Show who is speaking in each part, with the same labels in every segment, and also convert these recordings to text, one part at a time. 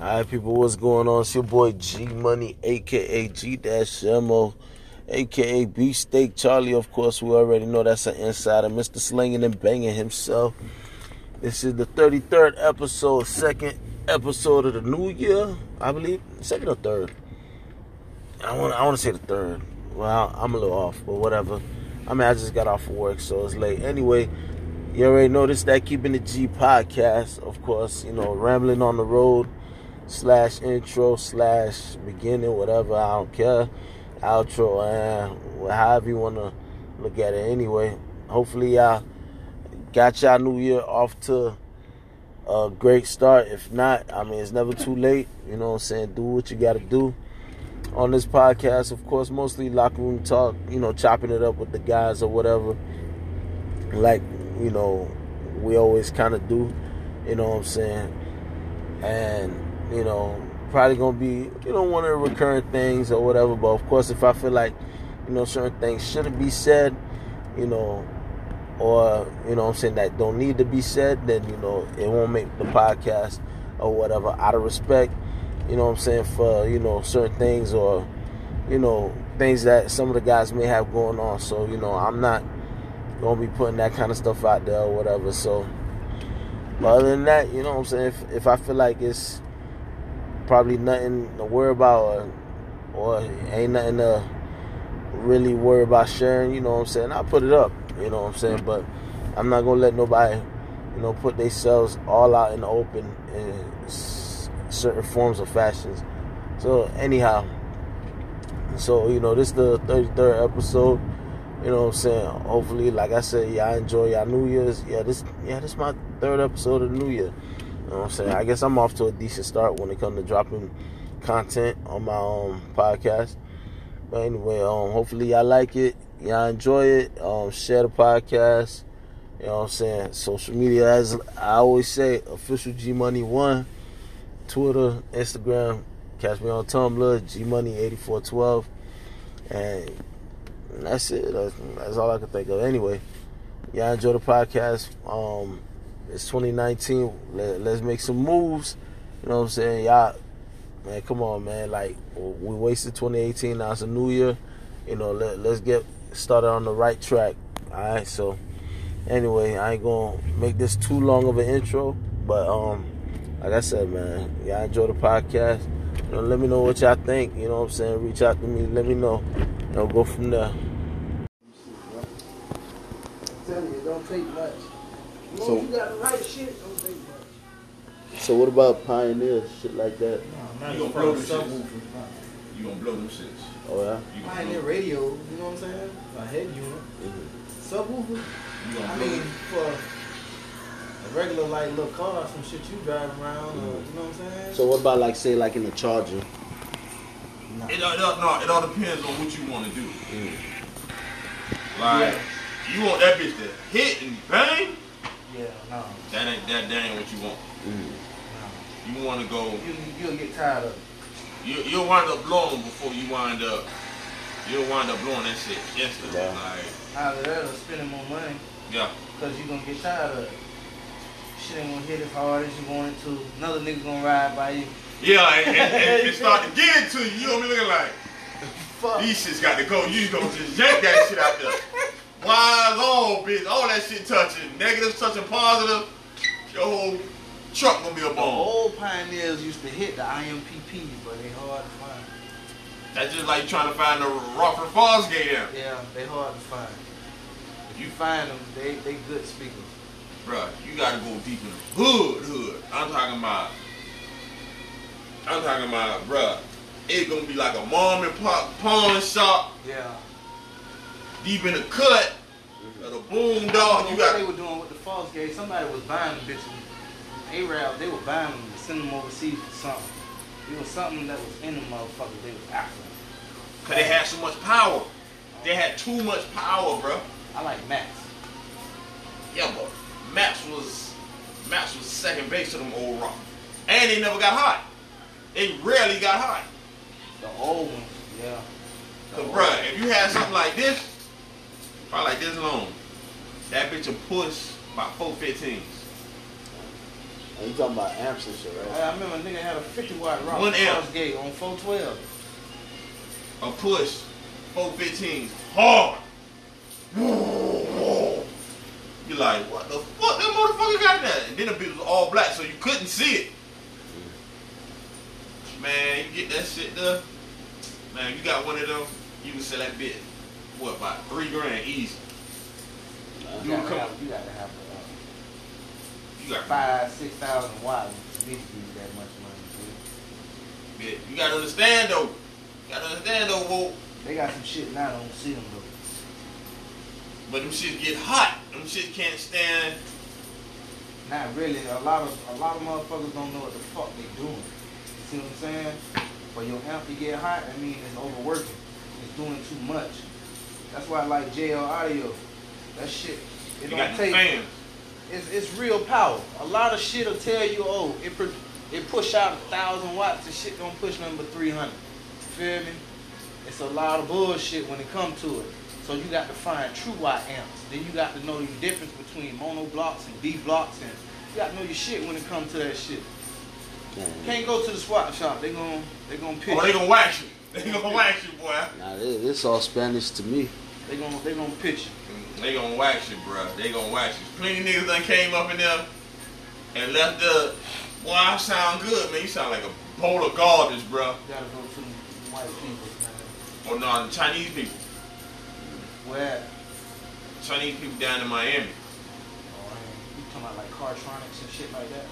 Speaker 1: Alright, people, what's going on? It's your boy G Money, aka G Dash Shemo, aka Beefsteak Charlie, of course. We already know that's an insider, Mr. Slinging and Banging himself. This is the 33rd episode, second episode of the new year, I believe. Second or third? I want I want to say the third. Well, I'm a little off, but whatever. I mean, I just got off of work, so it's late. Anyway, you already noticed that keeping the G podcast, of course, you know, rambling on the road slash intro slash beginning, whatever. I don't care. Outro, eh, however you wanna look at it. Anyway, hopefully y'all got y'all new year off to a great start. If not, I mean, it's never too late. You know what I'm saying? Do what you gotta do on this podcast, of course, mostly locker room talk, you know, chopping it up with the guys or whatever. Like, you know, we always kind of do, you know what I'm saying? And, you know, probably going to be, you know, one of the recurring things or whatever. But of course, if I feel like, you know, certain things shouldn't be said, you know, or, you know what I'm saying, that don't need to be said, then, you know, it won't make the podcast or whatever out of respect you know what I'm saying, for, you know, certain things or, you know, things that some of the guys may have going on. So, you know, I'm not going to be putting that kind of stuff out there or whatever. So, but other than that, you know what I'm saying, if, if I feel like it's probably nothing to worry about or, or ain't nothing to really worry about sharing, you know what I'm saying, I'll put it up, you know what I'm saying, but I'm not going to let nobody, you know, put themselves all out in the open and certain forms of fashions. So anyhow, so you know this is the 33rd episode. You know what I'm saying? Hopefully, like I said, y'all enjoy y'all New Year's. Yeah, this yeah this my third episode of New Year. You know what I'm saying? I guess I'm off to a decent start when it comes to dropping content on my um, podcast. But anyway, um, hopefully y'all like it. Y'all enjoy it. Um, share the podcast. You know what I'm saying? Social media, as I always say, official G Money One. Twitter, Instagram. Catch me on Tumblr, gmoney8412. And that's it. That's, that's, all I can think of. Anyway, y'all enjoy the podcast. Um, it's 2019. Let, us make some moves. You know what I'm saying? Y'all, man, come on, man. Like, we wasted 2018. Now it's a new year. You know, let, let's get started on the right track. All right, so anyway, I ain't going to make this too long of an intro, but, um, like I said, man, y'all enjoy the podcast. You know, let me know what y'all think. You know what I'm saying? Reach out to me. Let me know. You know, go from there.
Speaker 2: You, don't take much. So, you got the right shit, don't take much.
Speaker 1: So what about pioneers, shit like that?
Speaker 3: Nah, you gonna blow the subwoofer. You gonna blow them shits.
Speaker 1: Oh yeah.
Speaker 2: You pioneer radio, you know what I'm saying? A head unit. Mm-hmm. Subwoofer. You I mean, for a regular like little car, some shit you drive around, mm-hmm. or, you know what I'm saying? So
Speaker 1: what about like say like in the Charger?
Speaker 3: No, it, all, it, all, no, it all depends on what you want to do. Mm. Like yeah. you want that bitch to hit and bang?
Speaker 2: Yeah, no.
Speaker 3: That ain't that, that ain't what you want. Mm. No. You want to go?
Speaker 2: You you'll get tired of. It.
Speaker 3: You you'll wind up blowing before you wind up. You'll wind up blowing that shit instantly. Yeah. Like
Speaker 2: either that or spending more money.
Speaker 3: Yeah.
Speaker 2: Cause you're gonna get tired of it shit ain't gonna hit as hard as you want it to. Another nigga gonna ride by you.
Speaker 3: Yeah, and, and, and it start to get into you. You gonna be looking like, Fuck. these shits got to go. You gonna just yank that shit out there. Wise on, bitch. All that shit touching. Negative touching positive. Your whole truck gonna be a bomb. The
Speaker 2: old pioneers used to hit the IMPP, but they hard to find.
Speaker 3: That's just like trying to find the Rockford Falls gate
Speaker 2: out. Yeah, they hard to find. If you find them, they, they good speakers
Speaker 3: bruh, you gotta go deep in the hood, hood. I'm talking about, I'm talking about, bruh, it gonna be like a mom and pop pawn shop.
Speaker 2: Yeah.
Speaker 3: Deep in the cut, of the boom dog.
Speaker 2: You got. They were doing with the false gate. Somebody was buying them bitches. Arab, they were buying them, sending them overseas for something. It was something that was in the motherfucker. They was after.
Speaker 3: Cause they had so much power. They had too much power, bruh.
Speaker 2: I like Max.
Speaker 3: Yeah, but Max was Max was second base to them old rock. And they never got hot. They rarely got hot.
Speaker 2: The old ones, yeah. Oh.
Speaker 3: Cause so, bruh, if you had something like this, probably like this long, that bitch will push by four fifteens.
Speaker 1: And Oh, you talking about amps and shit, right?
Speaker 2: I remember a nigga had a 50 watt rock
Speaker 3: One amp.
Speaker 2: cross gate on 412.
Speaker 3: A push, 415, hard. You're like, what the fuck? That motherfucker got that. And then the bitch was all black, so you couldn't see it. Man, you get that shit there. Man, you got one of them, you can sell that bitch. What, about three grand easy?
Speaker 2: You,
Speaker 3: You
Speaker 2: gotta
Speaker 3: come-
Speaker 2: have, you gotta have uh,
Speaker 3: You got
Speaker 2: five, six thousand watts to be that much money.
Speaker 3: Yeah, you gotta understand though. You gotta understand though, Wolf.
Speaker 2: Dude. They got some shit now. I don't see them though.
Speaker 3: But them shit get hot. Them shit can't stand.
Speaker 2: Not really. A lot of a lot of motherfuckers don't know what the fuck they doing. You see what I'm saying? But your amp to get hot, I mean it's overworking. It's doing too much. That's why I like JL Audio. That shit. It
Speaker 3: They
Speaker 2: don't
Speaker 3: got the
Speaker 2: take.
Speaker 3: fans.
Speaker 2: It's, it's real power. A lot of shit'll tell you, oh, it pro- it push out a thousand watts. This shit don't push number three hundred. Feel me? It's a lot of bullshit when it come to it. So you got to find true watt amps. Then you got to know the difference between mono blocks and D blocks, and you got to know your shit when it come to that shit. Can't go to the swap shop. They gon' they gon' pitch.
Speaker 3: Oh, they gonna wax you. They gonna wax you, boy.
Speaker 1: Nah, this, this all Spanish to me.
Speaker 2: they gon' they gon' pitch. you.
Speaker 3: They gonna wax you, bruh. They gonna wax you. Plenty niggas done came up in there and left the. Boy, I sound good, man. You sound like a bowl of garbage, bruh.
Speaker 2: You gotta go to them white people,
Speaker 3: Or no, the Chinese people.
Speaker 2: man. Where? at?
Speaker 3: Chinese people down in Miami.
Speaker 2: Oh, man. you talking about like Cartronics and shit like that?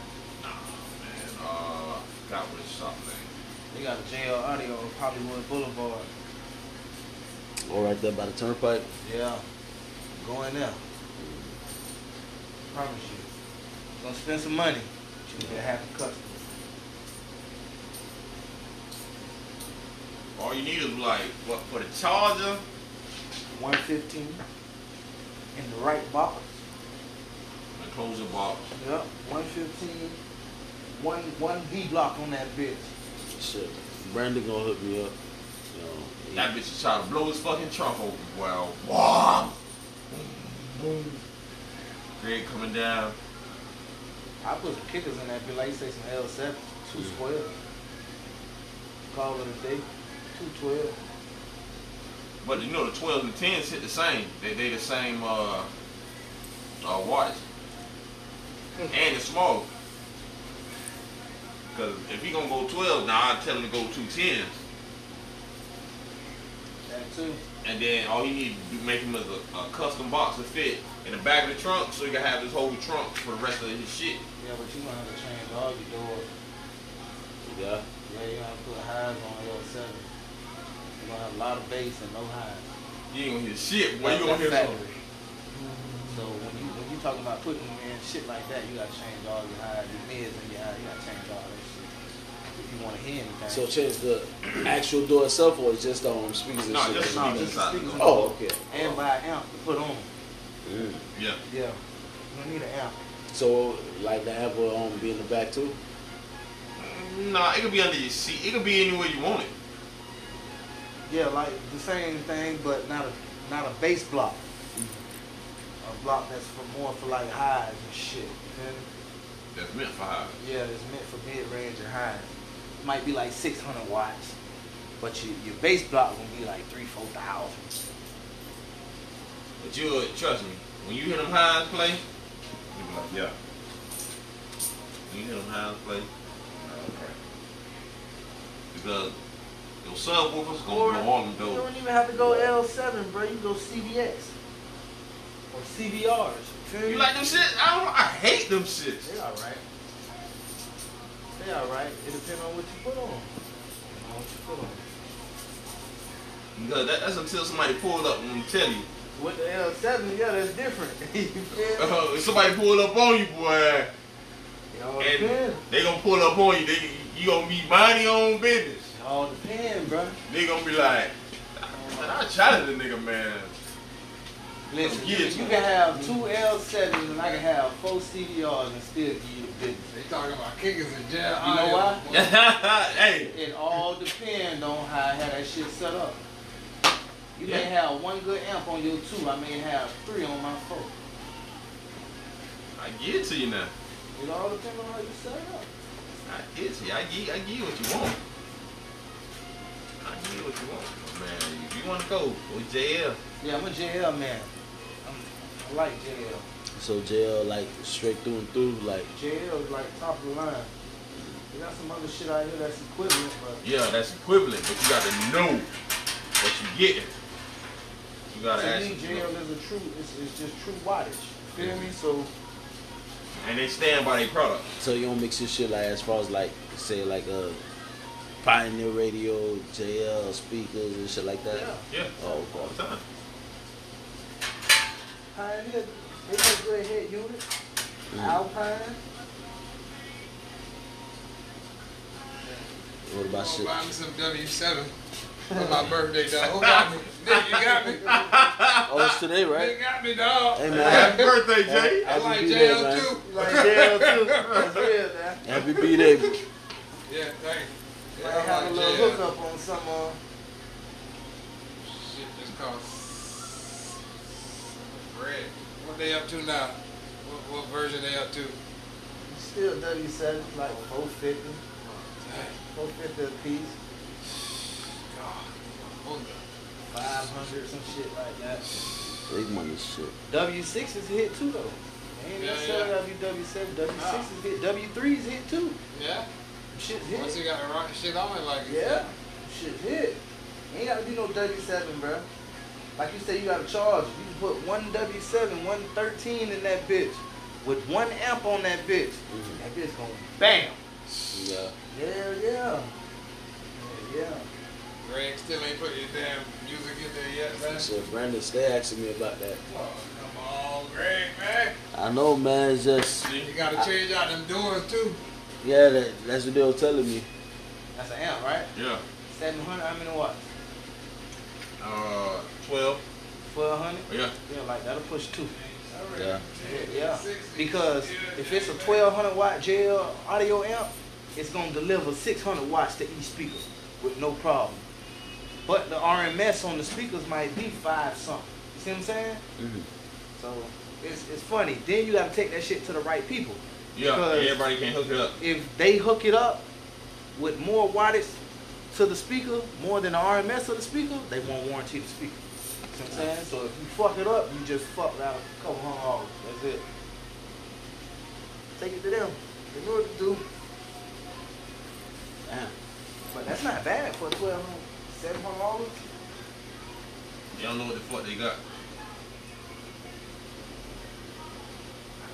Speaker 3: Nah, man. Uh, that was something.
Speaker 2: They got a JL Audio on Hollywood Boulevard.
Speaker 1: All right there by the turnpike.
Speaker 2: Yeah. Go in there. Promise you. Gonna spend some money. But you gonna have a customer.
Speaker 3: All you need is like, what for the charger?
Speaker 2: 115 in the right box.
Speaker 3: And close the box.
Speaker 2: Yep. 115. One one B block on that bitch.
Speaker 1: Shit. Brandon gonna hook me up. You know,
Speaker 3: That bitch is trying to blow his fucking trunk open. Well, wow. Greg coming down.
Speaker 2: I put some kickers in that bitch. Like you say, some L7, two squares. Call it a day. Two twelve.
Speaker 3: But you know the 12 and 10s hit the same. They they the same uh uh wattage. And it's small. Cause if he gonna go 12, now I tell him to go two 10s.
Speaker 2: That too.
Speaker 3: And then all he need to do make him is a, a custom box to fit in the back of the trunk so he can have his whole trunk for the rest of his shit.
Speaker 2: Yeah, but you gonna have to change all your doors.
Speaker 1: yeah.
Speaker 2: Yeah, you're gonna put highs on your seven. You're gonna have a lot of bass and no highs.
Speaker 3: You ain't gonna hear shit, boy. You gonna
Speaker 2: That's
Speaker 3: hear
Speaker 2: that
Speaker 3: some
Speaker 2: factory. So when you when you talking about putting them in shit like that, you gotta change all your highs, your mids and your highs. You gotta change all that shit if you wanna hear anything.
Speaker 1: So change the actual door itself or it's just on speakers and
Speaker 3: No,
Speaker 1: shit.
Speaker 3: just
Speaker 2: Nah, just
Speaker 3: speakers inside the
Speaker 2: speakers
Speaker 3: door.
Speaker 1: Oh, okay.
Speaker 2: and buy an amp to put on.
Speaker 1: Mm.
Speaker 3: Yeah.
Speaker 2: Yeah, you gonna need an amp.
Speaker 1: So like the amp will um, be in the back too.
Speaker 3: Nah, it could be under your seat. It could be anywhere you want it.
Speaker 2: Yeah, like the same thing, but not a not a bass block. A block that's for more for like highs and shit. You feel me?
Speaker 3: That's meant for high.
Speaker 2: Yeah, it's meant for mid-range and high. It might be like 600 watts, but your, your base block gonna be like three, four thousand.
Speaker 3: But you trust me, when you hear them highs play, you be like, yeah. When you hear them highs play, okay. Because your subwoofer's gonna blow all them
Speaker 2: You
Speaker 3: doors.
Speaker 2: don't even have to go L7, bro. You go CVX or CVRs. Feel
Speaker 3: You like them shit? I don't. I hate them shits.
Speaker 2: They all right. They all right. It depends on what you put on. Depend on what you put on.
Speaker 3: Because that, that's until somebody pulled up and tell you.
Speaker 2: With the L7, yeah, that's different. you feel me?
Speaker 3: Uh, if somebody pulled up on you, boy,
Speaker 2: It all
Speaker 3: and
Speaker 2: depends.
Speaker 3: they gonna pull up on you. They, you gonna be mind your own business.
Speaker 2: It all depends, bro.
Speaker 3: They gonna be like, man, I challenge the nigga, man.
Speaker 2: Listen, you,
Speaker 3: Yes,
Speaker 2: you
Speaker 3: man.
Speaker 2: can have two L7s and I can have four CDRs and still give you the business.
Speaker 4: They talking about kickers in jail.
Speaker 2: You know why?
Speaker 3: hey,
Speaker 2: It all depends on how I had that shit set up. You may
Speaker 3: Yeah.
Speaker 2: have one good amp on your two, I may have three on my four.
Speaker 3: I get to you now.
Speaker 2: It all depends on how you set it up.
Speaker 3: I get you. I give, I give you what you want. I give you what you want, my man. If you want to go with JL,
Speaker 2: Yeah, I'm a JL man. I'm, I like JL.
Speaker 1: So JL like straight through and through, like
Speaker 2: JL is like top of the line. You got some other shit out here that's equivalent, but
Speaker 3: yeah, that's equivalent, but you got to know what you getting. You got to
Speaker 2: to
Speaker 3: ask.
Speaker 2: me,
Speaker 3: you
Speaker 2: JL is a true, it's, it's just true wattage. Feel me? So
Speaker 3: and they stand by their product.
Speaker 1: so you don't mix your shit like as far as like say like uh Pioneer Radio, JL speakers and shit like that.
Speaker 2: yeah,
Speaker 3: Yeah.
Speaker 1: Oh,
Speaker 3: All the time.
Speaker 2: Pioneer, they make good hit unit. Alpine.
Speaker 1: What about
Speaker 4: Don't
Speaker 1: shit?
Speaker 4: buy me some W7 for my birthday, dog. Who got me? Nigga, you got me.
Speaker 1: Oh, it's today,
Speaker 4: Nigga
Speaker 1: right?
Speaker 4: got me, dog.
Speaker 1: Hey man,
Speaker 3: Happy birthday, Jay.
Speaker 4: I
Speaker 1: happy
Speaker 4: like
Speaker 1: be there,
Speaker 4: JL
Speaker 1: man.
Speaker 4: too.
Speaker 2: Like JL too. That's real, man.
Speaker 1: happy B Day.
Speaker 4: Yeah, thanks. Yeah,
Speaker 2: Might
Speaker 4: I
Speaker 2: have
Speaker 4: like
Speaker 2: a little
Speaker 4: JL.
Speaker 2: hookup on some, uh,
Speaker 4: Shit just cost bread. What they up to now? What, what version they up to?
Speaker 2: still W7, like 450,
Speaker 4: Dang,
Speaker 2: 450 a piece,
Speaker 4: God. Hold up.
Speaker 2: 500, some shit like that.
Speaker 1: Big money shit.
Speaker 2: W6 is hit too, though. Ain't
Speaker 4: Yeah,
Speaker 2: necessarily
Speaker 4: yeah.
Speaker 2: gotta be W7. W6 is hit. W3 is hit too.
Speaker 4: Yeah?
Speaker 2: Shit's
Speaker 4: Once you
Speaker 2: hit.
Speaker 4: got the right shit on it, like
Speaker 2: Yeah. Shit's hit. Ain't gotta be no W7, bro. Like you say, you gotta charge. it. You can put one W7, one 13 in that bitch. With one amp on that bitch.
Speaker 1: Mhm.
Speaker 2: That bitch gonna bam.
Speaker 1: Yeah.
Speaker 2: Yeah, yeah. Yeah, yeah.
Speaker 4: Greg still ain't put your damn music in there yet, man.
Speaker 1: Shit, Brandon, stay asking me about that.
Speaker 4: Oh, come on, Greg, man.
Speaker 1: I know, man. It's just
Speaker 4: You gotta change out them doors too.
Speaker 1: yeah, that, that's what they were telling me.
Speaker 2: That's an amp, right?
Speaker 3: Yeah.
Speaker 2: 700, how many watts?
Speaker 3: Uh, 12.
Speaker 2: 1200?
Speaker 3: Yeah.
Speaker 2: Yeah, like that'll push two.
Speaker 1: Yeah.
Speaker 2: Yeah, because if it's a 1200 watt JL audio amp, it's gonna deliver 600 watts to each speaker with no problem. But the RMS on the speakers might be five something. You see what I'm saying?
Speaker 1: Mhm.
Speaker 2: So it's, it's funny. Then you gotta take that shit to the right people.
Speaker 3: Yeah.
Speaker 2: Because-
Speaker 3: Everybody can hook it up.
Speaker 2: If they hook it up with more wattage to the speaker, more than the RMS of the speaker, they won't warranty the speaker. You see what I'm saying? So if you fuck it up, you just fucked out a couple hundred dollars. That's it. Take it to them. They know what to do.
Speaker 1: Damn.
Speaker 2: But that's not bad for twelve hundred, seven hundred dollars.
Speaker 3: They don't know what the fuck they got.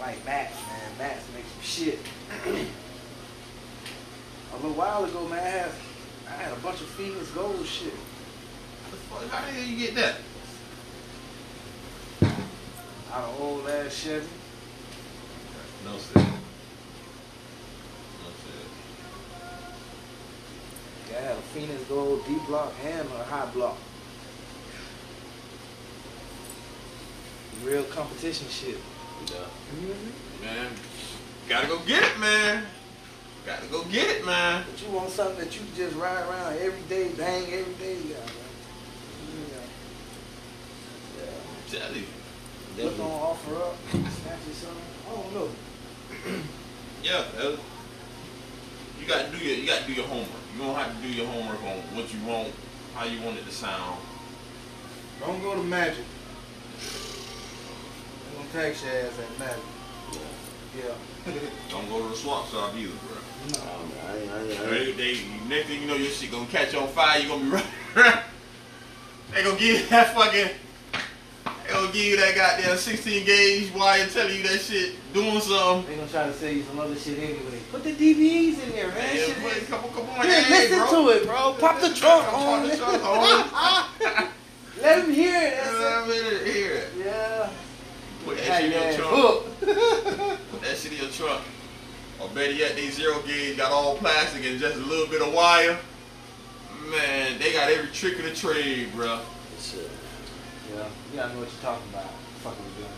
Speaker 2: Like Max, man. Max makes some shit. a little while ago, man, I had, I had a bunch of Phoenix Gold shit.
Speaker 3: What the fuck? How the hell you get that?
Speaker 2: Out of old ass Chevy.
Speaker 3: No sir. No sir.
Speaker 2: Yeah, I had a Phoenix Gold D block and a high block. Real competition shit.
Speaker 1: Yeah.
Speaker 2: Mm-hmm.
Speaker 3: Man, gotta go get it, man. Gotta go get it, man.
Speaker 2: But you want something that you can just ride around every day, bang every day. Yeah, man. yeah. yeah.
Speaker 3: I'm telling you.
Speaker 2: Look on
Speaker 1: Definitely.
Speaker 2: offer up, snatch you something. I don't know.
Speaker 3: Yeah, that- you gotta do your you gotta do your homework. You gonna have to do your homework on what you want, how you want it to sound.
Speaker 2: Don't go to Magic. I'm gonna tax your ass at Magic. Yeah.
Speaker 3: Don't go to the swap shop either, bro.
Speaker 1: Um, I ain't, I ain't, I ain't.
Speaker 3: They, they, next thing you know, your shit gonna catch on fire. You gonna be right. they gonna give you that fucking. They gonna give you that goddamn 16 gauge wire telling you that shit doing something.
Speaker 2: They gonna try to sell you some other shit anyway. Put the DVDs in there, man.
Speaker 3: Man,
Speaker 2: Shit
Speaker 3: put a
Speaker 2: is-
Speaker 3: couple, couple on
Speaker 2: Yeah,
Speaker 3: your
Speaker 2: listen
Speaker 3: head, bro.
Speaker 2: to it, bro. Pop the trunk
Speaker 3: Pop
Speaker 2: on.
Speaker 3: the trunk on.
Speaker 2: Let them hear it.
Speaker 3: You know
Speaker 2: That's
Speaker 3: what I mean? Here.
Speaker 2: it. Yeah.
Speaker 3: Put that
Speaker 2: Have
Speaker 3: shit
Speaker 2: your
Speaker 3: in
Speaker 2: ass
Speaker 3: your trunk.
Speaker 2: hooked.
Speaker 3: Put that shit in your trunk. Or better yet, they zero gauge got all plastic and just a little bit of wire. Man, they got every trick of the trade, bro.
Speaker 1: Shit.
Speaker 2: Yeah, you gotta know what you're talking about. Fucking with them.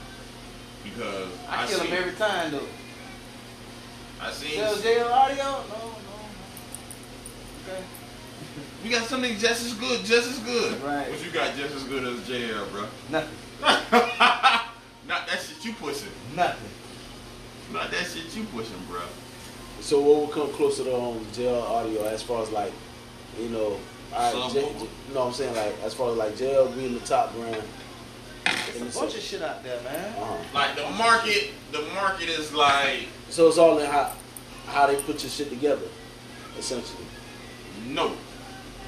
Speaker 3: Because I,
Speaker 2: I, kill
Speaker 3: seen,
Speaker 2: them every time though.
Speaker 3: I seen
Speaker 2: Sell JL audio? No, no. no. Okay.
Speaker 3: We got something just as good, just as good.
Speaker 2: Right.
Speaker 3: What you got just as good as JL, bro?
Speaker 2: Nothing.
Speaker 3: Not that shit you pushing.
Speaker 2: Nothing.
Speaker 3: Not that shit you pushing, bro.
Speaker 1: So what will come closer to um jail audio as far as like, you know, I
Speaker 3: Some
Speaker 1: j-
Speaker 3: will.
Speaker 1: you know what I'm saying like as far as like jail being the top brand. And
Speaker 2: There's
Speaker 1: it's
Speaker 2: a bunch of shit out there, man.
Speaker 1: uh-huh.
Speaker 3: Like the market, the market is like
Speaker 1: So it's all in how how they put your shit together, essentially.
Speaker 3: no.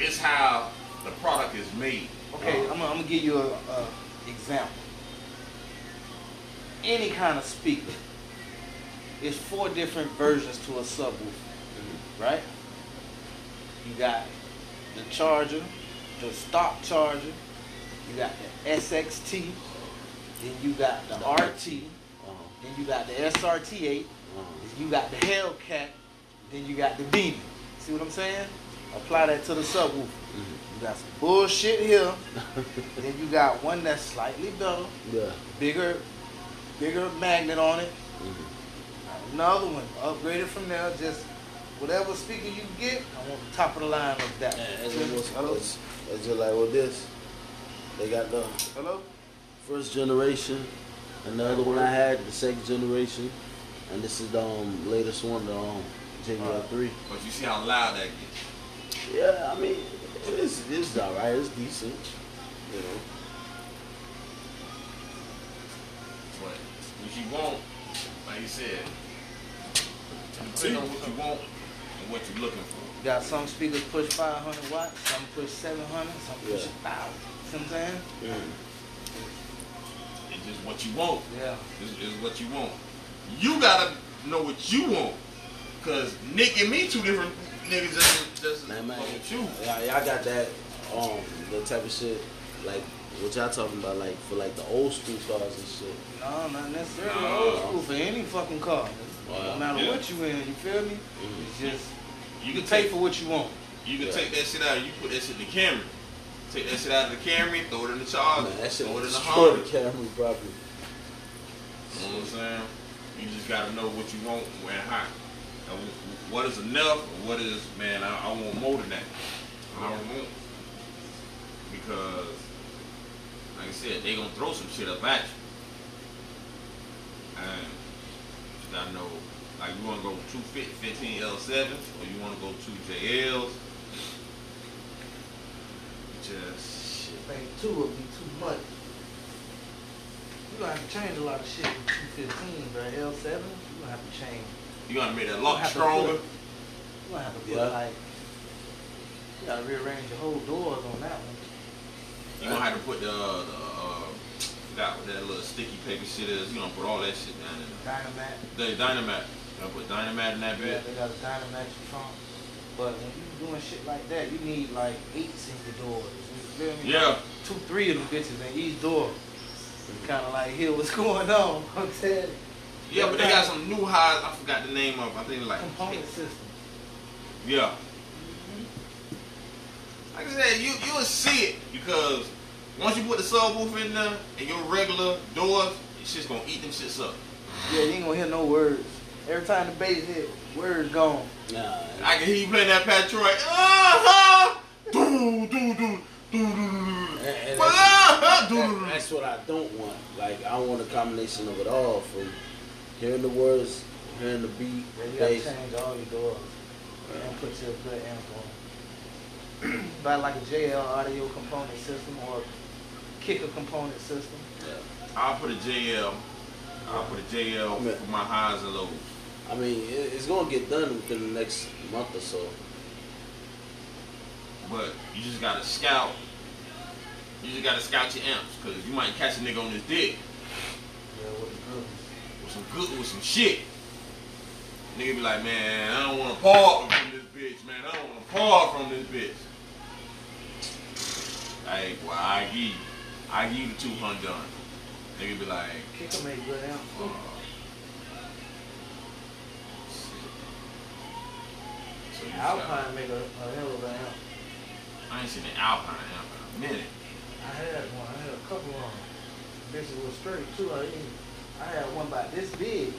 Speaker 3: It's how the product is made.
Speaker 2: Okay,
Speaker 1: Uh-huh.
Speaker 2: I'm, gonna- I'm gonna give you a, a example. Any kind of speaker is four different versions to a subwoofer, right? You got the charger, the stock charger, you got the SXT, then you got the RT,
Speaker 1: Uh-huh.
Speaker 2: then you got the SRT8,
Speaker 1: Uh-huh.
Speaker 2: you got the Hellcat, then you got the Demon. See what I'm saying? Apply that to the subwoofer. You got some bullshit here. then you got one that's slightly better,
Speaker 1: Yeah.
Speaker 2: bigger, bigger magnet on it.
Speaker 1: Mhm.
Speaker 2: Another one upgraded from there. Just whatever speaker you get, I want the top of the line of that.
Speaker 1: And it's almost-
Speaker 2: Hello,
Speaker 1: it's- it's just like with this. They got the
Speaker 2: hello.
Speaker 1: first generation, and the other one I had, the second generation, and this is the um, latest one, the um, JBL three.
Speaker 3: But you see how loud that gets.
Speaker 1: Yeah, I mean, it's it's all right. It's decent, you know.
Speaker 3: But what you want, like you said, depending on what you want and what you're looking for.
Speaker 2: You got some speakers push 500 watts, some push 700, some push
Speaker 1: Yeah.
Speaker 2: 1,000. See what I'm saying?
Speaker 3: It's just what you want.
Speaker 2: Yeah.
Speaker 3: is, is what you want. You gotta know what you want, cause Nick and me two different niggas just just
Speaker 1: Man, man,
Speaker 3: what you.
Speaker 1: y'all, y'all got that um the type of shit like what y'all talking about like for like the old school cars and shit.
Speaker 2: No, not necessarily
Speaker 3: No.
Speaker 2: old school for any fucking car.
Speaker 1: Wow.
Speaker 2: No matter
Speaker 3: Yeah. Mm.
Speaker 2: what you in, you feel me? It's just
Speaker 3: You
Speaker 2: you
Speaker 3: can
Speaker 2: can pay
Speaker 3: take
Speaker 2: for what you want.
Speaker 3: you can
Speaker 1: Yeah.
Speaker 3: take that shit out and you put that shit in the camera. Take that shit out of the camera, throw it in the charger,
Speaker 1: Man, that shit
Speaker 3: throw it in the
Speaker 1: destroy
Speaker 3: Honda.
Speaker 1: the camera probably.
Speaker 3: You know what I'm saying? You just gotta know what you want and where hot. And wh- what is enough and what is man, I, I want more than that. I don't want because like I said, they gonna throw some shit up at you. And you gotta know like you wanna go two fifteen L sevens or you wanna go two JLs. Just shit.
Speaker 2: Thing two would be too much. You gonna have to change a lot of shit with 215, bro. L7, you gonna have to change.
Speaker 3: You gotta make that
Speaker 2: You
Speaker 3: lock
Speaker 2: have to
Speaker 3: stronger.
Speaker 2: put- You gonna have to put
Speaker 1: Yeah.
Speaker 2: like, you gotta rearrange your whole doors on that one.
Speaker 3: You gonna have to put the, uh, the uh, that that little sticky paper shit is. You gonna put all that shit down in
Speaker 2: Dynamat.
Speaker 3: there. The dynamite. You gonna put dynamite in that
Speaker 2: Yeah,
Speaker 3: bit.
Speaker 2: they got a Dynamax trunk. But when you doing shit like that, you need like eights in your doors. You feel me?
Speaker 3: Yeah.
Speaker 2: Two, three of them bitches in each door. Kind of like, hear what's going on. I'm telling you.
Speaker 3: Yeah, but they got some new highs. I forgot the name of. I think like
Speaker 2: Component system.
Speaker 3: yeah. Like I said, you you'll see it because once you put the subwoofer in there and your regular doors, it's just gonna eat them shits up.
Speaker 2: Yeah, you ain't gonna hear no words. Every time the bass hit, words gone.
Speaker 1: Nah,
Speaker 3: I can hear you playing that Pat Troy. Uh-huh. Do do do do do do.
Speaker 1: And- and
Speaker 3: Uh-huh.
Speaker 1: That-
Speaker 3: Do do do.
Speaker 1: that's what I don't want. Like I want a combination of it all from hearing the words, hearing the beat,
Speaker 2: Yeah, you gotta
Speaker 1: bass.
Speaker 2: change all your doors. And put your good amp on. Buy like a JL audio component system or kicker component system.
Speaker 3: I'll put a JL. I'll put a JL
Speaker 1: Yeah.
Speaker 3: for my highs and lows.
Speaker 1: I mean, it, it's gonna get done within the next month or so.
Speaker 3: But you just gotta scout. You just gotta scout your amps, cause you might catch a nigga on his dick
Speaker 2: Yeah, what the good
Speaker 3: with some good with some shit. Nigga be like, man, I don't wanna part from this bitch, man. I don't wanna part from this bitch. Like, well, I give you, I give you the two hundred. done. Nigga be like,
Speaker 2: Kicker make good amp.
Speaker 3: uh, shit. So you just gotta-
Speaker 2: Alpine make a, a hell of an amp.
Speaker 3: I ain't seen an Alpine amp in a minute.
Speaker 2: I had one. I had a couple of them. Bitches was straight too. I, even, I had one about this big on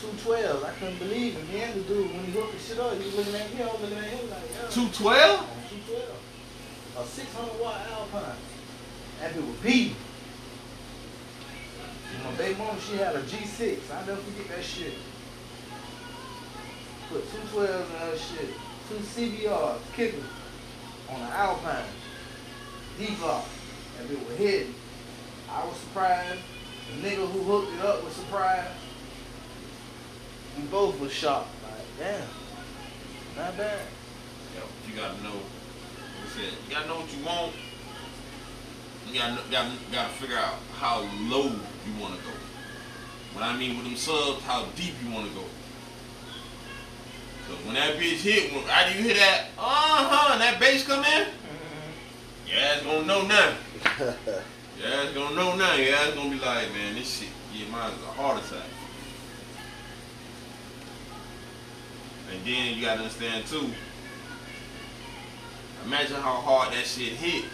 Speaker 2: two twelve. I couldn't believe it. Man, the dude when he hooked the shit up, he was looking at me. I was looking at him like, yeah.
Speaker 3: Two twelve?
Speaker 2: on two twelve, a six hundred watt Alpine. That dude was beating. My baby mama, she had a G6. I never forget that shit. Put two 12s in her shit. Two CBRs, kickers, on an Alpine. D-block. That bitch was hidden. I was surprised. The nigga who hooked it up was surprised. We both was shocked. Like, damn. Not bad.
Speaker 3: Yo, you gotta know. Like I said, you gotta know what you want. You gotta, know- gotta gotta figure out how low you want to go. What I mean with them subs, how deep you want to go. Cause when that bitch hit, when after you hear that, uh huh, and that bass come in, yeah, it's gonna know nothing. Yeah, it's gonna know nothing. Yeah, it's gonna be like, man, this shit, yeah, mine is a heart attack. And then you gotta understand too. Imagine how hard that shit hit.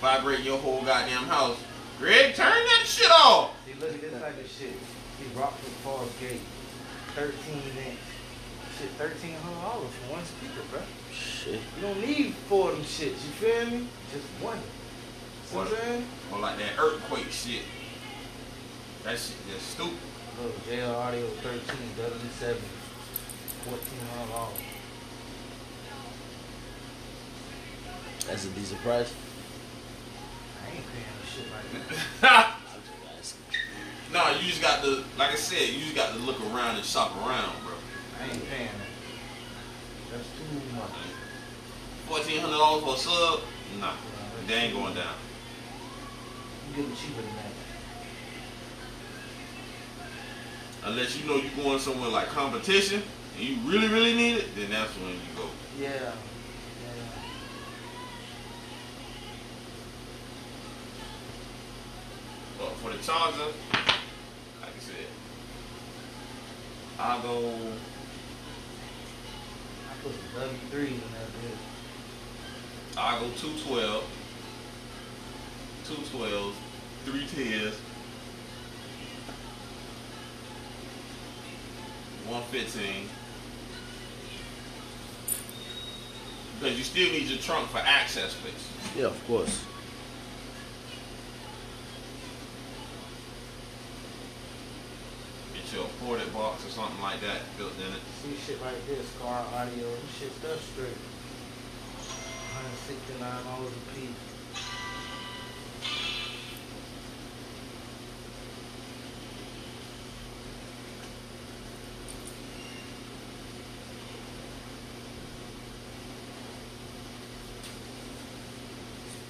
Speaker 3: Vibrate your whole goddamn house. Greg, turn that shit off.
Speaker 2: See, look at this type of shit. He rocked the Forest Gate. 13 inch. Shit, $1,300 for one speaker, bro.
Speaker 1: Shit.
Speaker 2: You don't need four of them shits, you feel me? Just one. See what I'm
Speaker 3: What?
Speaker 2: saying?
Speaker 3: Or like that earthquake shit. That shit just stupid.
Speaker 2: Look, JL Audio 13, W7, 1400 dollars.
Speaker 1: That's a decent price.
Speaker 2: I ain't paying no shit like that.
Speaker 1: I'm just
Speaker 3: nah, you just got to, like I said, you just got to look around and shop around, bro.
Speaker 2: I ain't paying that. That's too much.
Speaker 3: Fourteen hundred dollars for a sub? Nah, they ain't going down.
Speaker 2: You get it cheaper than that.
Speaker 3: Unless you know you're going somewhere like competition and you really, really need it, then that's when you go.
Speaker 2: Yeah. yeah.
Speaker 3: But for the Charger, like I said, I'll go.
Speaker 2: I put some W3s in that bitch.
Speaker 3: I'll go 212, 212s, 310s, 115. Because you still need your trunk for access space.
Speaker 1: Yeah, of course.
Speaker 3: Get your ported box or something like that built in it.
Speaker 2: See shit like this, car audio, this shit stuff straight. $169 a piece.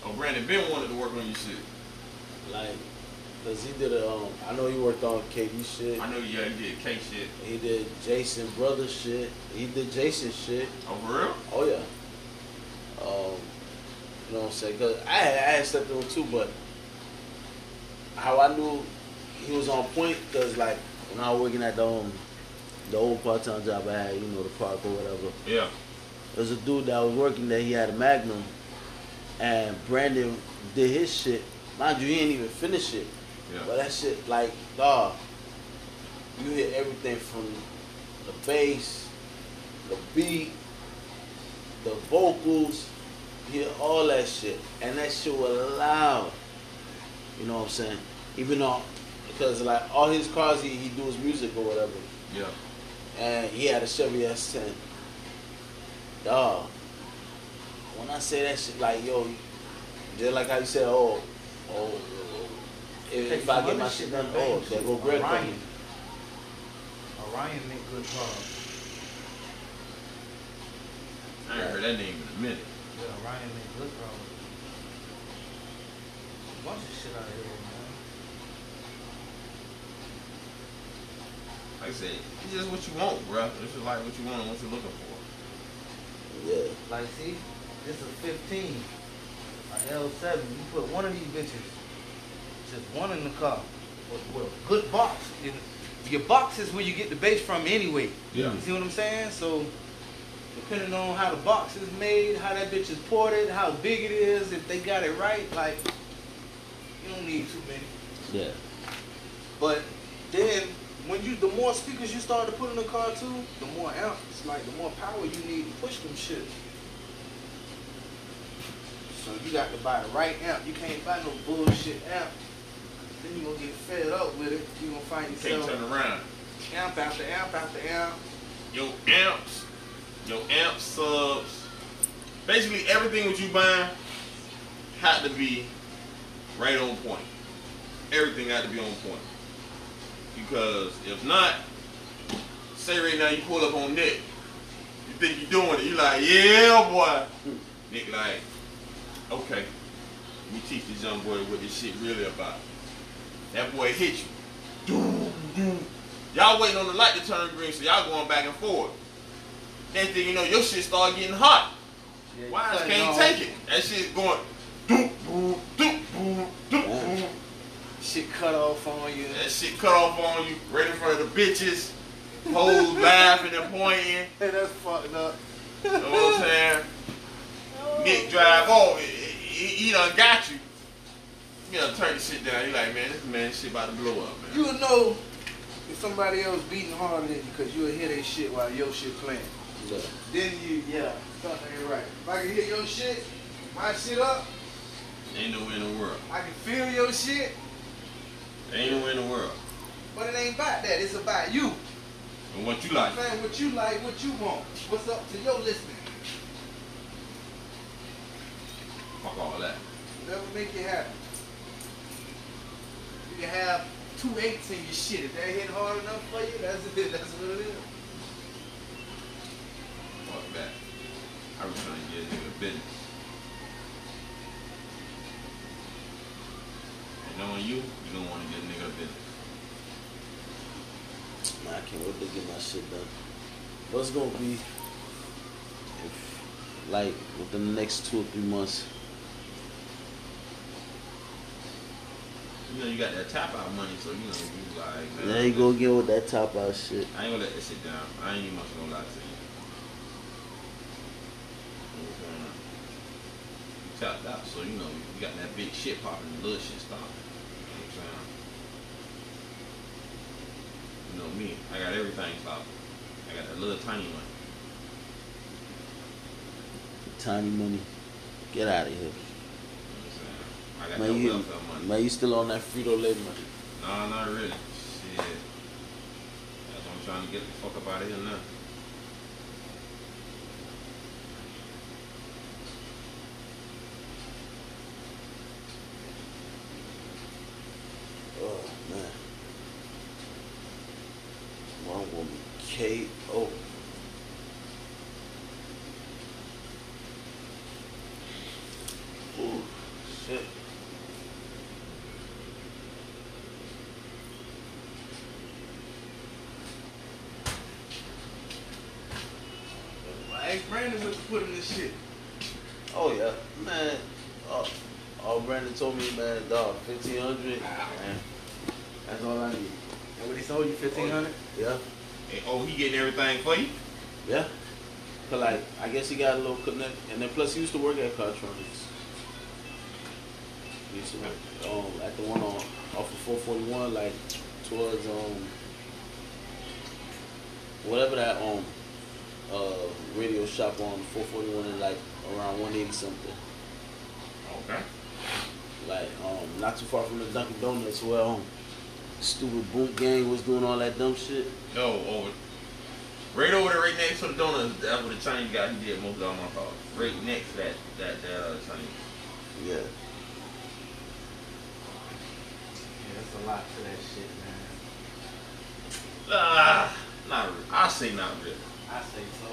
Speaker 3: Oh, Brandon Ben wanted to work on your shit.
Speaker 1: Like, cause he did a, um, I know he worked on KD shit.
Speaker 3: I know you, yeah, you did K shit.
Speaker 1: He did Jason Brothers shit. He did Jason shit.
Speaker 3: Oh, for real?
Speaker 1: Oh yeah. Um, you know what I'm saying? Cause I had, I had stepped on too, but how I knew he was on point, cause like when I was working at the um, the old part-time job I had, you know, the park or whatever.
Speaker 3: Yeah.
Speaker 1: There's a dude that was working there. He had a Magnum, and Brandon did his shit. Mind you, he ain't even finish it. But
Speaker 3: Yeah.
Speaker 1: that shit, like, dog, you hear everything from the bass, the beat, the vocals, you hear all that shit. And that shit was loud. You know what I'm saying? Even though, because, like, all his cars, he, he do his music or whatever.
Speaker 3: Yeah.
Speaker 1: And he had a Chevy S10. Dog, when I say that shit, like, yo, just like how you said, oh, oh, oh, oh, if,
Speaker 2: Take
Speaker 1: if I
Speaker 2: some
Speaker 1: get
Speaker 2: other
Speaker 1: my shit done,
Speaker 2: that
Speaker 1: oh,
Speaker 2: bang
Speaker 1: they
Speaker 2: shit.
Speaker 1: go great for me.
Speaker 2: Orion. Orion make good cars.
Speaker 3: I ain't heard that name in a minute.
Speaker 2: Yeah, Orion make good cars. Bunch of shit out here, man.
Speaker 3: Like I said, it's just what you want, bro. It's just like what you want and what you're looking for.
Speaker 1: Yeah.
Speaker 2: Like, see, this is 15, a L7. You put one of these bitches, just one in the car, with, with a good box. It- Your box is where you get the bass from anyway.
Speaker 3: Yeah.
Speaker 2: You see what I'm saying? So, depending on how the box is made, how that bitch is ported, how big it is, if they got it right, like, you don't need too many.
Speaker 1: Yeah.
Speaker 2: But then, when you, the more speakers you start to put in the car too, the more amps, like, the more power you need to push them shit. So you got to buy the right amp. You can't buy no bullshit amp. Then you gonna get fed up with it. You gonna find
Speaker 3: You can't turn
Speaker 2: yourself
Speaker 3: around.
Speaker 2: amp after amp after amp.
Speaker 3: Your amps, your amp subs, basically everything that you buying had to be right on point. Everything had to be on point. Because if not, say right now you pull up on Nick, you think you're doing it, you like, yeah boy. Nick like, okay, let me teach this young boy what this shit really about. That boy hit you. Doom, doom. Y'all waiting on the light to turn green, so y'all going back and forth. Next thing you know, your shit start getting hot.
Speaker 2: Yeah, you
Speaker 3: Wires
Speaker 2: cutting
Speaker 3: can't
Speaker 2: off.
Speaker 3: take it. That shit going doop boop doop boop doop boop.
Speaker 2: Shit cut off on you.
Speaker 3: That shit cut off on you right in front of the bitches. Hoes laughing and pointing.
Speaker 2: Hey, that's fucked up.
Speaker 3: You know what I'm saying? Nick drive off. He, he, he done got you. You done turn the shit down. You like, man, this man shit about to blow up, man.
Speaker 2: You'll know if somebody else beating harder than you because you'll hear their shit while your shit playing.
Speaker 1: Yeah.
Speaker 2: Then you, yeah, something ain't right. If I can hear your shit, my shit up,
Speaker 3: Ain't no way in the world.
Speaker 2: I can feel your shit,
Speaker 3: Ain't no way in the world.
Speaker 2: but it ain't about that. It's about you.
Speaker 3: And what you like.
Speaker 2: Man, what you like, what you want, what's up to your listening.
Speaker 3: Fuck all that.
Speaker 2: Whatever make you happy. You can have two eights in your shit. If that hit hard enough for you, that's it. That's what it is.
Speaker 3: Fuck that. I was trying to get into the business. And knowing you, you don't want to get a nigga a business.
Speaker 1: Man, I can't wait to get my shit done. What's gonna be if, like within the next two or three months?
Speaker 3: You know you got that top out money, so you know you like man.
Speaker 1: I ain't gonna get with that top out shit.
Speaker 3: I ain't gonna let that shit down. I ain't even much gonna lie to you. You know what I'm saying? You tapped out, so you know you got that big shit popping, the little shit stopping. You know what I'm saying? You know me, I got everything popping. I got that little tiny money.
Speaker 1: Tiny money. Get out of here.
Speaker 3: You know what I'm saying? I got
Speaker 1: Man,
Speaker 3: no
Speaker 1: you,
Speaker 3: welfare money.
Speaker 1: man, you still on that Frito Lay money.
Speaker 3: Nah, not really. Shit. That's what I'm trying to get the fuck up out of here now.
Speaker 1: Oh man. One woman KO. Ooh, shit.
Speaker 2: My ex Brandon was putting this shit.
Speaker 1: Oh yeah, man. Oh, all Brandon told me, man, dog, fifteen hundred.
Speaker 2: That's all I need. And when he sold you fifteen hundred,
Speaker 1: Yeah,
Speaker 3: And, oh, he getting everything for you?
Speaker 1: yeah. But like, I guess he got a little connect, and then plus he used to work at Cartronics. He used to work um, at the one on off of four forty one, like towards um whatever that um uh radio shop on four forty one and like around one eighty something.
Speaker 3: Okay.
Speaker 1: like um, not too far from the Dunkin' Donuts where um, stupid boot gang was doing all that dumb shit.
Speaker 3: No, over. Right over there, right next to the donuts, that's where the Chinese guy he did most of all my calls. Right next to that, that, that uh, Chinese.
Speaker 1: Yeah,
Speaker 2: yeah, that's a lot for that shit, man.
Speaker 3: Ah, not really. I say not really.
Speaker 2: I say so.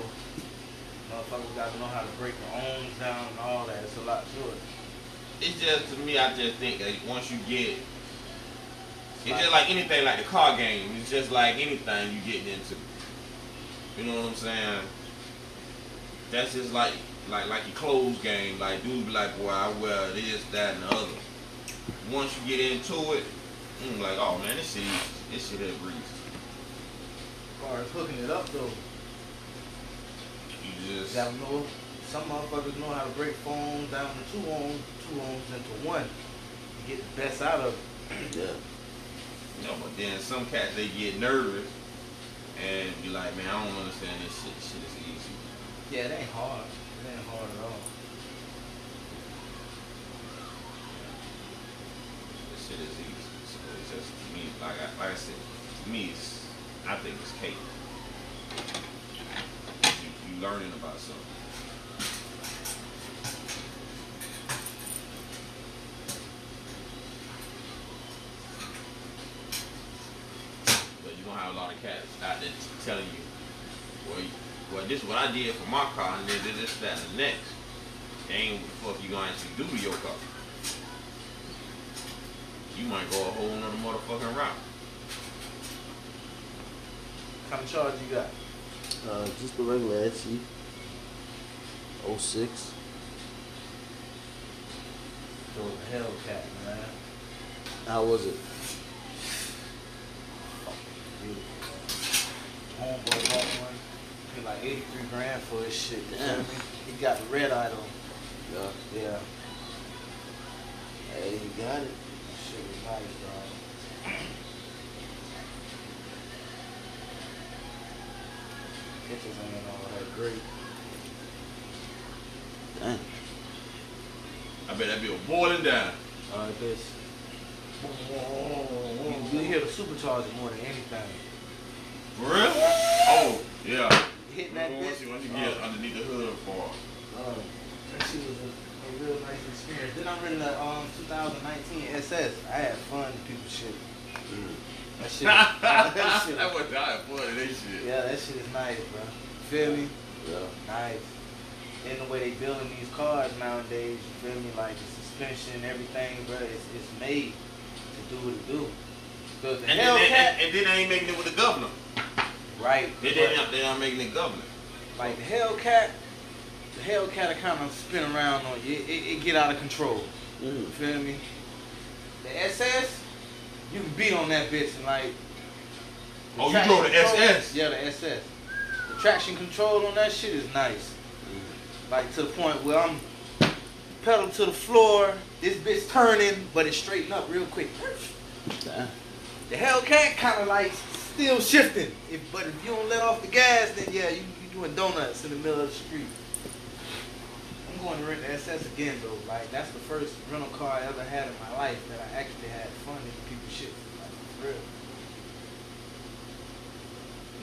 Speaker 2: Motherfuckers got to know how to break their arms down and all that. It's a lot to it.
Speaker 3: It's just, to me, I just think that once you get, it's just like anything, like the car game. It's just like anything you get into. You know what I'm saying? That's just like, like, like your clothes game. Like, dude be like, boy, I wear this, that, and the other. Once you get into it, mm, like, oh man, this shit, easy. this shit is breeze.
Speaker 2: As far as hooking it up though,
Speaker 3: You
Speaker 2: you
Speaker 3: just,
Speaker 2: gotta know. Some motherfuckers know how to break phones down to two ohms, two ohms into one. You get the best out of it.
Speaker 1: yeah.
Speaker 3: No, but then some cats they get nervous and be like, man, I don't understand this shit. Shit is easy.
Speaker 2: Yeah, it ain't hard. It ain't hard at all.
Speaker 3: This shit is easy. So just to me, like I, like I said, to me, it's, I think it's cake. You, you learning about something. But you're gonna have a lot of cats out there telling you, well, you- well, this is what I did for my car, and then this, this, that, and the next. They ain't what the fuck you gonna actually do to your car. You might go a whole nother motherfucking route.
Speaker 2: How much charge you got?
Speaker 1: Uh, just the regular Oh Etsy. 06.
Speaker 2: Doing a Hellcat, man.
Speaker 1: How was it?
Speaker 2: Homeboy bought one. Paid like 83 grand for his shit. You feel
Speaker 1: Damn.
Speaker 2: me? He got the red eye on.
Speaker 1: Yeah.
Speaker 2: Yeah.
Speaker 1: Hey, you got it.
Speaker 2: That shit was nice, dog. Pictures ain't all that great.
Speaker 1: Damn.
Speaker 3: I bet that bill boiling down.
Speaker 2: Uh, this. You, you hear the supercharger more than anything.
Speaker 3: For real? Oh, yeah.
Speaker 2: Hitting that
Speaker 3: Once
Speaker 2: bitch. Oh.
Speaker 3: you, once you get underneath the hood for
Speaker 2: Uh,
Speaker 1: Oh.
Speaker 2: that shit was a, a real nice experience. Then I'm in the um 2019 SS. I had fun people shit.
Speaker 1: Mm,
Speaker 2: That shit. that shit.
Speaker 3: that was dying fun and they shit.
Speaker 2: Yeah, that shit is nice, bro. Feel me?
Speaker 1: Yeah.
Speaker 2: Nice. And the way they building these cars nowadays, you feel me? Like the suspension, everything, bro. It's, it's made to do what it do. Cause the
Speaker 3: And then, they, and,
Speaker 2: Hellcat,
Speaker 3: and then they ain't making it with the governor.
Speaker 2: right?
Speaker 3: They, they, not, they not making it governor.
Speaker 2: but, Like the Hellcat, the Hellcat kind of spin around on you. It, it, it get out of control. You
Speaker 1: Mm.
Speaker 2: feel me? The SS, you can beat on that bitch and like. the
Speaker 3: Oh, you
Speaker 2: traction
Speaker 3: drove the
Speaker 2: control-
Speaker 3: SS?
Speaker 2: Yeah, the SS. The traction control on that shit is nice. Like to the point where I'm pedal to the floor, this bitch turning, but it's straightened up real quick.
Speaker 1: Damn.
Speaker 2: The Hellcat kind of like still shifting, if, but if you don't let off the gas, then yeah, you you doing donuts in the middle of the street. I'm going to rent the SS again though. Like that's the first rental car I ever had in my life that I actually had fun in people shit. Like for real.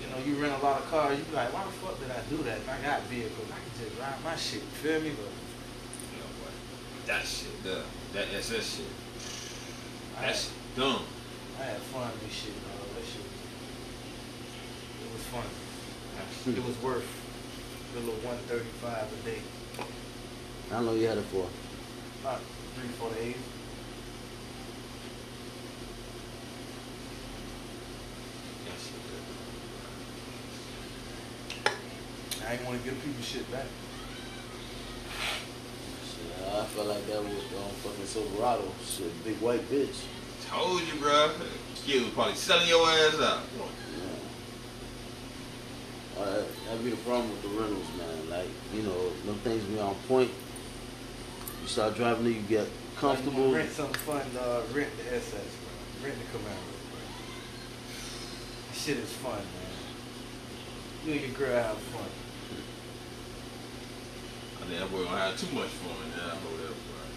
Speaker 2: You know, you rent a lot of cars, you be like, why the fuck did I do that? If I got vehicles, I can just ride my shit. You feel me? But
Speaker 3: You know what? That shit, the, that SS shit.
Speaker 2: I
Speaker 3: That shit dumb.
Speaker 2: I had fun with this shit, dog. That shit. It was fun. It was worth the little 135 a day.
Speaker 1: How long you had it for?
Speaker 2: About three, four days.
Speaker 3: That shit
Speaker 2: I ain't want to give people shit back.
Speaker 1: Shit, I felt like that was um, fucking Silverado. Shit, big white bitch.
Speaker 3: dumb. Told you, bruh. Kid was probably selling your ass out.
Speaker 1: Uh, that'd be the problem with the rentals, man. Like, you know, them things be on point. You start driving it, you get
Speaker 2: I
Speaker 1: comfortable.
Speaker 2: rent something fun, dog. Rent the SS, bro. Rent the Camaro, bro. That shit is fun, man. You and your girl have fun.
Speaker 3: I think that boy gonna have too much fun in that hotel, bruh.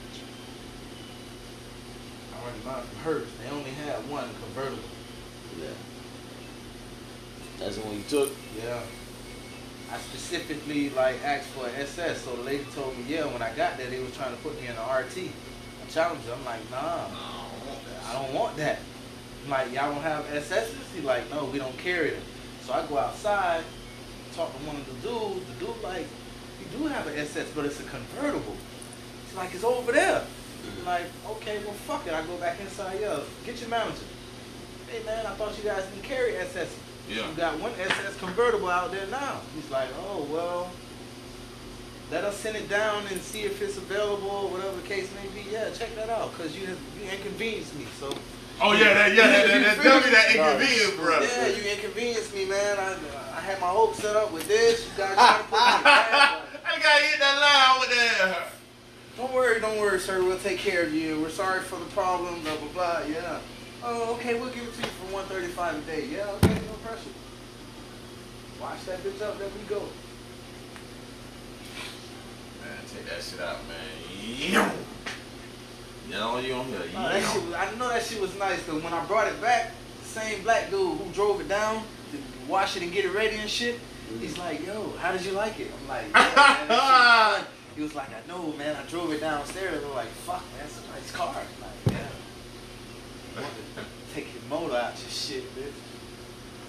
Speaker 2: I rented mine from hers. They only had one convertible.
Speaker 1: Yeah. That's the one you took?
Speaker 2: Yeah. I specifically like asked for an SS, so the lady told me, yeah, when I got there, they was trying to put me in an RT. I challenged her. I'm like, nah,
Speaker 3: No, I don't want that.
Speaker 2: I don't want that. I'm like, y'all don't have SSs? He like, no, we don't carry them. So I go outside, talk to one of the dudes. The dude like, you do have an SS, but it's a convertible. It's like, it's over there. I'm like, okay, well, fuck it. I go back inside, yeah, get your manager. Hey, man, I thought you guys didn't carry SSs.
Speaker 3: Yeah.
Speaker 2: You got one SS convertible out there now. He's like, oh well, let us send it down and see if it's available or whatever the case may be. Yeah, check that out, cause you you inconvenienced me. So
Speaker 3: Oh yeah, that yeah, that that, that, that, that
Speaker 1: Right.
Speaker 3: inconvenience, bro.
Speaker 2: yeah, you inconvenienced me, man. I I had my hopes set up with this. You guys trying to put me down. but-
Speaker 3: I gotta hit that line with that.
Speaker 2: Don't worry, don't worry, sir. We'll take care of you. We're sorry for the problem. Blah blah blah. Yeah. Oh, okay. We'll give it to you for one thirty-five a day. Yeah. Okay. No pressure. Watch that bitch up. There we go.
Speaker 3: Man, take that shit out, man. Yo. That's all you on here. You
Speaker 2: No, Oh, that
Speaker 3: know.
Speaker 2: shit was, I know that shit was nice because when I brought it back, the same black dude who drove it down to wash it and get it ready and shit, he's like, yo, how did you like it? I'm like, "Yeah, man, that shit was fun." he was like, I know, man. I drove it downstairs. I'm like, fuck, man, that's a nice car. I'm like, yeah. Wanted to Take your motor out your shit, bitch.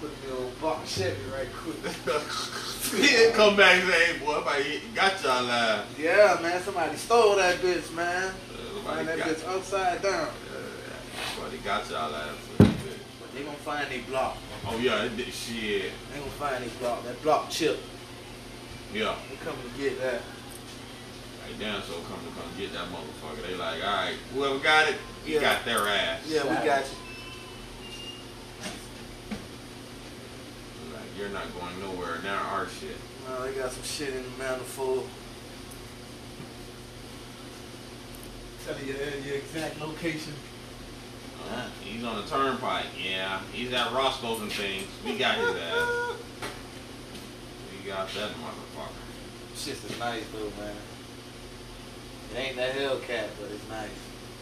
Speaker 2: Put me on Bob Chevy right quick.
Speaker 3: He'd come back and say, hey, boy, somebody got y'all alive.
Speaker 2: Yeah, man, somebody stole that bitch, man.
Speaker 3: Uh,
Speaker 2: Turned
Speaker 3: Somebody
Speaker 2: that
Speaker 3: got,
Speaker 2: bitch upside down.
Speaker 3: uh, somebody got y'all alive. for that bitch.
Speaker 2: But they gonna find they block.
Speaker 3: Oh, yeah, it did. Shit.
Speaker 2: They gonna find they block. That block chip.
Speaker 3: Yeah.
Speaker 2: They coming to get that.
Speaker 3: Like, damn, so come to come get that motherfucker. They like, all right, whoever got it, he
Speaker 2: Yeah.
Speaker 3: got their ass.
Speaker 2: Yeah, we got you.
Speaker 3: Like, you're not going nowhere. Now our shit.
Speaker 2: No, uh, they got some shit in the manifold. Telling you uh, your exact location.
Speaker 3: Uh, he's on the turnpike. Yeah, he's at Roscoe's and things. We got his ass. We got that motherfucker.
Speaker 2: Shit's is nice though, man. It ain't that Hellcat, but it's nice.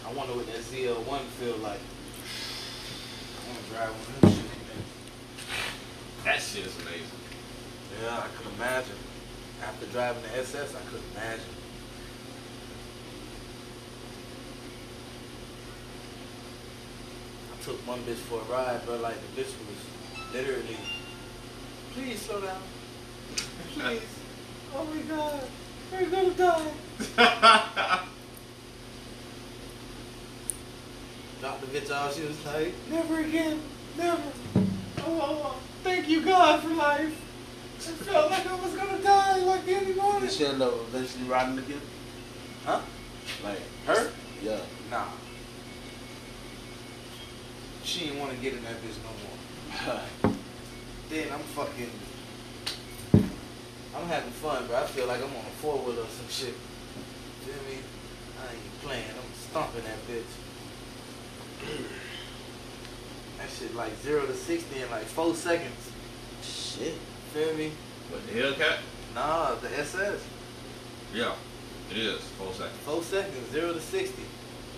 Speaker 2: I wonder what that ZL1 feel like. I wanna drive one of them shit.
Speaker 3: That shit is amazing.
Speaker 2: Yeah, I could imagine. After driving the SS, I could imagine. I took one bitch for a ride, but like the bitch was literally, please slow down, please. oh my god, we're gonna die. Dropped the bitch off. She was like, never again, never. Oh, oh, oh, thank you God for life. I felt like I was gonna die like any morning.
Speaker 1: Did she end up eventually riding again?
Speaker 2: Huh?
Speaker 1: Like,
Speaker 2: Her?
Speaker 1: yeah.
Speaker 2: Nah. She didn't want to get in that bitch no more. Then I'm fucking. I'm having fun, but I feel like I'm on a four wheeler or some shit. Feel me? I ain't even playing. I'm stomping that bitch. that shit like zero to sixty in like four seconds.
Speaker 1: Shit.
Speaker 2: Feel me?
Speaker 3: But the Hellcat?
Speaker 2: Nah, the SS.
Speaker 3: Yeah, it is. Four seconds.
Speaker 2: Four seconds, zero to sixty.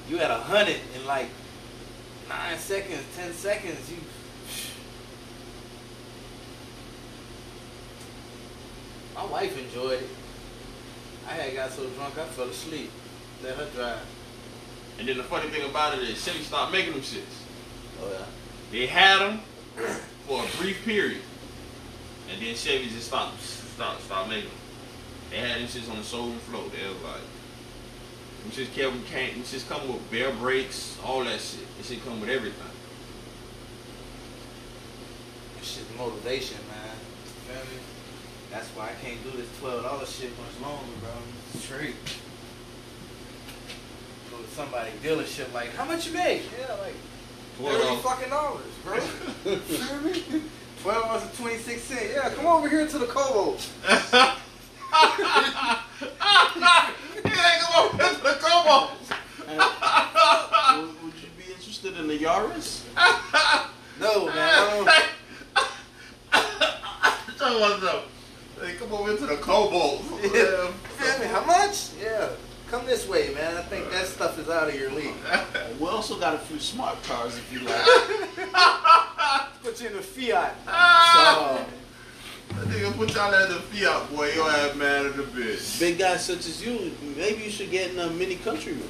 Speaker 2: You at a hundred in like nine seconds, ten seconds. You. My wife enjoyed it. I had got so drunk I fell asleep. Let her drive.
Speaker 3: And then the funny thing about it is Chevy stopped making them shits.
Speaker 1: Oh, yeah.
Speaker 3: They had them for a brief period. And then Chevy just stopped, stopped, stopped making them. They had them shits on the showroom floor. They was like, them shits Kevin can't, them shits come with bare brakes, all that shit. It shit come with everything.
Speaker 2: That shit's motivation, man. You feel me? That's why I can't do this twelve dollar shit much longer, bro. It's Straight. Go to somebody dealership like, how much you make? Yeah, like
Speaker 3: Twelve
Speaker 2: Thirty
Speaker 3: dollars.
Speaker 2: fucking dollars, bro. Feel me? Twelve dollars and twenty six cents. Yeah, come over here to the Cobo.
Speaker 3: He ain't come over to the Como.
Speaker 1: would, would you be interested in the Yaris?
Speaker 2: No, man. I
Speaker 3: Tell us though. They come over to the Cobalt.
Speaker 2: don't. Yeah. Feel me? How much? Yeah. Come this way, man. I think that stuff is out of your league.
Speaker 1: We also got a few smart cars if you like.
Speaker 2: Put you in a Fiat. Ah!
Speaker 1: so,
Speaker 3: That nigga put y'all at the Fiat, boy. Your ass mad at the bitch.
Speaker 1: big guys such as you, maybe you should get in a mini countryman.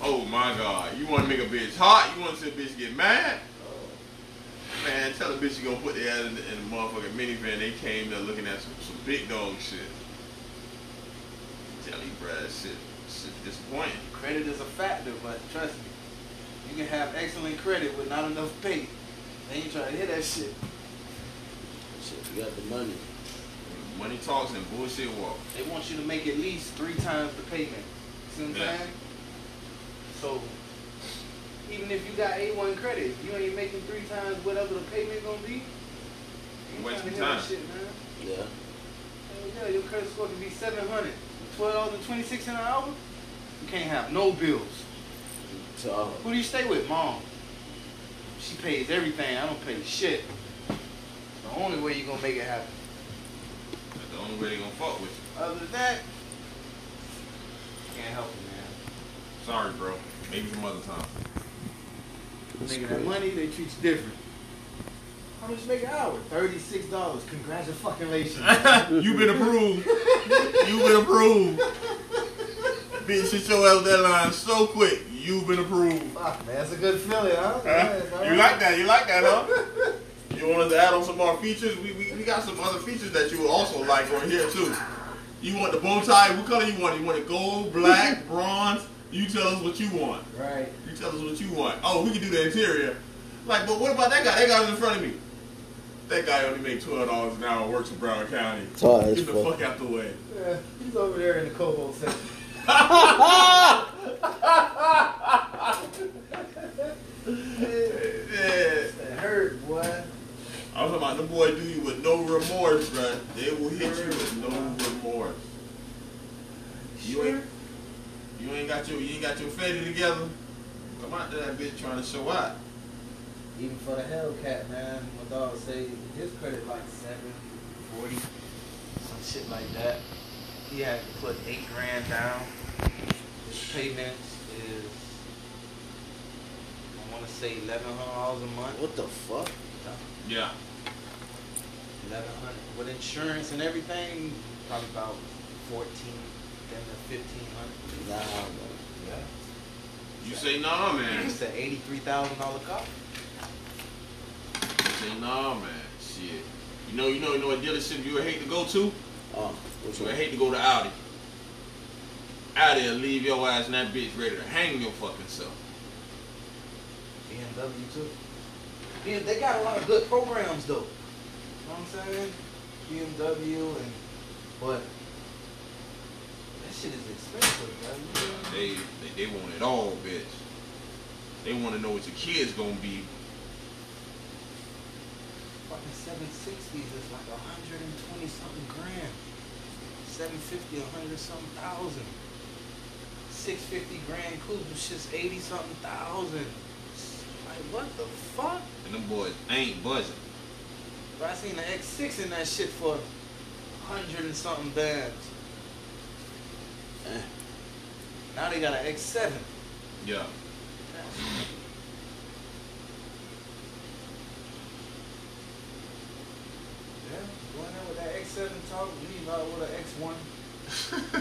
Speaker 3: Oh my god. You want to make a bitch hot? You want to see a bitch get mad? Man, tell the bitch you gonna put their ass in the, in the motherfucking minivan. They came there looking at some, some big dog shit. Tell you, bruh, that shit, shit disappointing.
Speaker 2: Credit is a factor, but trust me, you can have excellent credit with not enough pay. They ain't trying to hear that shit.
Speaker 1: Shit, you got the money.
Speaker 3: Money talks and bullshit walks.
Speaker 2: They want you to make at least three times the payment. See what I'm
Speaker 3: Yeah.
Speaker 2: saying? So even if you got A1 credit, you ain't making three times whatever the payment gonna be. You
Speaker 3: Waste
Speaker 2: tryna
Speaker 3: of
Speaker 2: hear that
Speaker 3: time.
Speaker 2: Shit, man.
Speaker 1: Yeah.
Speaker 2: Hell yeah, your credit score could be 700. $12.26 an hour? You can't have no bills.
Speaker 1: So, oh,
Speaker 2: Who do you stay with? Mom. She pays everything. I don't pay shit. The only way you gonna make it happen.
Speaker 3: That's the only way they gonna fuck with you.
Speaker 2: Other than that, can't help it, man.
Speaker 3: Sorry, bro. Maybe some other time.
Speaker 2: Nigga, that money they treat you different. How much make an hour? Thirty-six dollars. Congratulations.
Speaker 3: you been approved. You been approved. Bitch, hit your ass that line so quick. You been approved.
Speaker 2: Fuck, man, that's a good feeling, huh?
Speaker 3: Huh? You like that? You like that, huh? You want us to add on some more features? We, we, we got some other features that you would also like on here too. You want the bow tie? What color you want? You want it gold, black, bronze? You tell us what you want.
Speaker 2: Right.
Speaker 3: You tell us what you want. Oh, we can do the interior. Like, but what about that guy? That guy's in front of me. That guy only makes twelve dollars an hour. Works in Broward County.
Speaker 1: Tall as
Speaker 3: Get the
Speaker 1: fuck.
Speaker 3: fuck out the way.
Speaker 2: Yeah, he's over there in the Cobo section.
Speaker 3: Yeah.
Speaker 2: That hurt, boy.
Speaker 3: I'm talking about the boy do you with no remorse, bruh. They will hit you with no remorse. You ain't, you ain't got your you ain't got your fetty together. Come out to that bitch trying to show out.
Speaker 2: Even for the Hellcat, man, my dog say his credit like seven forty, some shit like that. He had to put eight grand down. His payments is, I want to say eleven hundred dollars a month.
Speaker 1: What the fuck?
Speaker 3: Yeah.
Speaker 2: Eleven hundred with insurance and everything, probably about fourteen, then the fifteen hundred.
Speaker 1: Nah, man.
Speaker 2: Yeah.
Speaker 3: You say nah man.
Speaker 2: It's an eighty-three thousand dollar car.
Speaker 3: You say nah man. Shit. You know, you know, you know what dealership you would hate to go to?
Speaker 1: Oh, what's
Speaker 3: You would
Speaker 1: that?
Speaker 3: hate to go to Audi. Audi will leave your ass in that bitch ready to hang your fucking self.
Speaker 2: BMW too. Yeah, they got a lot of good programs though. You know what I'm saying? BMW and but that shit is expensive, man.
Speaker 3: They, they they want it all, bitch. They want to know what your kids gonna be.
Speaker 2: Fucking seven sixties is like a hundred and twenty something grand. Seven fifty, a hundred something thousand. Six fifty grand coupe, it's just eighty something thousand. Like what the fuck?
Speaker 3: And them boys ain't buzzing.
Speaker 2: Bro, I seen the X6 in that shit for a hundred and something bands.
Speaker 1: Eh.
Speaker 2: Now they got an X7.
Speaker 3: Yeah.
Speaker 2: Yeah, going in with that X7 talk, leave out with an X1.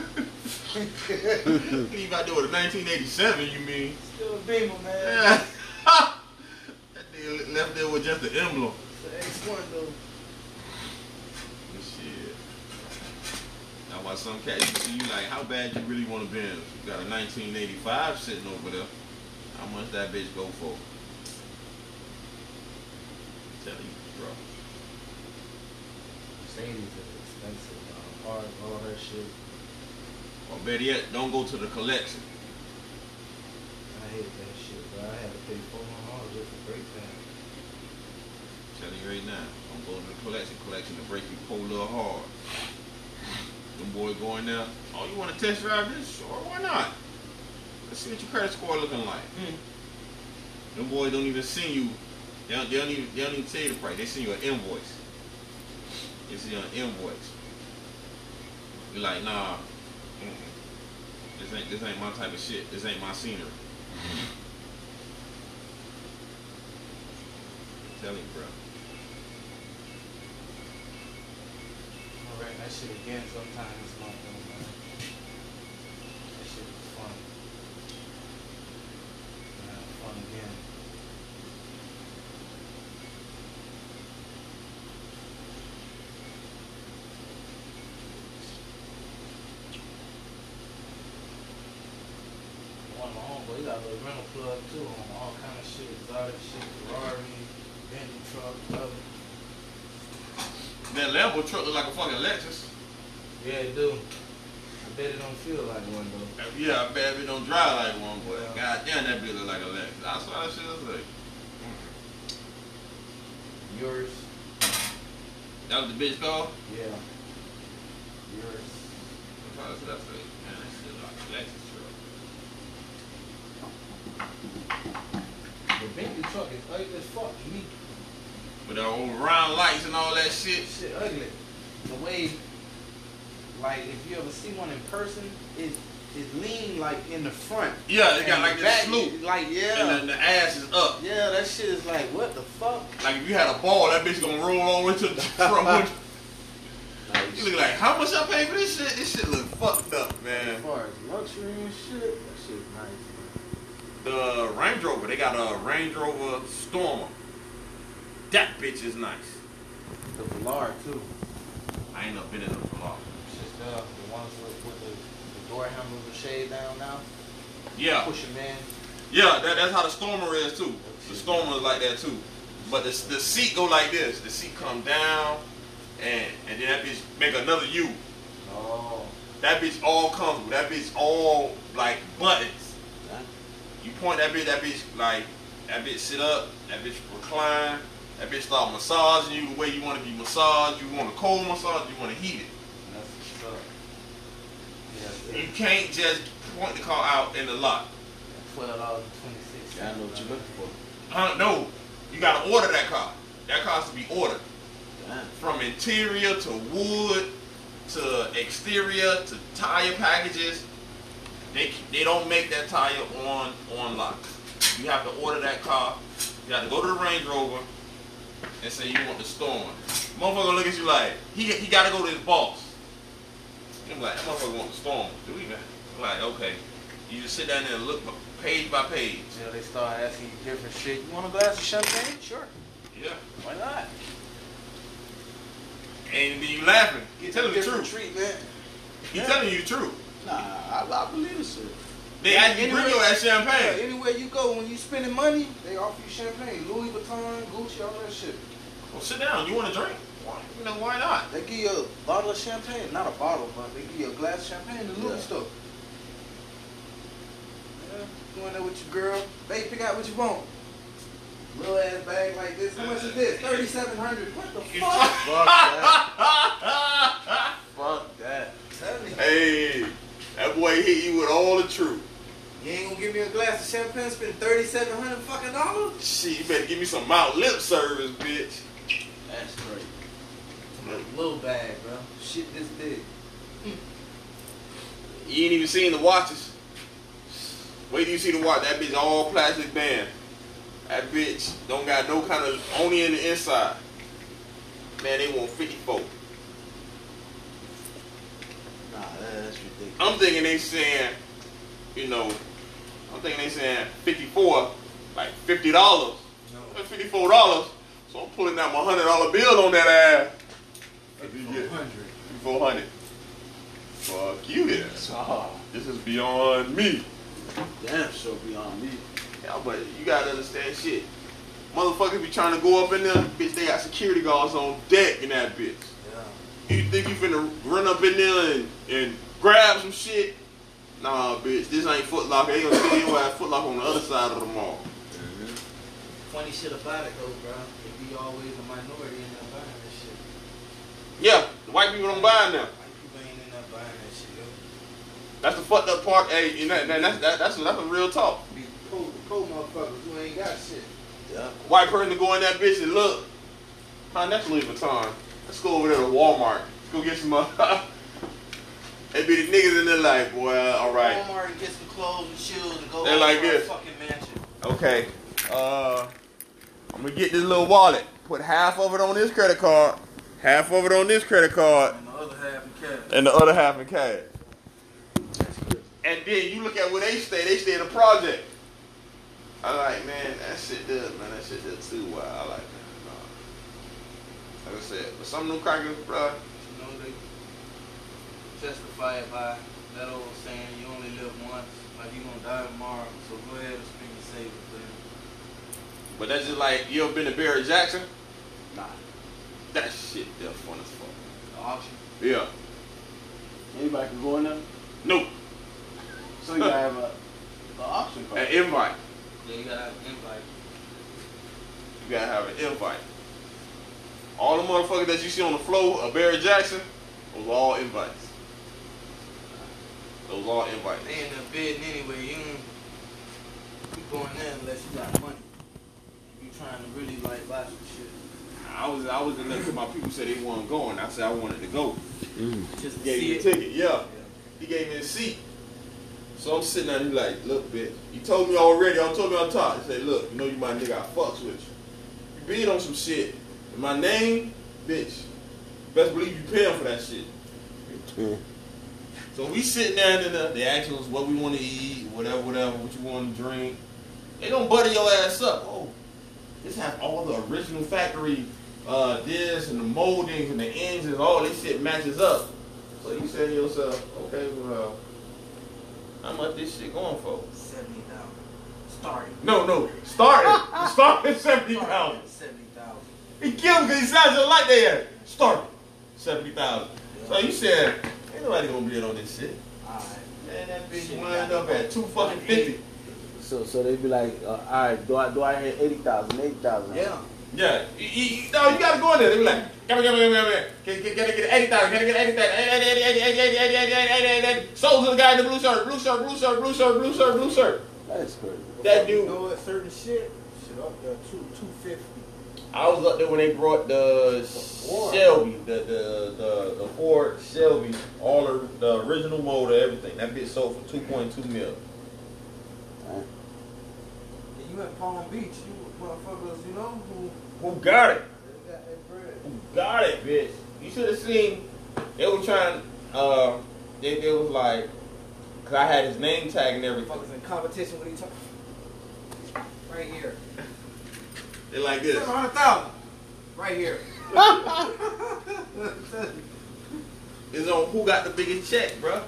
Speaker 3: Leave out there with a 1987, you mean?
Speaker 2: Still a Beamer, man.
Speaker 3: Yeah. that nigga left there with just the emblem.
Speaker 2: It's an X1 though.
Speaker 3: And shit. Now, why some cats you see you like, how bad you really want to bend? You got a 1985 sitting over there. How much that bitch go for? Tell you, bro.
Speaker 2: Mercedes is expensive, dog. Hard, all that shit.
Speaker 3: Or better yet, don't go to the collection.
Speaker 2: I hate that shit, bro. I had to pay four hundred just for brake pads.
Speaker 3: Telling you right now, don't go to the collection. Collection to break you cold little hard. Them boy going there. Oh, you want to test drive this? Sure, why not? Let's see what your credit score looking like. Them boys don't even send you. They don't, they don't even. They don't even tell you the price. They send you an invoice. They send you an invoice. You're like, nah. mm-mm. This ain't this ain't my type of shit. This ain't my scenery. Tell you, bro.
Speaker 2: I'm gonna write that shit again sometime this month, though, oh, man. That shit was fun. Yeah, fun again. One of my homeboys, he got a little rental club too, on all kind of shit, exotic shit, Ferrari, Bentley truck, love it.
Speaker 3: That level truck look like a fucking Lexus.
Speaker 2: Yeah, it do. I bet it don't feel like one though.
Speaker 3: Yeah, I bet it don't dry like one, but god damn, that bitch look like a Lexus. I saw that shit, I was like,
Speaker 2: Yours?
Speaker 3: that was the bitch call?
Speaker 2: Yeah. Yours.
Speaker 3: I saw that shit, I was like, man, that shit look like a Lexus truck.
Speaker 2: The Bentley truck is ugly as fuck to me.
Speaker 3: With the old round lights and all that shit.
Speaker 2: Shit ugly. The way, like, if you ever see one in person, it is lean like in the front.
Speaker 3: Yeah, it got
Speaker 2: And
Speaker 3: like
Speaker 2: the
Speaker 3: this
Speaker 2: back,
Speaker 3: sloop.
Speaker 2: Like yeah,
Speaker 3: And then the ass is up.
Speaker 2: yeah, that shit is like what the fuck.
Speaker 3: Like if you had a ball, that bitch gonna roll all into the front. you look like, how much I pay for this shit? This shit look fucked up,
Speaker 2: As
Speaker 3: man.
Speaker 2: far as luxury and shit, that shit's nice.
Speaker 3: The Range Rover, they got a Range Rover Stormer. That bitch is nice.
Speaker 2: Man. The Velar too.
Speaker 3: I ain't never been in a Velar.
Speaker 2: Shit's done. uh, The ones with, with the, the door handles and shade down now.
Speaker 3: Yeah,
Speaker 2: Push them in.
Speaker 3: yeah, that, that's how the Stormer is too. The Stormer is like that too. But the, the seat go like this. The seat come down, and and then that bitch make another U.
Speaker 2: Oh,
Speaker 3: That bitch all comfortable. That bitch all like buttons.
Speaker 2: that,
Speaker 3: You point that bitch, that bitch like that bitch sit up, that bitch recline, that bitch start massaging you the way you want to be massaged. You want a cold massage, you want to heat it.
Speaker 2: that's what's up. Yeah,
Speaker 3: You
Speaker 2: it's
Speaker 3: can't just point the car out in the lot.
Speaker 2: twelve dollars twenty six.
Speaker 1: I know what you're looking for.
Speaker 3: Uh, no, you gotta order that car. That car has to be ordered
Speaker 1: Damn.
Speaker 3: from interior to wood to exterior to tire packages. They they don't make that tire on on lock. You have to order that car. You have to go to the Range Rover and say you want the Storm. Motherfucker look at you like he he got to go to his boss. I'm like that motherfucker want the Storm. Do we man? Like okay, you just sit down there and look page by page.
Speaker 2: Yeah, they start asking you different shit. You want a glass of champagne? Sure.
Speaker 3: Yeah,
Speaker 2: Why not?
Speaker 3: and then you laughing. He
Speaker 2: Get
Speaker 3: telling
Speaker 2: a
Speaker 3: the
Speaker 2: different
Speaker 3: truth.
Speaker 2: treatment.
Speaker 3: He
Speaker 2: Yeah.
Speaker 3: telling you the truth.
Speaker 1: Nah, I, I believe this shit.
Speaker 3: They ask you to bring
Speaker 2: Anyway-
Speaker 3: your ass
Speaker 2: Yeah,
Speaker 3: champagne.
Speaker 2: anywhere you go, when you spending money, they offer you champagne, Louis Vuitton, Gucci, all that shit.
Speaker 3: Well, sit down. You want a drink? Why, you know, why not?
Speaker 2: They give you a bottle of champagne, not a bottle, but they give you a glass of champagne in the Louis
Speaker 1: Yeah.
Speaker 2: store. Yeah, going there with your girl. They pick out what you want. Little ass bag like this. How much is this? Thirty-seven hundred. What the
Speaker 3: You
Speaker 2: fuck?
Speaker 1: Fuck that.
Speaker 2: Tell me.
Speaker 3: hey, that boy hit you with all the truth.
Speaker 2: You ain't gonna give me a glass of champagne? Spend thirty-seven hundred fucking dollars?
Speaker 3: Shit, you better give me some mouth lip service, bitch.
Speaker 2: That's great. Little bag, bro. Shit this big.
Speaker 3: You ain't even seen the watches. Wait till you see the watch. That bitch all plastic band. That bitch don't got no kind of only in the inside. Man, they want 54.
Speaker 1: Nah, that- that's ridiculous.
Speaker 3: I'm thinking they saying, you know, I'm thinking they saying 54, like fifty dollars,
Speaker 2: No.
Speaker 3: fifty-four dollars. So I'm pulling out my hundred dollar bill on that ass. If you get fifty-four hundred, fuck you then.
Speaker 1: Oh,
Speaker 3: This is beyond me.
Speaker 1: damn sure beyond me.
Speaker 3: Yeah, but you gotta understand shit. Motherfuckers be trying to go up in there, bitch. They got security guards on deck in that bitch.
Speaker 2: Yeah.
Speaker 3: You think you finna run up in there and, and grab some shit? Nah, bitch, this ain't Foot Locker. They gonna sell your ass Foot Locker on the other side of the mall.
Speaker 2: Funny shit about it though, bro. It be always a minority in there buying that shit.
Speaker 3: Yeah, the white people don't buy now.
Speaker 2: White people ain't in there buying that shit. Yo.
Speaker 3: That's the fucked up part. Hey, and that, that, that's that, that's that's a real talk.
Speaker 2: Be cool, cool motherfuckers who ain't got shit.
Speaker 1: Yeah.
Speaker 3: White person to go in that bitch and look. Huh, that's Louis Vuitton. Let's go over there to Walmart. Let's go get some. Uh, they be the niggas in there like, boy, Uh, all right.
Speaker 2: Walmart and get some clothes and shoes and go
Speaker 3: They
Speaker 2: over
Speaker 3: like
Speaker 2: to our
Speaker 3: this.
Speaker 2: fucking mansion.
Speaker 3: Okay. Uh, I'm gonna get this little wallet. Put half of it on this credit card, half of it on this credit card,
Speaker 2: And the other half in cash.
Speaker 3: and the other half in cash.
Speaker 1: That's good.
Speaker 3: And then you look at where they stay. They stay in a project. I like, man, that shit does, man. That shit does too wild. I like, man. Nah. Like I said, but some of them crackers, bro.
Speaker 2: You know, they testify it by that old saying, you only live once, like you gonna die tomorrow, so go ahead and spend your savings, man.
Speaker 3: But that's just like you ever been to Barry Jackson?
Speaker 1: Nah.
Speaker 3: That shit, they're fun as fuck.
Speaker 2: The auction.
Speaker 3: Yeah.
Speaker 1: Anybody can go in there?
Speaker 3: No.
Speaker 1: So you gotta have a, an option for
Speaker 3: An
Speaker 1: it.
Speaker 3: invite.
Speaker 2: Yeah, you gotta have an invite.
Speaker 3: You gotta have an invite. All the motherfuckers that you see on the floor of Barry Jackson, those all invites. Those all invites.
Speaker 2: They in the bidding anyway. You ain't you going there unless you got money. You trying to really like buy some shit
Speaker 3: I was I was in there 'cause my people said they weren't going. I said I wanted to go.
Speaker 2: just to see
Speaker 3: He gave me a
Speaker 2: it.
Speaker 3: ticket. Yeah. He gave me a seat. So I'm sitting there, and you like, look, bitch. You told me already. I told me on top. You say, look, you know you my nigga. I fucks with you. You bid on some shit. And my name, bitch. Best believe you paying for that shit. So we sitting there and uh, they asking us what we want to eat, whatever, whatever, what you want to drink. They gonna butter your ass up. Oh, this have all the original factory, uh, this and the moldings and the engines, all this shit matches up. So you say to yourself, okay, well, how much this shit going for?
Speaker 2: Seventy thousand. Starting.
Speaker 3: No, no, start it. start at seventy dollars.
Speaker 2: Seventy thousand.
Speaker 3: He killed him because he sounds just like they had. Start it. seventy thousand. So you said, ain't nobody gonna bid on this shit.
Speaker 2: Alright.
Speaker 3: Man, that bitch wind up at two fucking fifty.
Speaker 1: So, so they be like, uh, all right, do I do I hit eighty thousand, eighty thousand?
Speaker 2: Yeah.
Speaker 3: Yeah, you, you, you- no, you gotta go in there. They be like, come on, come on, come on, come on. Get, get, get, get 80,000, get, get 80,000, 80, 80, 80, 80, 80, 80, 80, 80, 80. Sold to the guy in the blue shirt, blue shirt, blue shirt, blue shirt, blue shirt, blue shirt.
Speaker 1: That's crazy.
Speaker 3: That
Speaker 5: You
Speaker 3: dude,
Speaker 5: know what? Certain shit. Shit up there two two fifty.
Speaker 3: I was up there when they brought the
Speaker 5: Ford.
Speaker 3: Shelby, the, the, the, the Ford Shelby, all the, the original motor, everything. That bitch sold for 2.2 mil.
Speaker 5: And you at Palm Beach, you motherfuckers, you know who
Speaker 3: Who got it?
Speaker 5: they got that bread.
Speaker 3: Got it, bitch. You should have seen. They were trying. Uh, they, they was like, cause I had his name tag and everything.
Speaker 5: Motherfuckers in competition with each other. Right here.
Speaker 3: They like this.
Speaker 5: Seven hundred thousand. Right here.
Speaker 3: It's on who got the biggest check, bruh.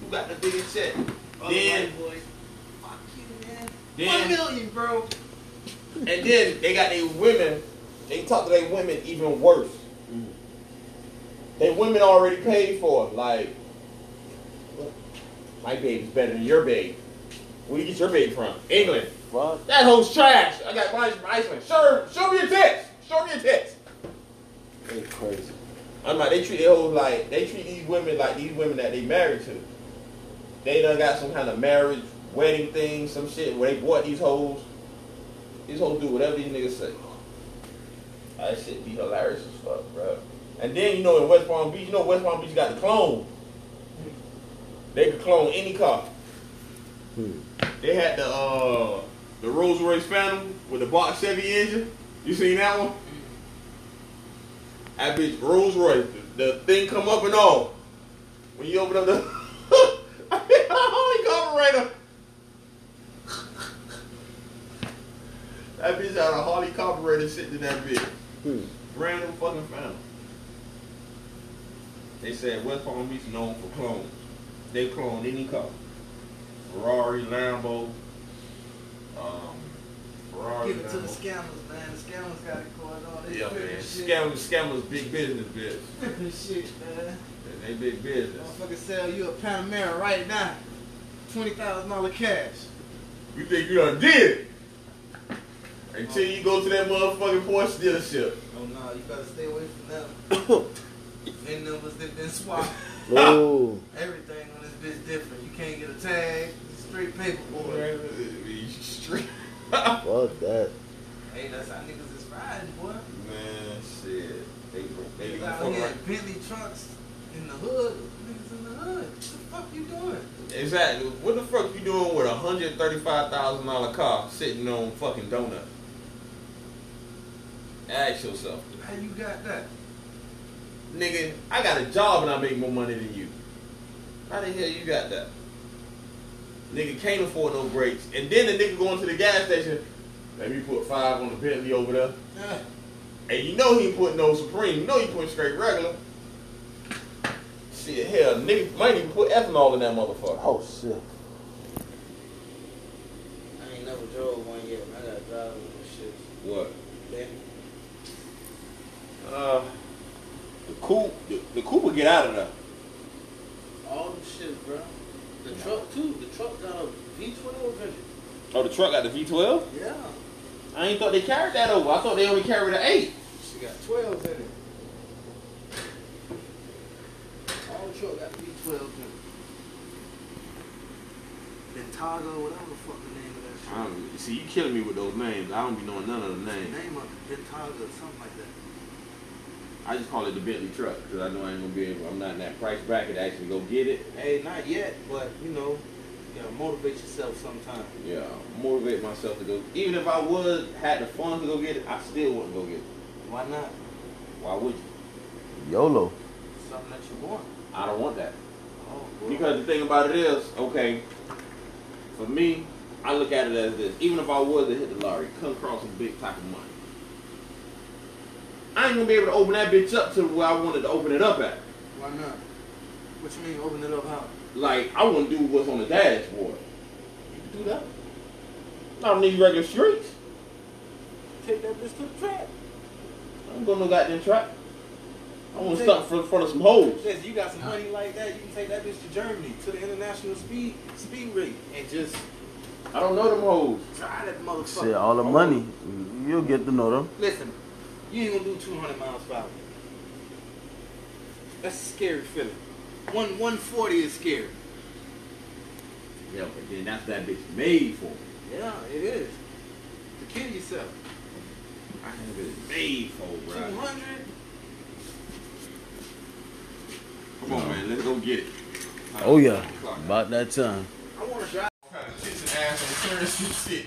Speaker 3: Who got the biggest check?
Speaker 2: Oh,
Speaker 3: Then,
Speaker 5: boy. Fuck you, man. One
Speaker 3: then,
Speaker 5: million, bro.
Speaker 3: and then they got their women. They talk to their women even worse.
Speaker 1: Mm.
Speaker 3: They women already paid for. it, Like, my baby's better than your baby. Where you get your baby from? England.
Speaker 1: Fuck.
Speaker 3: That hoe's trash. I got mine from Iceland. Sure, show me your tits. Show me your tits.
Speaker 1: They crazy.
Speaker 3: I'm like, they treat their hoes like, they treat these women like these women that they married to. They done got some kind of marriage, wedding thing, some shit where they bought these hoes. These hoes do whatever these niggas say. That shit be hilarious as fuck, bro. And then, you know, in West Palm Beach, you know West Palm Beach got the clone. They could clone any car.
Speaker 1: Hmm.
Speaker 3: They had the uh the Rolls Royce Phantom with the box Chevy engine. You seen that one? That bitch Rolls Royce. The, the thing come up and all. When you open up the Oh, holy carburetor. that bitch had a Harley carburetor sitting in that bitch.
Speaker 1: Hmm.
Speaker 3: Brand new fucking Phantom. They said West Palm Beach known for clones. They clone any car. Ferrari, Lambo, um, Ferrari,
Speaker 2: Give it to the
Speaker 3: Lambo.
Speaker 2: scammers, man. The scammers got it going on. They
Speaker 3: Yeah, man.
Speaker 2: flipping shit.
Speaker 3: Scammers, scammers, big business, bitch.
Speaker 2: Flipping shit, man.
Speaker 3: They big business.
Speaker 2: Motherfucker sell you a Panamera right now. Twenty thousand dollar cash.
Speaker 3: You think you done did it until you go to that motherfucking Porsche dealership.
Speaker 2: Oh no, you gotta stay away from them.
Speaker 1: Hmm.
Speaker 2: them numbers that been swapped.
Speaker 1: Ooh.
Speaker 2: Everything on this bitch different. You can't get a tag. It's Straight paperboard.
Speaker 3: You straight-
Speaker 1: Fuck that.
Speaker 2: Hey, that's how niggas is riding, boy.
Speaker 3: Man, shit. They, they,
Speaker 2: Niggas
Speaker 3: they,
Speaker 2: out here in Bentley trucks in the hood. Niggas in the hood. What the fuck you doing?
Speaker 3: Exactly. What the fuck you doing with a hundred thirty-five thousand dollar car sitting on fucking donut? Ask yourself,
Speaker 2: How you got that?
Speaker 3: nigga. I got a job and I make more money than you. How the hell you got that? Nigga can't afford no brakes. And then the nigga going to the gas station. Let me put five on the Bentley over there.
Speaker 2: Yeah.
Speaker 3: And you know he ain't put no Supreme. You know he put straight regular. Shit, hell, nigga might even put ethanol in that motherfucker.
Speaker 1: Oh shit.
Speaker 5: I ain't never drove one yet, man. I gotta drive with
Speaker 3: What?
Speaker 5: this shit.
Speaker 3: Uh, the coupe, the, the coupe would get out of there.
Speaker 5: All the shit, bro. The truck too. The truck got a V twelve engine.
Speaker 3: Oh, the truck got the V12.
Speaker 5: Yeah.
Speaker 3: I ain't thought they carried that over. I thought they only carried the eight.
Speaker 5: She got twelves in it. All the truck got V twelves in it.
Speaker 2: Bentago, whatever the fuck the name of that
Speaker 3: I don't, see, you killing me with those names. I don't be knowing none of the
Speaker 2: shit.
Speaker 3: names.
Speaker 2: Name of it, Bentago, something like that.
Speaker 3: I just call it the Bentley truck because I know I ain't gonna be able. I'm not in that price bracket to actually go get it.
Speaker 2: Hey, not yet, but you know, You gotta motivate yourself sometime.
Speaker 6: Yeah, motivate myself to go. Even if I was had the funds to go get it, I still wouldn't go get it.
Speaker 2: Why not?
Speaker 6: Why would you?
Speaker 1: YOLO.
Speaker 2: Something that you want.
Speaker 6: I don't want that.
Speaker 2: Oh, well.
Speaker 6: Because the thing about it is, okay, for me, I look at it as this. Even if I was to hit the lottery, come across a big type of money, I ain't gonna be able to open that bitch up to where I wanted to open it up at.
Speaker 2: Why not? What you mean open it up how?
Speaker 6: Like I wanna do what's on the dashboard. You can do that. I don't need regular streets.
Speaker 2: Take that bitch to the trap.
Speaker 6: I don't go no goddamn trap. I want something for in front of some hoes.
Speaker 2: Listen, you got some money like that, you can take that bitch to Germany to the international speed speed rate and just
Speaker 6: I don't know them hoes.
Speaker 2: drive that motherfucker. Oh,
Speaker 1: Shit, all the money. You'll get to know them.
Speaker 2: Listen, you ain't gonna do 200 miles per hour. That's a scary feeling. One 140 is scary.
Speaker 6: Yeah, but then that's that bitch made for.
Speaker 2: Yeah, it is. To kill yourself.
Speaker 6: I have it made for, bro.
Speaker 2: 200?
Speaker 6: Come on, man, let's go get it.
Speaker 1: Oh yeah. About that time.
Speaker 2: I wanna drive.
Speaker 3: Kind of kiss an ass on currency shit.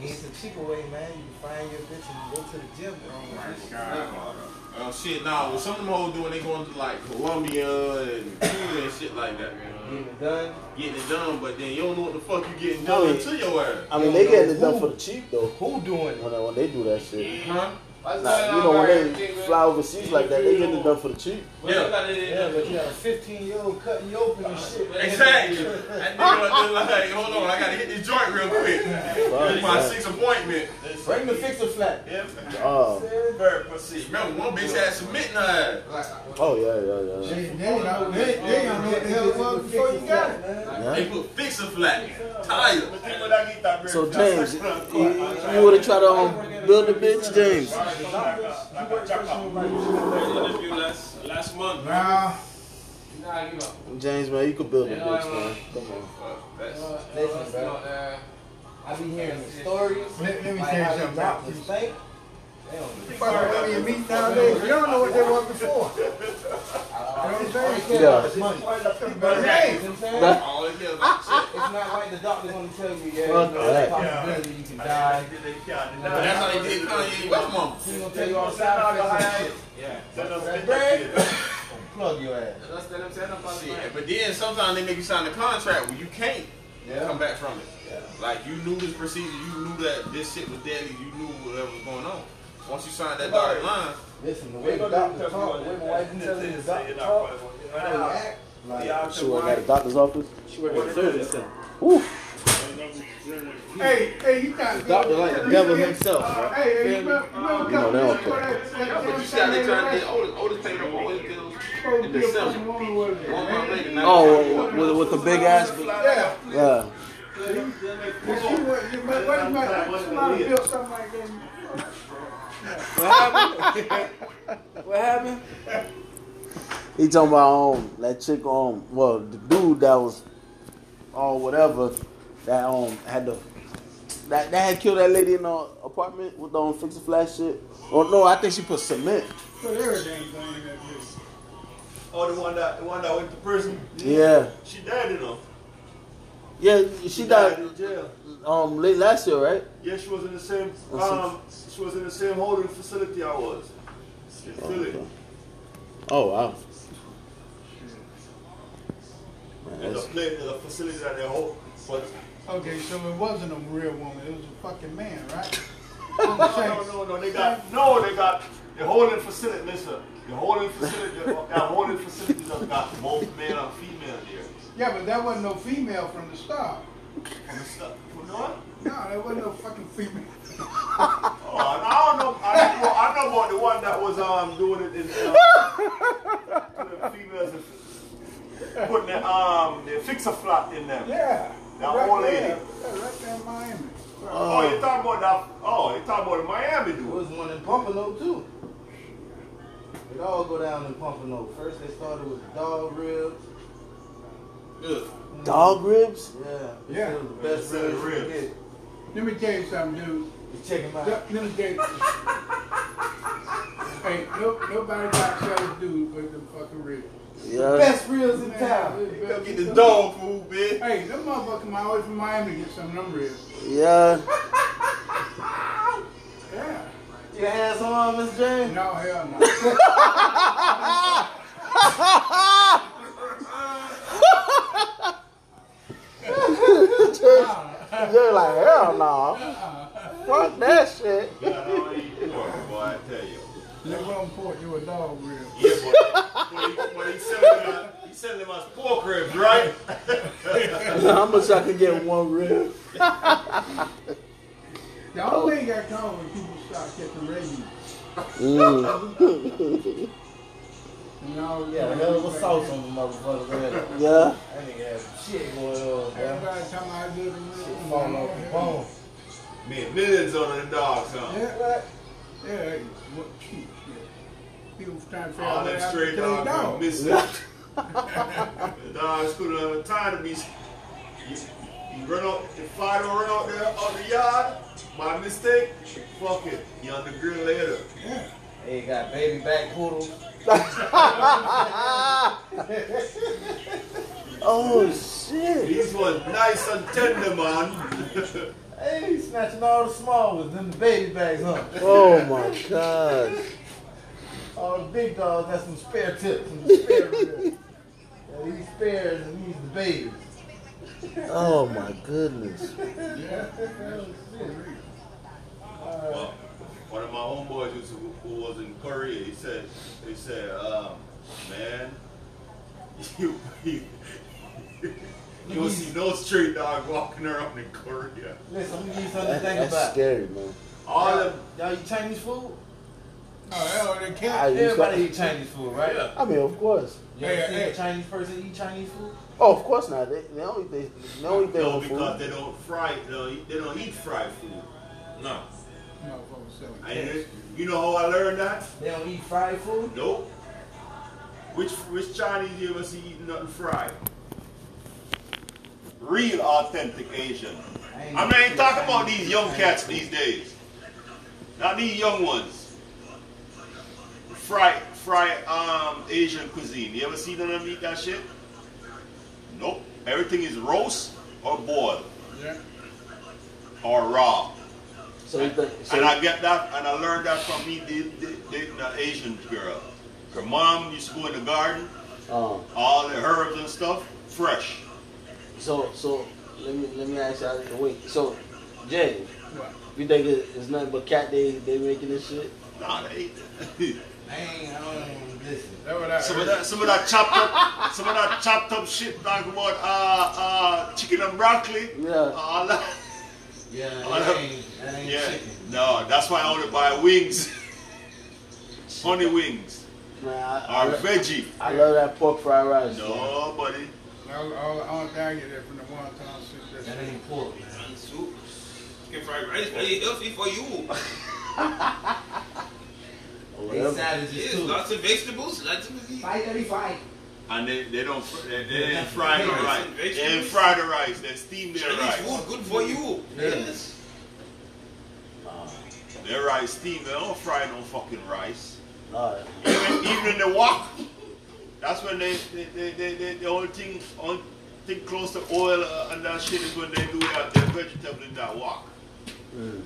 Speaker 2: It's a cheaper way, man. You find your bitch and go to the gym.
Speaker 3: Oh my god. Oh shit, nah, what some of them hoes doing, they going to like Colombia and Cuba and shit like that, man.
Speaker 2: Getting it done.
Speaker 3: Getting it done, but then you don't know what the fuck you getting done
Speaker 1: Wait.
Speaker 3: until your ass.
Speaker 1: I mean, they getting it done for the cheap though.
Speaker 2: Who doing it?
Speaker 1: When, when they do that shit.
Speaker 3: Huh?
Speaker 1: Nah, you know when they fly overseas like that, they getting it done for the cheap.
Speaker 2: Yeah, but you got a 15 year old cutting you open and shit.
Speaker 3: Exactly. That nigga up there like, hold on, I gotta hit this joint real quick. This is my
Speaker 1: Fuck,
Speaker 3: sixth appointment.
Speaker 2: Bring the fixer flat.
Speaker 3: Yeah.
Speaker 1: Oh,
Speaker 3: Very proceed. Remember, one bitch had submitting her
Speaker 1: oh yeah, yeah, yeah.
Speaker 7: They, they, they, they, they don't know what the hell it was before you got it.
Speaker 3: ass. They
Speaker 1: yeah.
Speaker 3: put fixer flat, tires.
Speaker 1: So James, you, you would have tried to um, build a bitch, James.
Speaker 7: Nah,
Speaker 1: James, man, you could build a bitch, man. Come on.
Speaker 2: Listen, bro. I be hearing the stories.
Speaker 7: let, let me
Speaker 2: Like
Speaker 7: tell
Speaker 2: how
Speaker 7: you
Speaker 2: they drop
Speaker 7: something about
Speaker 2: this
Speaker 7: this.
Speaker 2: thing.
Speaker 7: Fucking money and meat nowadays, you don't know what they was before. You know what I'm saying?
Speaker 1: Yeah.
Speaker 7: But hey,
Speaker 2: You know what I'm saying?
Speaker 3: All it is like shit.
Speaker 2: It's not like the doctor's gonna tell you, yeah, you
Speaker 1: Fuck
Speaker 2: know,
Speaker 1: that.
Speaker 2: it's a possibility you can die.
Speaker 3: But that's how they did Kanye West mama.
Speaker 2: He's gonna tell you all side effects and shit. Plug your ass.
Speaker 3: Shit, But then sometimes they make you sign a contract where you can't come back from it. Like you knew this procedure, you knew that this shit was deadly, you knew whatever was going on. Once you signed that dotted line,
Speaker 2: Listen, the way the doctor talk, the way my wife can tell you the doctor talk, how they act, like,
Speaker 1: She work at a doctor's office.
Speaker 2: she work at the service center.
Speaker 7: hey, hey, you got
Speaker 1: Doctor like the devil himself,
Speaker 7: Uh,
Speaker 1: bro.
Speaker 7: hey, hey, you remember,
Speaker 1: You
Speaker 7: remember
Speaker 1: know
Speaker 7: couple
Speaker 1: they don't
Speaker 7: years ago
Speaker 1: play.
Speaker 7: that- that-
Speaker 3: but
Speaker 7: that
Speaker 3: you see how they trying to get
Speaker 7: that-
Speaker 3: older, older thing up always deals
Speaker 7: supposed to
Speaker 3: in
Speaker 7: be a
Speaker 3: December.
Speaker 7: fucking woman, wasn't it?
Speaker 3: One month later, now you
Speaker 1: Oh, with- with, with the big ass.
Speaker 7: Yeah,
Speaker 1: Yeah.
Speaker 7: but she wasn't, you might- what if my- somebody built something like that?
Speaker 2: What happened?
Speaker 1: He talking about um that chick um well the dude that was on whatever that um had the that that had killed that lady in the apartment with the um, fix a flash shit. Oh no, I think she put cement.
Speaker 7: Put everything going in that bitch.
Speaker 8: Oh, the one that the one that went to prison.
Speaker 1: Yeah.
Speaker 8: She died, you know.
Speaker 1: Yeah, she died
Speaker 8: in jail.
Speaker 1: um late last year, right?
Speaker 8: Yeah, she was in the same
Speaker 1: That's
Speaker 8: um, she was in the same holding facility I was. She's still in.
Speaker 1: okay. Oh wow. Man,
Speaker 8: In the
Speaker 1: that's-
Speaker 8: place, in the facility that they hold. But
Speaker 7: Okay, so it wasn't a real woman, it was a fucking man, right?
Speaker 8: no, no, no, they got no, they got the holding facility. Listen, the holding facility, that holding facility just got both male and female there.
Speaker 7: Yeah, but that wasn't no female from the start.
Speaker 8: And the stuff, you know what?
Speaker 7: No, that wasn't no fucking female.
Speaker 8: Oh, and I don't know. I, don't know- I know about the one that was um doing it in um, to the females and putting the um the fixer flat in them.
Speaker 7: Yeah.
Speaker 8: That
Speaker 7: right
Speaker 8: old
Speaker 7: there.
Speaker 8: lady.
Speaker 7: Yeah, right there in Miami.
Speaker 8: Oh, you talking about that? Oh, you talking about the Miami
Speaker 2: There
Speaker 8: dude?
Speaker 2: was one in Pompano too. It all go down in Pompano. First they started with the dog ribs.
Speaker 3: Look,
Speaker 1: Dog ribs?
Speaker 2: Yeah.
Speaker 7: Yeah.
Speaker 2: It was the best
Speaker 8: Set of
Speaker 2: ribs. you could
Speaker 8: ribs.
Speaker 2: get.
Speaker 7: Let me tell you something, dude.
Speaker 2: You check them out.
Speaker 7: Let let me tell you. hey, no, nobody got sells dude with them fucking ribs.
Speaker 1: Yeah.
Speaker 4: Best reels in town.
Speaker 8: Go get this dog food, bitch.
Speaker 7: Hey, them motherfucker come all the way from Miami to get some of them ribs.
Speaker 1: Yeah.
Speaker 7: Yeah.
Speaker 2: Your ass on, Miss Jane.
Speaker 7: No, Oh, hell no.
Speaker 1: You're like, hell no. Fuck that shit.
Speaker 8: Man, I don't eat pork, boy, I tell you.
Speaker 7: They won't port you a dog rib.
Speaker 8: Yeah, boy. Boy, he- boy, he selling them out- he selling them us pork ribs, right?
Speaker 1: How much I can get one rib?
Speaker 7: The only thing that comes when people start catching rabies. And all
Speaker 2: Yeah, the hell was sauce on the motherfucker. man.
Speaker 1: Yeah.
Speaker 2: That nigga had shit going on, man.
Speaker 7: Everybody talking about I live in Maryland.
Speaker 2: Falling off the bone.
Speaker 8: Man, millions on the dog, son.
Speaker 7: Yeah, right. Yeah, what cheap shit. People trying to figure
Speaker 8: All
Speaker 7: out
Speaker 8: them
Speaker 7: how to
Speaker 8: stray
Speaker 7: kill
Speaker 8: dogs from
Speaker 7: dogs.
Speaker 8: Mississippi. the dogs could have time to be. You, you run out, if Fido run out there on the yard, by mistake, fuck it. You on the grill later.
Speaker 2: Hey, got baby back poodle.
Speaker 1: Oh shit.
Speaker 8: These was nice and tender, man.
Speaker 2: Hey, snatching all the small ones and the baby bags, huh?
Speaker 1: Oh my gosh.
Speaker 2: All the big dogs got some spare tips and spare ribs. Yeah, these spares and these the babies.
Speaker 1: Oh my goodness.
Speaker 8: Well, one of my homeboys used to, who was in Korea, he said, he said, um, man, you, you, you don't see no street dog walking around in Korea.
Speaker 2: Listen, I'm gonna give you something to
Speaker 1: That-
Speaker 2: think
Speaker 1: that's
Speaker 2: about.
Speaker 1: scary, man.
Speaker 8: All of
Speaker 2: Y'all eat Chinese food?
Speaker 7: Oh, hell, they
Speaker 1: I
Speaker 7: can't.
Speaker 1: used
Speaker 2: Everybody
Speaker 1: to,
Speaker 2: eat Chinese food, right?
Speaker 8: Yeah.
Speaker 1: I mean, of course.
Speaker 2: You ever
Speaker 7: Yeah,
Speaker 2: seen
Speaker 7: yeah.
Speaker 2: a Chinese person eat Chinese food?
Speaker 1: Oh, of course not. They, they only they, they only thing
Speaker 8: No,
Speaker 1: on
Speaker 8: because
Speaker 1: food.
Speaker 8: they don't fry. They don't, eat- they don't eat fried food. No.
Speaker 7: Motherfucker selling
Speaker 8: I, didn't- you know how I learned that?
Speaker 2: They don't eat fried food?
Speaker 8: Nope. Which which Chinese you ever see eating nothing fried? Real authentic Asian. I mean, I ain't talking about these young cats these days. Not these young ones. Fry fry um Asian cuisine. You ever see them eat that shit? Nope. Everything is roast or boiled
Speaker 7: Yeah.
Speaker 8: or raw.
Speaker 1: So you think? So
Speaker 8: and I get that, and I learned that from me, the, the, the, the Asian girl. Her mom used to go in the garden,
Speaker 1: um,
Speaker 8: all the herbs and stuff, fresh.
Speaker 1: so so let me let me ask you. Wait. So, Jay,
Speaker 7: What?
Speaker 1: you think it- it's nothing but cat they they making this shit?
Speaker 8: Nah, they ate
Speaker 2: I ain't, I don't even listen.
Speaker 7: That's what I
Speaker 8: some of
Speaker 7: heard.
Speaker 8: that, some of that chopped up, some of that chopped up shit. Talking about uh, uh, chicken and broccoli.
Speaker 1: Yeah.
Speaker 8: All that.
Speaker 2: Yeah,
Speaker 8: Oh,
Speaker 2: that
Speaker 8: that-
Speaker 2: ain't, that ain't
Speaker 8: Yeah.
Speaker 2: chicken.
Speaker 8: No, that's why I only buy wings, honey wings,
Speaker 1: Man, I, I,
Speaker 8: or
Speaker 1: lo-
Speaker 8: veggie.
Speaker 1: I love that pork fried rice. man.
Speaker 8: No, buddy.
Speaker 7: All, all, all the I get that from the one time since
Speaker 2: That
Speaker 7: that's
Speaker 2: ain't pork, man.
Speaker 3: Soup. Chicken fried rice very healthy for you.
Speaker 2: They
Speaker 1: Whatever.
Speaker 2: savages
Speaker 3: Yes,
Speaker 2: too.
Speaker 3: lots of vegetables, lots of meat.
Speaker 8: And they, they don't fr- they, they didn't fry the
Speaker 3: Yeah, it's
Speaker 8: rice.
Speaker 3: in
Speaker 8: They
Speaker 3: veggies.
Speaker 8: didn't fry the rice. They steam their
Speaker 3: Chinese
Speaker 8: rice.
Speaker 3: food good for you. Yes.
Speaker 8: Their rice steam. They don't fry no fucking rice.
Speaker 1: Alright.
Speaker 8: Even, even in the wok, that's when they they, they, they, they the only thing only thing close to oil uh, and that shit is when they do their, their vegetable in that wok.
Speaker 1: Mm.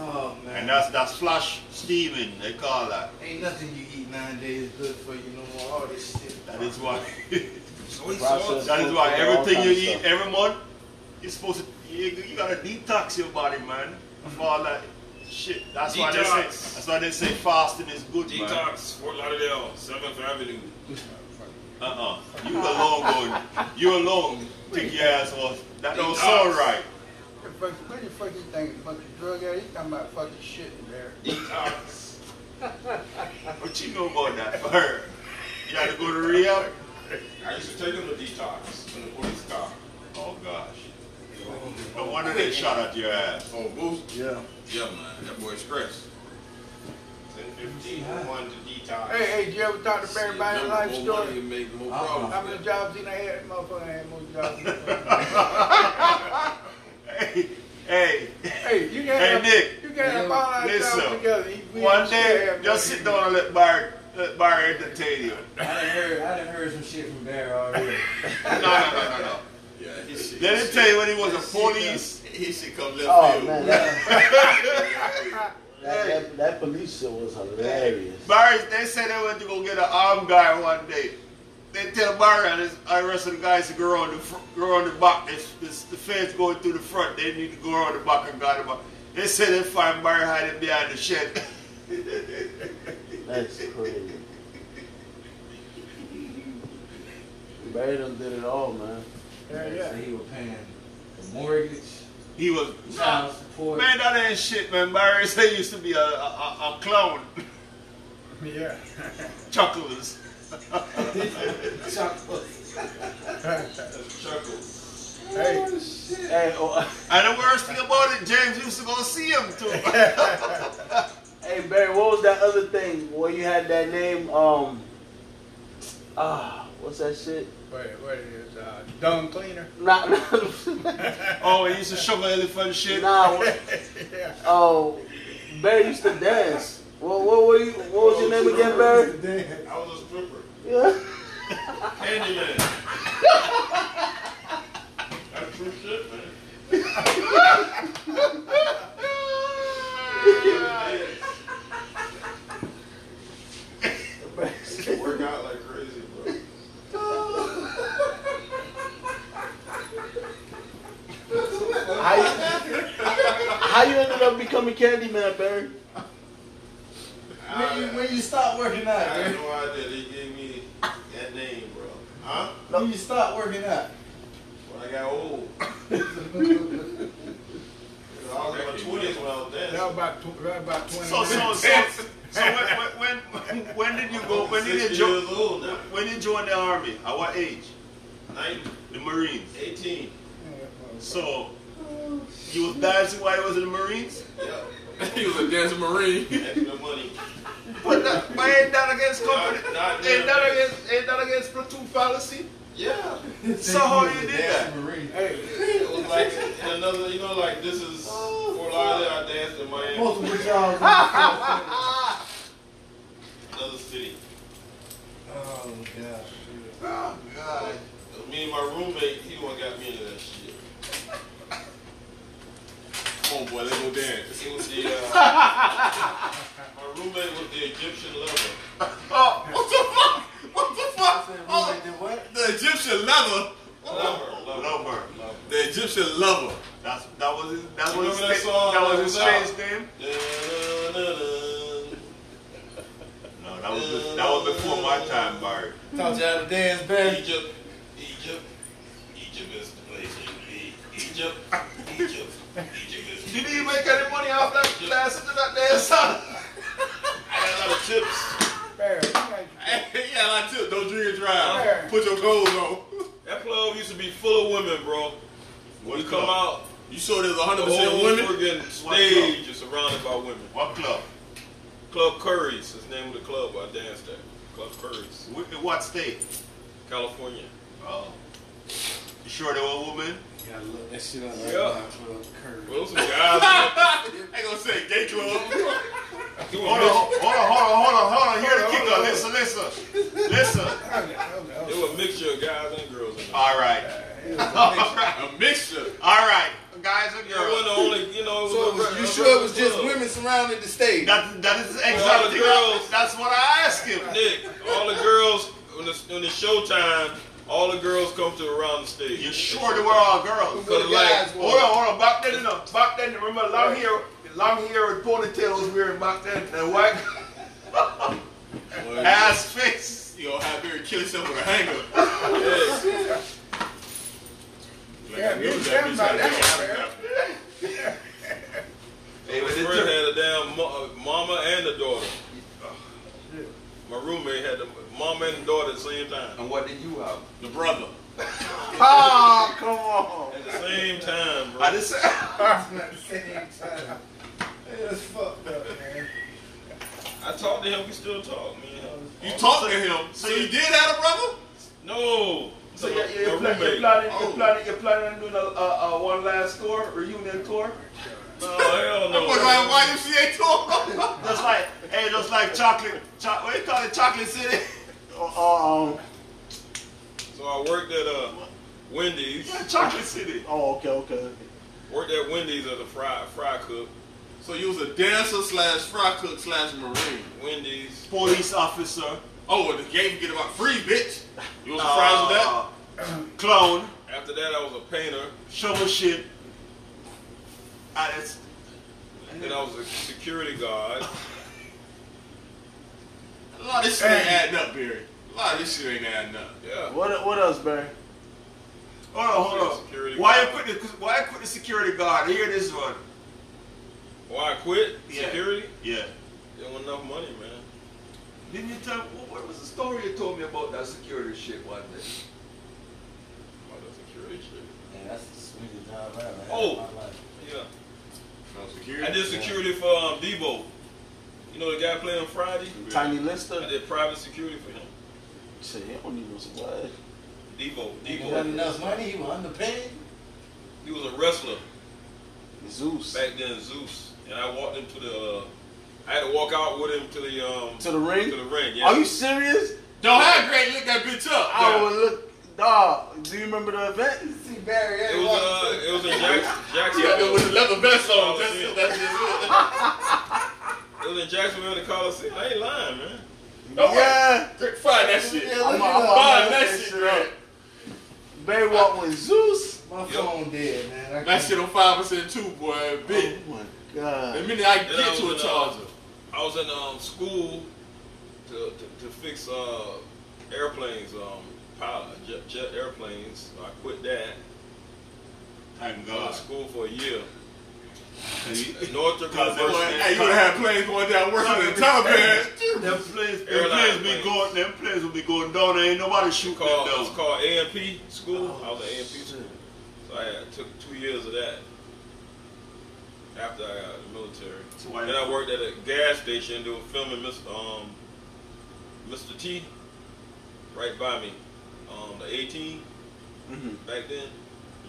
Speaker 2: Oh, man.
Speaker 8: And that's that's flash steaming. They call that.
Speaker 2: Ain't nothing you eat nine days good for you no more. All this shit.
Speaker 8: That is why.
Speaker 3: Soy
Speaker 1: Processed.
Speaker 3: sauce.
Speaker 8: that is why everything you
Speaker 1: All kinds
Speaker 8: eat
Speaker 1: of stuff.
Speaker 8: every month, you're supposed to you, you gotta detox your body, man,
Speaker 1: Mm-hmm.
Speaker 8: from all that shit. That's why they say
Speaker 3: Detox.
Speaker 8: that's why they say fasting is good, man.
Speaker 3: Detox, Fort Lauderdale, 7th Avenue.
Speaker 8: Uh-uh. You alone going. You alone. Take your ass off. That don't sound right.
Speaker 7: What the fuck- what the fuck you think? A bunch of drug addicts? He talking about fucking shit in there.
Speaker 3: Detox.
Speaker 8: What you know about that bird? You gotta go to rehab?
Speaker 3: I used to take them to detox when the police car.
Speaker 8: Oh gosh. No wonder they shot at your ass.
Speaker 3: Oh, boo?
Speaker 1: Yeah.
Speaker 3: Yeah, man. That boy stressed. 1015, one to detox.
Speaker 7: Hey, hey, did you ever talk to Barry about his life story?
Speaker 3: make more
Speaker 7: How many jobs he done had? Motherfucker had more jobs.
Speaker 8: Hey, hey.
Speaker 7: hey, you got
Speaker 8: Hey,
Speaker 7: hey,
Speaker 8: Nick.
Speaker 7: You got up all our
Speaker 8: Listen.
Speaker 7: jobs together. He- we
Speaker 8: One
Speaker 7: ain't
Speaker 8: day,
Speaker 7: scared,
Speaker 8: just
Speaker 7: but-
Speaker 8: sit down and let Byron Let Barry to tell you.
Speaker 2: I done heard, I done heard some shit from Barry already.
Speaker 8: No, no, no, no, no.
Speaker 9: Yeah, his shit.
Speaker 8: Let me tell you when he was a police, his shit come left
Speaker 1: Oh,
Speaker 8: field.
Speaker 1: man, That, that, that police shit was hilarious.
Speaker 8: Barry, they said they went to go get an armed guy one day. They tell Barry, I just- I arrested the guy, said, girl on the fr- girl on the back. This, this, the feds going through the front. They need to go on the back and got him up. They said they find Barry hiding behind the shed.
Speaker 1: That's crazy. Barry done did it all, man.
Speaker 2: Yeah, yeah. So he was paying the mortgage,
Speaker 8: he was
Speaker 2: child support.
Speaker 8: man, that ain't shit, man. Barry said he used to be a a, a, a clown,
Speaker 4: Yeah.
Speaker 8: chucklers.
Speaker 4: Hey,
Speaker 1: Hey, oh,
Speaker 8: And the worst thing about it, James used to go see him too.
Speaker 1: hey, Barry, what was that other thing where you had that name? Um, ah, what's that shit?
Speaker 4: what, what is uh, dung cleaner?
Speaker 1: Nah, nah,
Speaker 8: oh, he used to shovel elephant shit.
Speaker 1: nah. what-
Speaker 4: yeah.
Speaker 1: Oh, Barry used to dance. What, what were you? What was your name again, Barry?
Speaker 4: Damn.
Speaker 8: I was a stripper.
Speaker 1: Yeah.
Speaker 8: Handyman. That's true shit, man. Work out like crazy, bro.
Speaker 1: How you, how you ended up becoming Candyman, Barry?
Speaker 2: When you, when you stop working
Speaker 8: I
Speaker 2: out,
Speaker 8: had
Speaker 2: Barry?
Speaker 8: no idea they gave me that name, bro. Huh?
Speaker 2: When you stop working out?
Speaker 8: When I got old. I was in my twenties when I was dancing.
Speaker 4: That about tw- that about twenty.
Speaker 8: So so so so when when when, when did you go? When did you join?
Speaker 3: old now.
Speaker 8: When did you join the army? At what age?
Speaker 3: 19,
Speaker 8: The Marines.
Speaker 3: 18.
Speaker 8: So you was dancing while you was in the Marines?
Speaker 3: Yeah.
Speaker 9: he was a dancing marine.
Speaker 3: Extra money.
Speaker 8: But that, but ain't that against company?
Speaker 3: Not- not
Speaker 8: ain't that
Speaker 3: them.
Speaker 8: against ain't that against platoon fallacy?
Speaker 3: Yeah.
Speaker 8: So how you did that?
Speaker 3: It was like in another, you know, like this is Fort Lauderdale. I danced in Miami.
Speaker 2: Most of y'all.
Speaker 3: another city.
Speaker 2: Oh god.
Speaker 3: God. Me and my roommate, he one got me into that shit.
Speaker 8: Come on, boy, let's go dance.
Speaker 3: He was the, uh, my roommate was the Egyptian lover.
Speaker 8: Oh, what the fuck? What the fuck? Oh,
Speaker 2: what?
Speaker 8: the Egyptian lover.
Speaker 3: Lover, lover.
Speaker 8: Lover.
Speaker 3: Lover.
Speaker 8: The Egyptian lover. That's that was his that
Speaker 3: You
Speaker 8: was his,
Speaker 3: remember that
Speaker 8: sta-
Speaker 3: song
Speaker 8: that was
Speaker 3: that
Speaker 8: his
Speaker 3: was out?
Speaker 8: stage name.
Speaker 3: Dun-dun-dun.
Speaker 8: No, that was be- that was before my time, Barry.
Speaker 2: Taught y'all to dance, Barry.
Speaker 3: Egypt, Egypt, Egypt is the place you be. Egypt, Egypt, Egypt is.
Speaker 8: Did he make any money off that class into that dance song?
Speaker 3: I got a lot of tips.
Speaker 4: Barry, you got-
Speaker 8: yeah, I took. Don't drink and drive.
Speaker 4: Barry.
Speaker 8: Put your clothes on.
Speaker 3: That club used to be full of women, bro. When you come out,
Speaker 8: You sure there's
Speaker 3: the
Speaker 8: 100 percent
Speaker 3: whole
Speaker 8: women?
Speaker 3: friggin' stage is surrounded by women.
Speaker 8: Oh, What club?
Speaker 3: Club Curry's is the name of the club I danced at. Club Curry's,
Speaker 8: Wh- In what state?
Speaker 3: California.
Speaker 8: Oh. You sure there were women?
Speaker 2: Gotta look that shit up.
Speaker 3: Yeah.
Speaker 2: Curry.
Speaker 3: Well, some guys.
Speaker 8: I ain't gonna say gay club.
Speaker 3: doing
Speaker 8: Hold on, hold on, hold on, hold on, hold on. Hear the kicker. Listen, listen, listen.
Speaker 3: It was a mixture of guys and girls in there.
Speaker 8: All right,
Speaker 3: A mixture.
Speaker 8: all right, guys and
Speaker 3: It wasn't
Speaker 8: girls.
Speaker 3: the only, you know. It was
Speaker 9: So
Speaker 3: a
Speaker 9: it was,
Speaker 3: re-
Speaker 9: you
Speaker 3: a
Speaker 9: sure it was just
Speaker 3: club.
Speaker 9: women surrounding the stage?
Speaker 8: That that is
Speaker 3: All the
Speaker 8: exactly.
Speaker 3: girls.
Speaker 8: That's what I asked him.
Speaker 3: Nick, all the girls when it's, when it's showtime, all the girls come to around the stage.
Speaker 8: You sure they were all girls?
Speaker 3: But
Speaker 9: the
Speaker 3: like,
Speaker 9: guys
Speaker 8: Hold on, hold on. Back then, you know, back then, remember long hair, long hair and ponytail was wearing back then, and white ass face. You know, how Barry kill himself with a hanger.
Speaker 4: Yeah, you tell me about that.
Speaker 3: my
Speaker 8: Hey, but it
Speaker 3: friend
Speaker 8: took-
Speaker 3: had a damn mo- uh, mama and a daughter. My roommate had the mama and the daughter at the same time.
Speaker 8: and what did you have?
Speaker 3: The brother
Speaker 8: Oh, come on.
Speaker 3: at the same time, bro.
Speaker 8: I just said.
Speaker 4: It's fucked up, man.
Speaker 3: I talked to him. We still talk, man.
Speaker 8: You talked to him, so you did have a brother?
Speaker 3: No,
Speaker 8: So
Speaker 3: my,
Speaker 8: you're, you're,
Speaker 3: my
Speaker 8: pla- you're,
Speaker 3: roommate.
Speaker 8: planning, you're, planning, you're planning on doing a, a, a one last tour, reunion tour?
Speaker 6: hell
Speaker 8: That
Speaker 6: no.
Speaker 8: boy like
Speaker 6: YMCA tour.
Speaker 8: just like, hey, just like chocolate, cho- what you call it, chocolate city? Oh, um,
Speaker 6: So I worked at uh, Wendy's.
Speaker 8: yeah, chocolate city. Oh, okay, okay.
Speaker 6: Worked at Wendy's as a fry fry cook. So you was a dancer slash fry cook slash marine. Wendy's.
Speaker 8: Police officer.
Speaker 6: Oh, and the game get about free, bitch. You was surprised with
Speaker 8: Uh,
Speaker 6: that?
Speaker 8: clone.
Speaker 6: After that, I was a painter.
Speaker 8: Shovel shit. Ah, that's,
Speaker 6: And then I was a security guard.
Speaker 8: a lot of
Speaker 6: This shit ain't adding up, Barry. A lot of this shit ain't adding up. Yeah.
Speaker 8: What what else, Barry? Hold on, hold on.
Speaker 6: Security
Speaker 8: why
Speaker 6: guard.
Speaker 8: you quit the why you quit the security guard? Here this one.
Speaker 6: Why I quit?
Speaker 8: Yeah.
Speaker 6: Security?
Speaker 8: Yeah.
Speaker 6: There wasn't enough money, man.
Speaker 10: Didn't you tell? What, what was the story you told me about that security shit one day?
Speaker 6: About the security shit.
Speaker 1: Man, that's the sweetest job I ever had
Speaker 6: Oh.
Speaker 1: in my life.
Speaker 6: Yeah.
Speaker 4: No security.
Speaker 6: I did security for um, Debo. You know the guy playing on Friday?
Speaker 1: Tiny
Speaker 6: I
Speaker 1: Lister?
Speaker 6: did private security for him.
Speaker 1: Shit, he don't even survive.
Speaker 6: Debo.
Speaker 1: He wasn't
Speaker 6: Debo.
Speaker 1: enough money, he was underpaid.
Speaker 6: He was a wrestler
Speaker 1: Zeus.
Speaker 6: back then, Zeus. And I walked him to the. Uh, I had to walk out with him to the um
Speaker 1: To the ring?
Speaker 6: to the ring. Yeah.
Speaker 1: Are you serious?
Speaker 6: Don't have Greg look that bitch up.
Speaker 1: I would look, dog. Do you remember the event?
Speaker 2: See Barry,
Speaker 6: It
Speaker 2: every
Speaker 6: was
Speaker 2: Oh,
Speaker 6: uh, it was in Jackson, Jacksonville.
Speaker 4: with the leather vest on.
Speaker 6: Oh,
Speaker 4: that's
Speaker 6: shit.
Speaker 4: it. That's just it.
Speaker 6: It was in Jacksonville, the Coliseum. I ain't lying, man.
Speaker 4: Don't
Speaker 1: Yeah.
Speaker 4: worry. Find that shit.
Speaker 2: Yeah, look
Speaker 4: I'm
Speaker 2: it up.
Speaker 4: find that shit, bro.
Speaker 1: Barry walked with Zeus.
Speaker 2: My
Speaker 6: Yep.
Speaker 2: phone dead, man. I
Speaker 4: That
Speaker 2: can't-
Speaker 4: shit on five percent too, boy.
Speaker 1: Oh
Speaker 4: Big.
Speaker 1: my
Speaker 4: The
Speaker 1: god.
Speaker 4: minute I
Speaker 6: Then I
Speaker 4: get to a
Speaker 6: was in, uh,
Speaker 4: charger.
Speaker 6: I was in um, school to, to, to fix uh, airplanes, um, pilot, jet, jet airplanes. So I quit that.
Speaker 4: Thank
Speaker 6: I was
Speaker 4: God.
Speaker 6: in school for a year. At
Speaker 4: Because
Speaker 6: Northrop
Speaker 4: they were-
Speaker 6: University.
Speaker 4: hey, you would have planes going down worse than the Taliban.
Speaker 8: Them planes, them
Speaker 6: Airline
Speaker 8: planes be
Speaker 6: planes.
Speaker 8: going, them planes will be going down. There ain't nobody
Speaker 6: It's
Speaker 8: shooting them
Speaker 6: called, it's
Speaker 8: down.
Speaker 6: called AMP school. I was at AMP school. So I had, took two years of that after I got out of the military.
Speaker 8: So why-
Speaker 6: then I worked at a gas station doing filming Mr. Um, Mr. T right by me. Um, the 18 back then.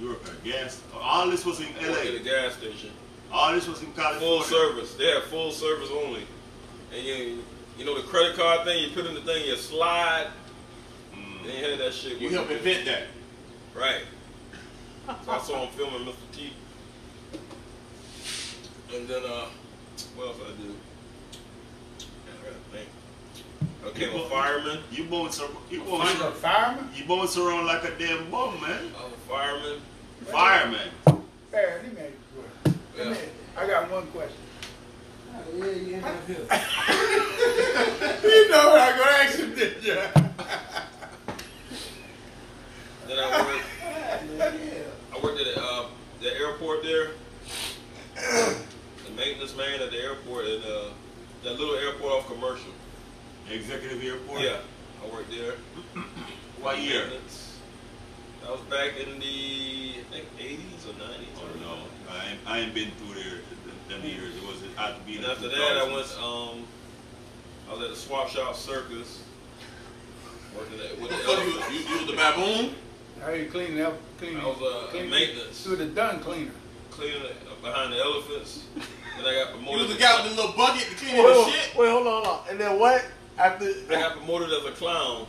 Speaker 8: You were a gas. All this was in
Speaker 6: I worked at a
Speaker 8: LA.
Speaker 6: gas station.
Speaker 8: All this was in
Speaker 6: Full
Speaker 8: California.
Speaker 6: service. They had full service only. And you, you know the credit card thing, you put in the thing, you slide. They had that shit.
Speaker 4: You
Speaker 6: with
Speaker 4: help
Speaker 6: it.
Speaker 4: invent that.
Speaker 6: Right. So I saw him filming Mr. T. And then uh what else I do? Man, I gotta think. Okay, I'm a fireman.
Speaker 8: You bounce around. You
Speaker 2: You a
Speaker 8: bounce,
Speaker 2: fireman?
Speaker 8: you bounce around like a damn bum, man.
Speaker 6: I'm a fireman.
Speaker 8: Fireman.
Speaker 2: Barry, let me ask you a question. Let me- I got one question.
Speaker 11: Yeah, you end up here.
Speaker 4: You know what I'm going to ask him this, yeah.
Speaker 6: Then I worked
Speaker 2: Yeah.
Speaker 6: I worked at uh, the airport there. The maintenance man at the airport and uh that little airport off commercial.
Speaker 8: Executive airport.
Speaker 6: Yeah. I worked there.
Speaker 8: What year?
Speaker 6: Maintenance. That was back in the I think eighties or nineties.
Speaker 8: Oh no, I ain't, I ain't been through there th- them years. It was I had to be in
Speaker 6: And
Speaker 8: the
Speaker 6: after that, I
Speaker 8: 2000s.
Speaker 6: went. Um, I was at the Swap Shop Circus. Working at
Speaker 4: What
Speaker 6: with the
Speaker 4: the fuck,
Speaker 6: elephants.
Speaker 4: you, you, you was the baboon?
Speaker 2: How you cleaning up? Cleaning.
Speaker 6: I was uh, a
Speaker 2: cleaning-
Speaker 6: maintenance.
Speaker 2: Through the dung cleaner.
Speaker 6: cleaning it behind the elephants. and I got
Speaker 4: You
Speaker 6: promoted.
Speaker 4: was the guy with the little bucket to clean
Speaker 1: Wait,
Speaker 4: the
Speaker 1: wait,
Speaker 4: shit?
Speaker 1: wait, hold on, hold on. And then what? After
Speaker 6: I got promoted as a clown.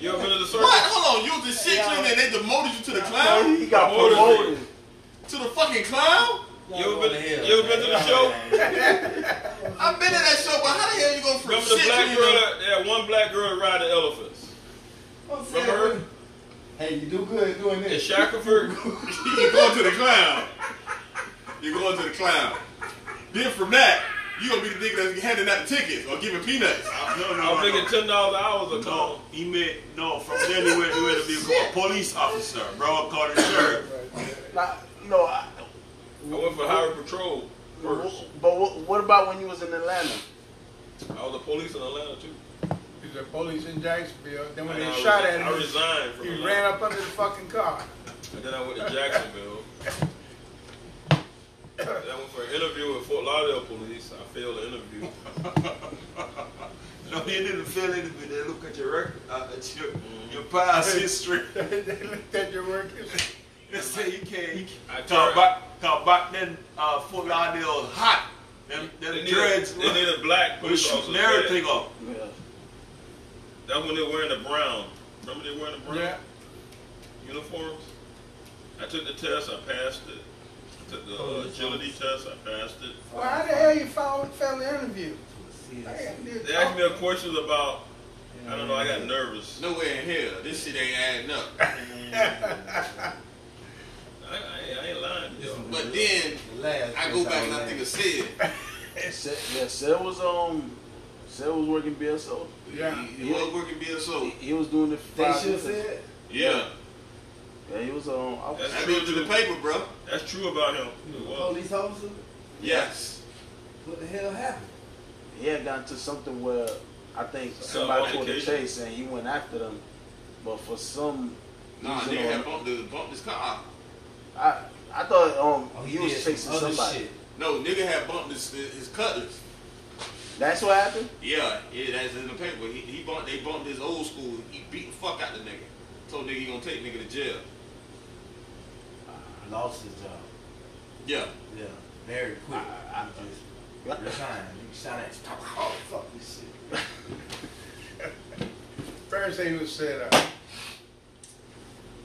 Speaker 6: You ever been to the circus?
Speaker 4: What? Hold on, you was the shit cleaner and they demoted you to the clown?
Speaker 1: he got
Speaker 6: Promoted.
Speaker 1: promoted.
Speaker 4: To the fucking clown?
Speaker 6: You ever been? You ever been to the show?
Speaker 4: I've been to that show, but how the hell you go from
Speaker 6: Remember
Speaker 4: shit
Speaker 6: the black
Speaker 4: cleaner?
Speaker 6: girl? that- That one black girl that ride the elephants. Remember her?
Speaker 2: Hey, you do good doing
Speaker 6: In Shackelford.
Speaker 4: you going to the clown. You're going to the clown. Then from that, you gonna be the nigga that's handing out the tickets or giving peanuts.
Speaker 8: No, no,
Speaker 6: I'm
Speaker 8: no,
Speaker 6: making
Speaker 8: no.
Speaker 6: ten dollars an hour as a
Speaker 8: No,
Speaker 6: clown.
Speaker 8: he made no. From there, he went, he went to be called police officer, bro. Called the sheriff.
Speaker 1: Like, no, I,
Speaker 6: I went for highway patrol first.
Speaker 1: but what, what about when you was in Atlanta?
Speaker 6: I was a police in Atlanta too.
Speaker 2: He's a police in Jacksonville. Then when
Speaker 6: And
Speaker 2: they
Speaker 6: I
Speaker 2: shot
Speaker 6: resi-
Speaker 2: at
Speaker 6: I
Speaker 2: him,
Speaker 6: resigned from
Speaker 2: he
Speaker 6: Atlanta.
Speaker 2: ran up under the fucking car.
Speaker 6: And then I went to Jacksonville. Then I went for an interview with Fort Lauderdale Police. I failed the interview.
Speaker 8: No, he didn't feel anything. They look at your record, uh, at your your past history.
Speaker 2: they looked at your work. history.
Speaker 8: They say you can't. You
Speaker 6: I
Speaker 8: can't. Talk
Speaker 6: turned,
Speaker 8: about Now back then, uh, Fort Lauderdale was hot. Them, them
Speaker 6: They need, a,
Speaker 8: dreads,
Speaker 6: they need a black
Speaker 8: was
Speaker 6: police officer.
Speaker 8: shooting everything up.
Speaker 6: That's when they're wearing the brown. Remember they wearing the brown
Speaker 4: Yeah.
Speaker 6: uniforms? I took the test, I passed it. I took the uh, agility test, I passed it.
Speaker 12: Well, how the hell you follow, fail the interview? Damn, dude.
Speaker 6: They asked me a question about, I don't know, I got nervous.
Speaker 3: Nowhere in here. This shit ain't adding up.
Speaker 6: I, I, I ain't lying, yo.
Speaker 3: But then I go back and I think of Sid.
Speaker 1: Said, yeah, Sid was um, Sid was working BSO.
Speaker 3: Yeah. He, he was working
Speaker 1: He,
Speaker 3: BSO.
Speaker 1: he was doing it for
Speaker 5: They
Speaker 1: five
Speaker 5: should have
Speaker 1: years.
Speaker 5: said.
Speaker 3: Yeah.
Speaker 1: Yeah, he was um. I was,
Speaker 3: That's going to the paper, bro.
Speaker 6: That's true about him. It was.
Speaker 5: Police officer?
Speaker 3: Yes.
Speaker 5: What the hell happened?
Speaker 1: he had gotten to something where I think somebody pulled the
Speaker 6: altercation.
Speaker 1: chase and he went after them, but for some
Speaker 3: Nah,
Speaker 1: reason,
Speaker 3: nigga
Speaker 1: um,
Speaker 3: had bumped, the, bumped his Uh, car.
Speaker 1: I I thought um he
Speaker 2: Oh, did
Speaker 1: was
Speaker 2: some
Speaker 1: chasing
Speaker 2: other
Speaker 1: somebody.
Speaker 2: shit.
Speaker 3: No, nigga had bumped his, his cutters.
Speaker 1: That's what happened.
Speaker 3: Yeah, yeah, that's in the paper. He, he bumped, they bumped his old school. He beat the fuck out the nigga. Told nigga he gonna take nigga to jail.
Speaker 2: Lost his job.
Speaker 3: Yeah.
Speaker 2: Yeah, very quick. I, I, just resigned. You shot at oh, fuck this shit.
Speaker 7: First they was set up.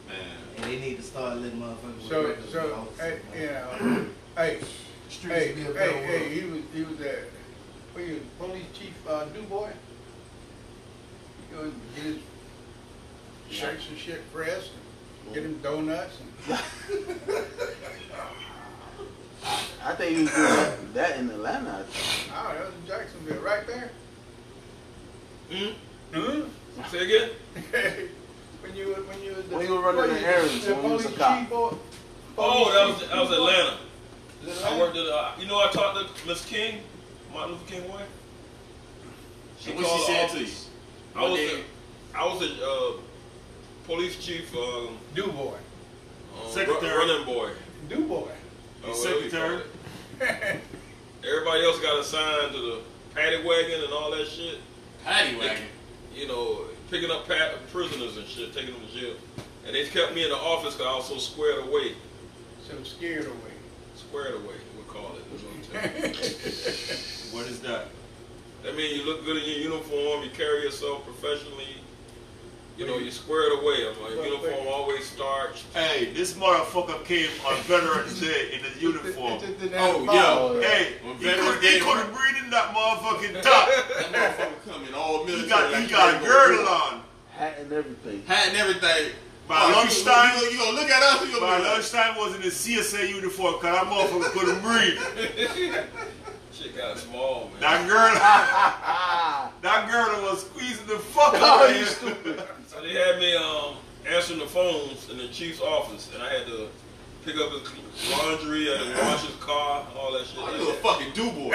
Speaker 3: Man.
Speaker 2: And they need to start letting motherfuckers.
Speaker 7: So,
Speaker 2: work with the
Speaker 7: so,
Speaker 2: officers,
Speaker 7: hey,
Speaker 2: man.
Speaker 7: you know, hey,
Speaker 5: Streets
Speaker 7: hey,
Speaker 5: be a
Speaker 7: hey,
Speaker 5: better
Speaker 7: hey,
Speaker 5: world.
Speaker 7: he was, he was at, what he was, police chief, uh, Dubois. He go and get his shirts and shit pressed, and get him donuts and
Speaker 1: I think he was doing that, that in Atlanta. I think.
Speaker 7: Oh, that was in Jacksonville, right there.
Speaker 6: Hmm?
Speaker 7: Huh?
Speaker 6: Say again?
Speaker 7: when you were- when you was
Speaker 1: When you were running the errands, when you was a cop.
Speaker 6: Oh, that was, that was Atlanta. I
Speaker 7: Atlanta.
Speaker 6: worked at, uh, you know, I talked to Miss King, Martin Luther King wife. She
Speaker 3: And what she
Speaker 6: called
Speaker 3: said
Speaker 6: the
Speaker 3: to you?
Speaker 6: office. I was,
Speaker 3: What
Speaker 6: a, I was a uh, police chief, um,
Speaker 7: Du boy,
Speaker 6: um,
Speaker 3: Secretary.
Speaker 6: ru- running boy.
Speaker 7: du boy.
Speaker 6: or whatever you
Speaker 3: secretary.
Speaker 6: call it. Everybody else got assigned to the paddy wagon and all that shit.
Speaker 3: Paddy wagon.
Speaker 6: You know, picking up pa- prisoners and shit, taking them to jail. And they kept me in the office because I was so squared away.
Speaker 7: So scared away.
Speaker 6: Squared away, we call it. That's what I'm telling you.
Speaker 3: What is that?
Speaker 6: That means you look good in your uniform, you carry yourself professionally, you know, you're squared away. I'm like, uniform always starched.
Speaker 8: Hey, this motherfucker came on Veterans Day in his uniform.
Speaker 3: Oh,
Speaker 1: Oh,
Speaker 3: yeah.
Speaker 1: yeah.
Speaker 8: Hey,
Speaker 3: On
Speaker 8: he
Speaker 3: Veterans
Speaker 8: couldn't,
Speaker 3: Day,
Speaker 8: he couldn't breathe in that motherfucking top.
Speaker 3: That motherfucker coming all military.
Speaker 8: He got,
Speaker 3: like
Speaker 8: he got a
Speaker 3: ready to go.
Speaker 8: girdle on.
Speaker 1: Hat and everything.
Speaker 3: Hat and everything.
Speaker 8: By
Speaker 3: Oh, you-
Speaker 8: lunchtime-
Speaker 3: you, you gonna look at us? You
Speaker 8: My
Speaker 3: gonna be like,
Speaker 8: lunchtime was in the CSA uniform because that motherfucker couldn't breathe.
Speaker 6: Shit got small, man.
Speaker 8: That girdle,
Speaker 2: Ah,
Speaker 8: that girdle was squeezing the fuck
Speaker 7: Oh,
Speaker 8: out of you.
Speaker 6: So they had me um, answering the phones in the chief's office, and I had to pick up his laundry, I had to wash his car, all that shit.
Speaker 3: oh,
Speaker 6: like
Speaker 3: you a
Speaker 6: that.
Speaker 3: fucking do boy.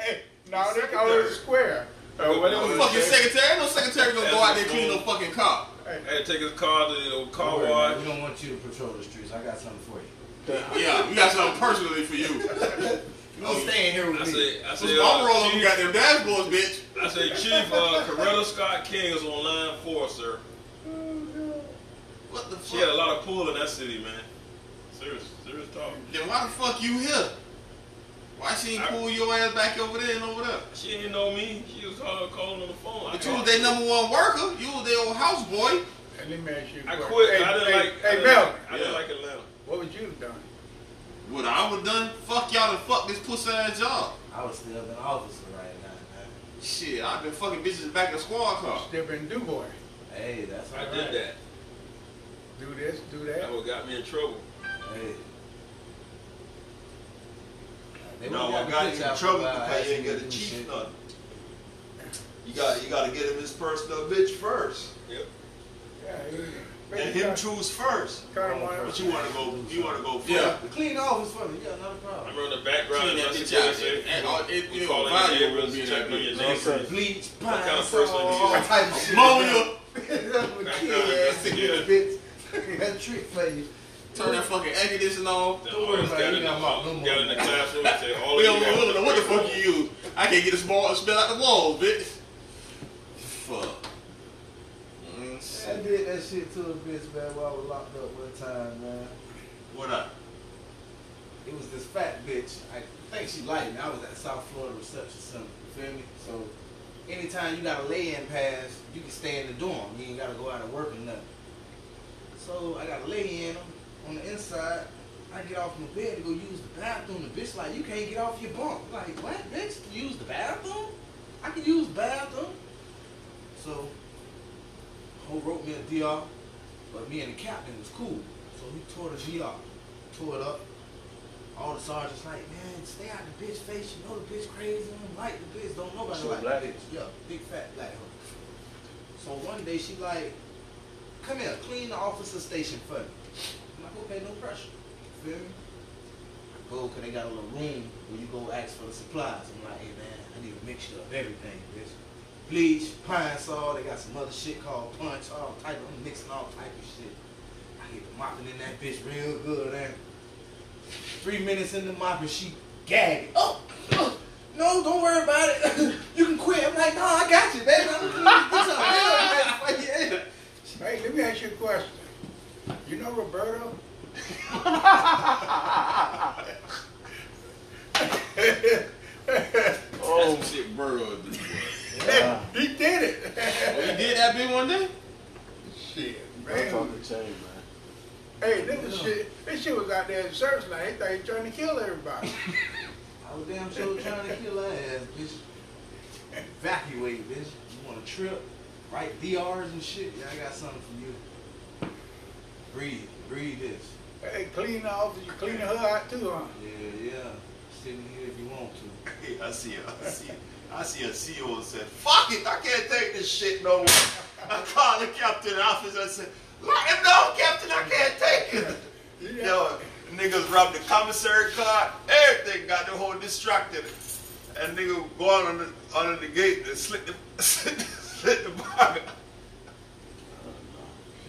Speaker 7: Hey, no, they call it a square. Uh, what it
Speaker 6: No,
Speaker 7: was-
Speaker 3: fucking secretary. Ain't no secretary gonna go out there and clean no fucking car.
Speaker 6: I had to take his car to the
Speaker 2: Don't
Speaker 6: car
Speaker 2: worry, man.
Speaker 6: wash.
Speaker 2: We don't want you to patrol the streets. I got something for you.
Speaker 3: Yeah, we got something personally for you.
Speaker 2: You don't stay in here with
Speaker 6: I
Speaker 2: me.
Speaker 6: said, I said,
Speaker 3: I'm
Speaker 6: uh,
Speaker 3: rolling. We
Speaker 6: chief,
Speaker 3: got them dashboards, bitch.
Speaker 6: I said, Chief, uh, Coretta Scott King is on line four, sir.
Speaker 3: What the
Speaker 6: She had a
Speaker 3: fuck?
Speaker 6: lot of pull in that city, man. Serious, serious talk.
Speaker 3: Then why the fuck you here? Why she ain't pull your ass back over there and over there?
Speaker 6: She didn't know me. She was calling, calling on the phone. I
Speaker 3: But you
Speaker 6: called-
Speaker 3: was their number one worker. You was their old house boy.
Speaker 7: Hey, Let me ask you. a
Speaker 6: I
Speaker 7: question.
Speaker 6: quit.
Speaker 7: Hey,
Speaker 6: I didn't
Speaker 7: hey,
Speaker 6: like. I
Speaker 7: Hey,
Speaker 6: didn't
Speaker 7: Mel,
Speaker 6: like- I didn't
Speaker 3: Yeah.
Speaker 6: like Atlanta.
Speaker 7: what would you have done?
Speaker 3: What I would done? Fuck y'all and fuck this pussy ass job.
Speaker 2: I was still an officer right now,
Speaker 3: Shit, I've been fucking bitches back in the squad car.
Speaker 7: Still been du boy.
Speaker 2: man. Hey, that's
Speaker 6: I
Speaker 2: all
Speaker 6: did
Speaker 2: right.
Speaker 6: that.
Speaker 7: Do this, do
Speaker 6: That
Speaker 7: that.
Speaker 6: what got me in trouble.
Speaker 2: Hey. They
Speaker 8: No,
Speaker 2: would've
Speaker 8: I
Speaker 2: the
Speaker 8: got you
Speaker 2: picture
Speaker 8: in
Speaker 2: out
Speaker 8: trouble
Speaker 2: for a while,
Speaker 8: because you
Speaker 2: asking
Speaker 8: ain't
Speaker 2: me
Speaker 8: got
Speaker 2: to
Speaker 8: a
Speaker 2: do shit.
Speaker 8: chief nothing. You got you got to get him his personal bitch first,
Speaker 7: Yeah, he-
Speaker 8: and him choose first.
Speaker 7: Cut him on.
Speaker 8: But you want to go, you want to go first.
Speaker 3: Yeah.
Speaker 2: Clean the office for me. Yeah, not a
Speaker 6: I
Speaker 2: problem.
Speaker 6: remember in the background of
Speaker 3: Clean
Speaker 6: my
Speaker 3: that bitch out.
Speaker 6: situation.
Speaker 3: And all- it-
Speaker 6: We
Speaker 3: it-
Speaker 6: calling
Speaker 3: Vine
Speaker 6: your neighbors,
Speaker 3: won't be in
Speaker 6: checking
Speaker 3: that
Speaker 6: on your
Speaker 3: bitch.
Speaker 6: neighbors.
Speaker 2: Bleach, pine,
Speaker 6: What kind of
Speaker 2: salt,
Speaker 6: person do you
Speaker 2: all
Speaker 6: use?
Speaker 2: type of shit.
Speaker 3: Ammonia.
Speaker 2: That's what
Speaker 6: Back
Speaker 2: kid
Speaker 6: down.
Speaker 2: ass
Speaker 6: Yeah.
Speaker 2: bitch. That trick for you.
Speaker 3: Turn that fucking air conditioning on.
Speaker 6: Then
Speaker 2: Don't
Speaker 6: all
Speaker 2: worry
Speaker 6: of us
Speaker 2: about it,
Speaker 6: got in
Speaker 2: you
Speaker 6: the
Speaker 2: got my
Speaker 6: got
Speaker 2: number.
Speaker 6: in the classroom and said, all
Speaker 3: We
Speaker 6: of
Speaker 3: don't, we
Speaker 6: you
Speaker 3: don't
Speaker 6: got
Speaker 3: know what the fuck you use. I can't get a small smell out the wall, bitch. Fuck. Mm,
Speaker 2: I did that shit to a bitch, man, while I was locked up one time, man.
Speaker 8: What I?
Speaker 2: it was this fat bitch. I think she liked me. I was at South Florida Reception Center. You feel me? So anytime you got a lay-in pass, you can stay in the dorm. You ain't gotta go out and work or nothing. So I got a lay-in on the inside. I get off my bed to go use the bathroom. The bitch like, you can't get off your bunk. I'm Like, what, bitch? Use the bathroom? I can use the bathroom. So, who wrote me a DR, but me and the captain was cool. So we tore the VR, tore it up. All the sergeants like, man, stay out the bitch face. You know the bitch crazy. I don't like the bitch. Don't nobody
Speaker 1: She
Speaker 2: like
Speaker 1: black?
Speaker 2: the bitch. Yeah, big fat black hoe. So one day she like, come here, clean the officer station for me. I'm like, okay, no pressure. You feel me? Go, cause they got a little room where you go ask for the supplies. I'm like, hey man, I need a mixture of everything, bitch. Bleach, pine saw, they got some other shit called punch, all type of, I'm mixing all type of shit. I get the mopping in that bitch real good, man. Three minutes in the mopping, she gagging. Oh, oh, no, don't worry about it. you can quit. I'm like, no, I got you, baby. I'm gonna do this bitch up. Yeah, yeah.
Speaker 7: Hey, let me ask you a question. You know Roberto?
Speaker 3: Oh shit, Burrow. did.
Speaker 7: he did it.
Speaker 3: Oh, he did that big one day.
Speaker 7: shit,
Speaker 1: I'm
Speaker 7: man.
Speaker 1: talking to change, man.
Speaker 7: Hey, this is shit. This shit was out there in service line. They thought he trying to kill everybody.
Speaker 2: I was damn sure trying to kill her ass, bitch. Evacuate, bitch. You want a trip? Write DRs and shit? Yeah, I got something for you. Breathe, breathe this.
Speaker 7: hey, clean the office. You cleaning her out too, huh?
Speaker 2: Yeah, yeah. Sit in here if you want to.
Speaker 3: Hey, I see her. I see her. I see a CEO and said, fuck it, I can't take this shit no more. I called the captain office and said, let him know, Captain, I can't take it. Yo, niggas robbed the commissary car, everything got the whole distracted. And nigga go out under, under the gate and slit the, slit the, slit the bar.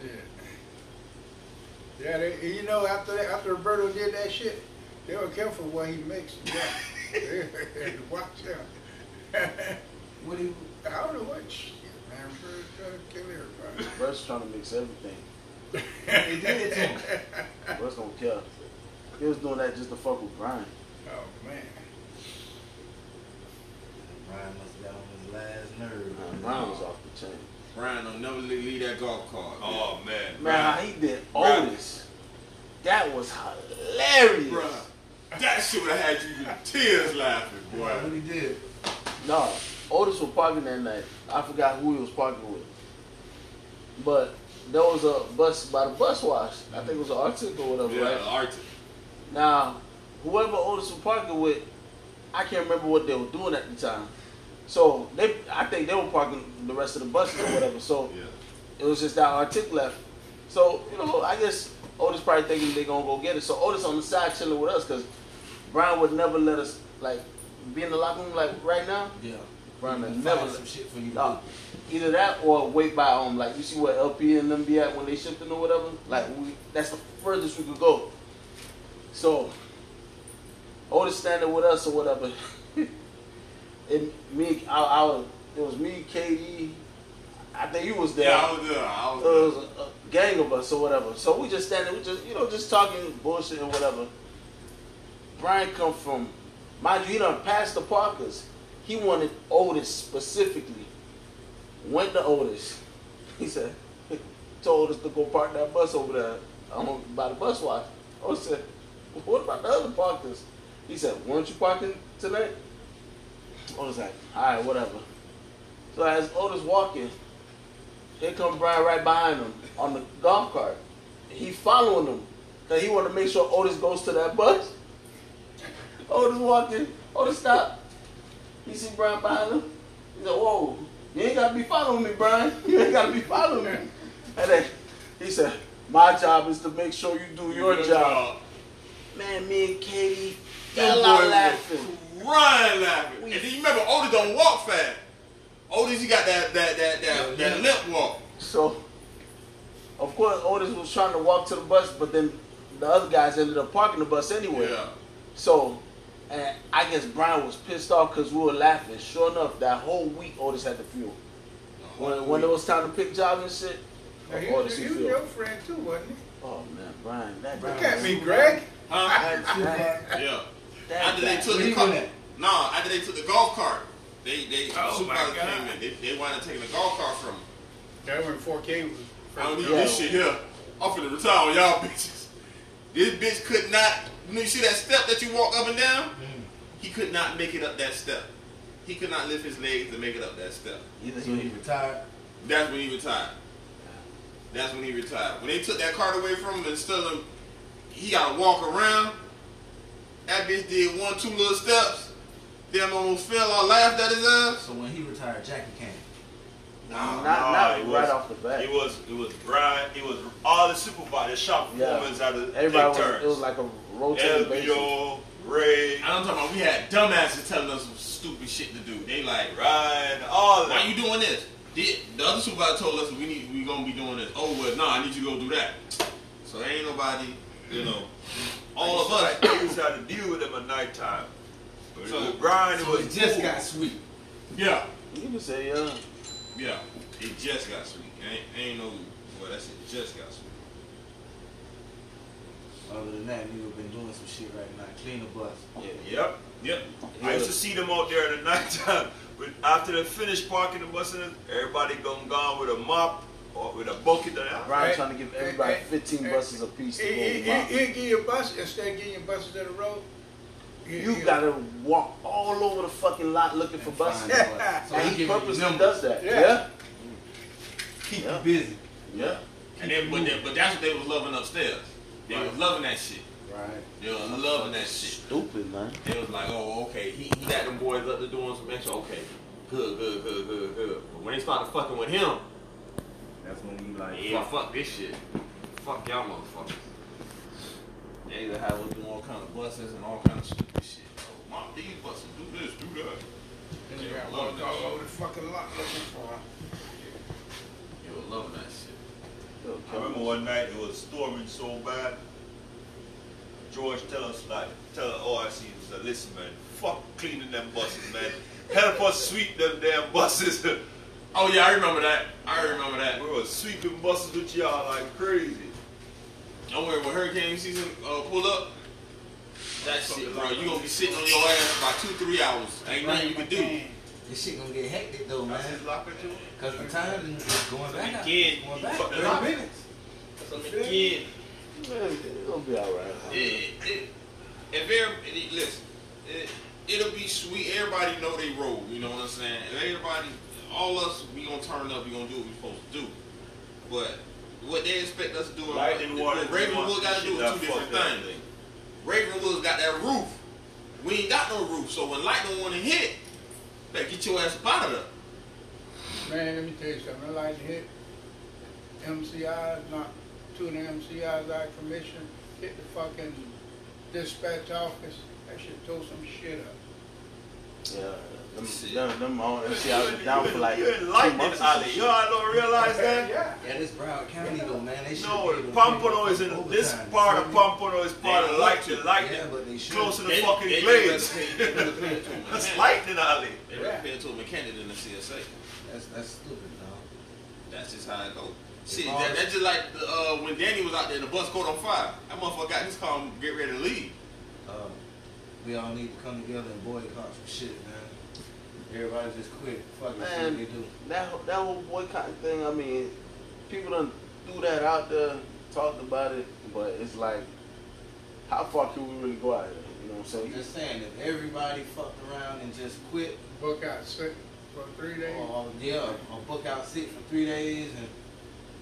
Speaker 7: Shit. Yeah, they, you know after that, after Roberto did that shit, they were careful what he mixed. Yeah. Watch out.
Speaker 2: What do you
Speaker 7: I don't know what shit, man. Roberto trying to kill everybody.
Speaker 1: Uh, Russ trying to mix everything.
Speaker 2: they did it to him?
Speaker 1: Russ don't care. He was doing that just to fuck with Brian.
Speaker 7: Oh man.
Speaker 2: Brian must have got on his last nerve.
Speaker 1: Nah,
Speaker 2: man.
Speaker 1: Brian was off the chain.
Speaker 4: Brian don't never leave leave that golf cart.
Speaker 3: Oh man.
Speaker 1: Man, he did Otis. That was hilarious.
Speaker 3: Bruh, that shit would have had you in tears laughing,
Speaker 2: Yeah,
Speaker 3: boy.
Speaker 2: what he did.
Speaker 1: No, Otis was parking that night. I forgot who he was parking with. But there was a bus by the bus wash. I think it was an artist or whatever,
Speaker 3: Yeah,
Speaker 1: right?
Speaker 3: Arctic.
Speaker 1: Now, whoever Otis was parking with, I can't remember what they were doing at the time. So they, I think they were parking the rest of the buses or whatever. So
Speaker 3: Yeah.
Speaker 1: it was just that Artic left. So you know, I guess Otis probably thinking they gonna go get it. So Otis on the side chilling with us because Brian would never let us like be in the locker room like right now.
Speaker 2: Yeah.
Speaker 1: Brian would
Speaker 2: Find
Speaker 1: never
Speaker 2: some shit for you. to
Speaker 1: Nah, um, either that or wait by home. Like you see where LP and them be at when they shifting or whatever. Like we, that's the furthest we could go. So Otis standing with us or whatever. and me, I, I was, it was me, KD. I think you was there.
Speaker 3: Yeah, I was there. I was
Speaker 1: it
Speaker 3: there.
Speaker 1: was a, a gang of us or whatever. So we just standing, we just you know just talking bullshit or whatever. Brian come from, mind you, he done passed the Parkers. He wanted Otis specifically. Went to Otis. He said, told us to go park that bus over there um, by the bus wash. Otis said, what about the other Parkers? He said, weren't you parking tonight? Otis like, all right, whatever. So as Otis walking, here come Brian right behind him on the golf cart. He following him. Cause he want to make sure Otis goes to that bus. Otis walking. Otis stop. He see Brian behind him. He said, "Whoa, you ain't gotta be following me, Brian. You ain't gotta be following me." And then he said, "My job is to make sure you do your
Speaker 3: Good
Speaker 1: job." Man, me and Katie
Speaker 3: That
Speaker 1: fell
Speaker 3: boy
Speaker 1: out
Speaker 3: was
Speaker 1: laughing.
Speaker 3: Crying laughing. And then you remember Otis don't walk fast. Otis he got that that that that, that limp walk.
Speaker 1: So, of course, Otis was trying to walk to the bus, but then the other guys ended up parking the bus anyway.
Speaker 3: Yeah.
Speaker 1: So, and I guess Brian was pissed off because we were laughing. Sure enough, that whole week Otis had the fuel. When, when it was time to pick jobs and shit,
Speaker 7: Now,
Speaker 1: oh,
Speaker 7: he was,
Speaker 1: Otis
Speaker 7: he
Speaker 1: the
Speaker 7: was your
Speaker 1: fuel.
Speaker 7: friend too, wasn't he?
Speaker 1: Oh man, Brian, that
Speaker 7: Look
Speaker 1: guy
Speaker 7: at
Speaker 1: was-
Speaker 7: me, Greg.
Speaker 3: Huh? yeah. After they took the car, no, after they took the golf cart, they they
Speaker 6: Oh,
Speaker 3: supervisor
Speaker 6: my God.
Speaker 3: came in. They, they wound up taking the golf cart from. 'em.
Speaker 7: That one 4K was.
Speaker 3: I don't need this shit here. I'm finna retire on y'all bitches. This bitch could not. You see that step that you walk up and down? He could not make it up that step. He could not lift his legs to make it up that step.
Speaker 2: You think when he retired?
Speaker 3: That's when he retired. That's when he retired. When they took that card away from him and still him, he got to walk around. That bitch did one, two little steps. Them almost fell. I laughed at his ass.
Speaker 2: So when he retired, Jackie came.
Speaker 8: No,
Speaker 3: Not-
Speaker 8: no,
Speaker 1: not
Speaker 8: it
Speaker 1: right
Speaker 8: was-
Speaker 1: off the bat.
Speaker 8: It was it was Brian. It was all the supervisors, shop
Speaker 1: Yeah.
Speaker 8: performers out of
Speaker 1: Everybody
Speaker 8: take
Speaker 1: was,
Speaker 8: turns.
Speaker 1: it was like a rotating basis.
Speaker 8: Elvio, Ray,
Speaker 3: I don't talk about we had dumbasses telling us some stupid shit to do. They like,
Speaker 8: Ryan, all of
Speaker 3: why
Speaker 8: them.
Speaker 3: you doing this? The, the other supervisor told us we need we gonna be doing this. Oh well, nah, I need you to go do that. So there ain't nobody, you know, all of us.
Speaker 8: I used to have to deal with them at nighttime. But
Speaker 3: So-
Speaker 8: with Brian, it
Speaker 2: So
Speaker 8: was
Speaker 2: it just
Speaker 8: cool.
Speaker 2: got sweet.
Speaker 3: Yeah.
Speaker 1: You can say, yeah.
Speaker 3: Yeah, it just got sweet. Ain't, ain't no, boy, that shit just got sweet.
Speaker 2: Other than that, nigga been doing some shit right now. Clean the bus.
Speaker 8: Yep.
Speaker 3: Yep.
Speaker 8: I used to see them out there in the nighttime. But after they finished parking the bus, and everybody gone gone with a mop or with a bucket. Down.
Speaker 1: Brian
Speaker 7: Hey,
Speaker 1: trying to give everybody
Speaker 7: hey,
Speaker 1: 15
Speaker 7: hey,
Speaker 1: buses a piece to
Speaker 7: He,
Speaker 1: go
Speaker 7: he,
Speaker 1: mop.
Speaker 7: he, he give you a bus instead of getting your buses to the road.
Speaker 1: You gotta walk all over the fucking lot looking for buses.
Speaker 2: So
Speaker 1: And he
Speaker 2: giving you
Speaker 1: purposely
Speaker 2: numbers.
Speaker 1: does that.
Speaker 7: Yeah.
Speaker 1: Yeah.
Speaker 2: Keep
Speaker 1: Yeah.
Speaker 2: you busy.
Speaker 1: Yeah.
Speaker 3: And then, but, then, but that's what they was loving upstairs. They was loving that shit.
Speaker 2: Right.
Speaker 3: They was loving that shit.
Speaker 1: Stupid, man.
Speaker 3: They was like, oh, okay, he, he got them boys up to doing some extra. Okay, good, good, good, good, good. But when they started fucking with him,
Speaker 8: That's when we like,
Speaker 3: yeah, fuck, this shit. Fuck y'all motherfuckers. They either have us do all kind of buses and all kind of stupid shit. Oh, mom, these buses do this, do that.
Speaker 7: Then you gotta walk all over the fucking lot looking for 'em.
Speaker 3: They was loving that shit.
Speaker 8: I remember one night it was storming so bad. George tell us like, tell the ORC, he said, listen man, fuck cleaning them buses, man. Help us sweep them damn buses. we
Speaker 3: Oh yeah, I remember that. I remember that.
Speaker 8: were sweeping buses with y'all like crazy.
Speaker 3: Don't worry, when hurricane season uh, pull up, that shit, bro, you gonna be sitting on your ass for about two, three hours. Ain't nothing you can do.
Speaker 2: This shit gonna get hectic
Speaker 1: Oh,
Speaker 2: though, man.
Speaker 8: locker too.
Speaker 2: Cause the time is going back. up.
Speaker 3: Again,
Speaker 2: Going
Speaker 3: you
Speaker 2: back.
Speaker 3: fucking
Speaker 2: Thirty
Speaker 3: up.
Speaker 2: minutes.
Speaker 3: Again,
Speaker 1: Man, it'll be all right.
Speaker 3: it, it, if every, it- listen, it, it'll be sweet. Everybody know they roll. You know what I'm saying? And everybody, all us, we gonna turn up. We gonna do what we supposed to do. But what they expect us to do,
Speaker 8: Light and water,
Speaker 3: what Ravenwood got to do is two different things. Ravenwood's got that roof. We ain't got no roof, so when light don't want to hit, better get your ass up out of there.
Speaker 7: Man, let me tell you something. I like to hit MCIs, not two of the MCIs I commissioned. Hit the fucking dispatch office. That should throw some shit up.
Speaker 1: Yeah. Them, them, them all MCIs was down for like
Speaker 8: You're
Speaker 1: two
Speaker 8: in lightning
Speaker 1: months. or some
Speaker 8: alley.
Speaker 1: shit.
Speaker 8: Y'all don't realize that?
Speaker 7: Yeah.
Speaker 2: Yeah, this Broward County though, man. They should
Speaker 8: No,
Speaker 2: be able to
Speaker 8: Pompano
Speaker 2: pay
Speaker 8: is in
Speaker 2: overtime.
Speaker 8: this part of Pompano is part
Speaker 3: They
Speaker 8: of
Speaker 3: want
Speaker 8: lightning,
Speaker 3: to.
Speaker 8: lightning,
Speaker 2: Yeah, but they should.
Speaker 8: close to the
Speaker 3: They-
Speaker 8: fucking
Speaker 3: they
Speaker 8: glades.
Speaker 3: better pay- They better pay it to a
Speaker 8: That's
Speaker 3: mechanic.
Speaker 8: lightning alley.
Speaker 3: They better pay it to a mechanic than the CSA.
Speaker 2: That's that's stupid, dog.
Speaker 3: That's just how it goes. See,
Speaker 2: all-
Speaker 3: that, that's just like the, uh, when Danny was out there and the bus caught on fire. That motherfucker got his car and get ready to leave.
Speaker 2: Uh, we all need to come together and boycott some shit, man. Everybody just quit. Fuck the shit
Speaker 1: Man.
Speaker 2: they do.
Speaker 1: That whole- that whole boycott thing. I mean, people done threw that out there, talked about it, but it's like, how far can we really go out here? You know what I'm
Speaker 2: I'm
Speaker 1: saying?
Speaker 2: just saying, if everybody fucked around and just quit,
Speaker 7: Book out sick for three days.
Speaker 2: or yeah, or book out sick for three days and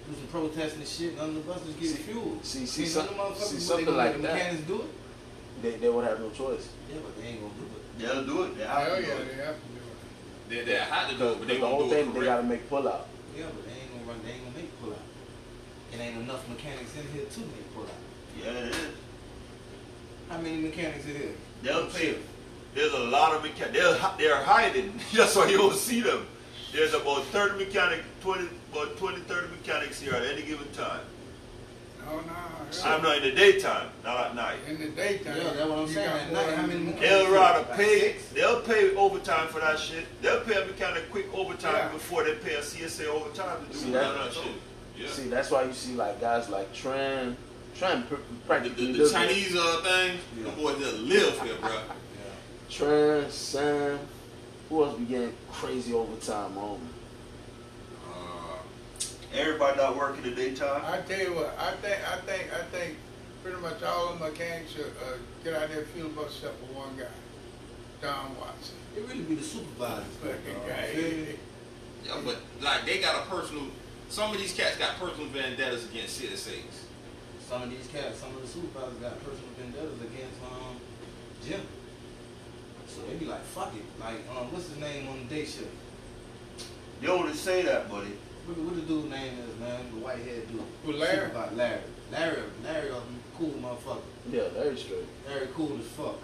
Speaker 2: do some protesting and shit, none of the buses get
Speaker 1: See-
Speaker 2: fuel.
Speaker 1: see- see
Speaker 2: none
Speaker 1: some-
Speaker 2: of the motherfuckers,
Speaker 1: see
Speaker 2: what, they
Speaker 1: something
Speaker 2: gonna let
Speaker 1: like
Speaker 2: the
Speaker 1: that.
Speaker 2: Mechanics do it?
Speaker 1: They, they would have no choice.
Speaker 2: Yeah, but they ain't gonna do it.
Speaker 8: They'll do it. They'll
Speaker 7: Hell yeah, they have to do it.
Speaker 3: They, they had to do it, but
Speaker 1: But
Speaker 3: they
Speaker 1: the
Speaker 3: won't
Speaker 1: whole
Speaker 3: do it
Speaker 1: thing, they
Speaker 3: correct.
Speaker 1: gotta make pull out.
Speaker 2: Yeah, but they ain't gonna run. They ain't gonna make pull out. It ain't enough mechanics in here to make pull out.
Speaker 8: Yeah, it is.
Speaker 2: How many mechanics in here?
Speaker 8: They'll pay. There's a lot of mechanics. They're, hi- they're hiding. That's why you don't see them. There's about 30 mechanics, 20, about 20, 30 mechanics here at any given time.
Speaker 7: No, no.
Speaker 8: I'm not in the daytime, not at night.
Speaker 7: In the daytime.
Speaker 2: Yeah, that's what I'm
Speaker 7: you
Speaker 2: saying.
Speaker 7: got
Speaker 2: At
Speaker 7: more
Speaker 2: night, how
Speaker 7: than-
Speaker 2: many more?
Speaker 8: They'll rather
Speaker 2: About
Speaker 8: pay.
Speaker 2: six.
Speaker 8: They'll pay overtime for that shit. They'll pay a mechanic quick overtime
Speaker 7: Yeah.
Speaker 8: before they pay a CSA overtime to do
Speaker 1: See
Speaker 8: none
Speaker 1: that?
Speaker 8: of that shit.
Speaker 3: Yeah.
Speaker 1: See, that's why you see like guys like Tran, Trying to
Speaker 6: The,
Speaker 1: practically
Speaker 6: the,
Speaker 1: live
Speaker 6: the
Speaker 1: it.
Speaker 6: Chinese uh, thing, the boy just live here, bro.
Speaker 1: Trans, Sam. Who else be getting crazy overtime on?
Speaker 8: Everybody not working the daytime.
Speaker 7: I tell you what, I think, I think, I think pretty much all of my mechanics should uh, get out there and field bus except for one guy, Don Watson.
Speaker 2: It really be the supervisors.
Speaker 7: Fucking
Speaker 2: dog.
Speaker 7: guy.
Speaker 2: Feel me?
Speaker 6: Yeah, but like they got a personal. Some of these cats got personal vendettas against citizens.
Speaker 2: Some of these cats, some of the supervisors got personal vendettas against um Jim. So they be like, fuck it. Like, um, what's his name on the day shift?
Speaker 8: You don't say that, buddy.
Speaker 2: What, what the dude name is, man? The white head dude.
Speaker 7: Who, Larry?
Speaker 2: About Larry. Larry, Larry, a cool motherfucker.
Speaker 1: Yeah, very straight.
Speaker 2: Larry cool as fuck.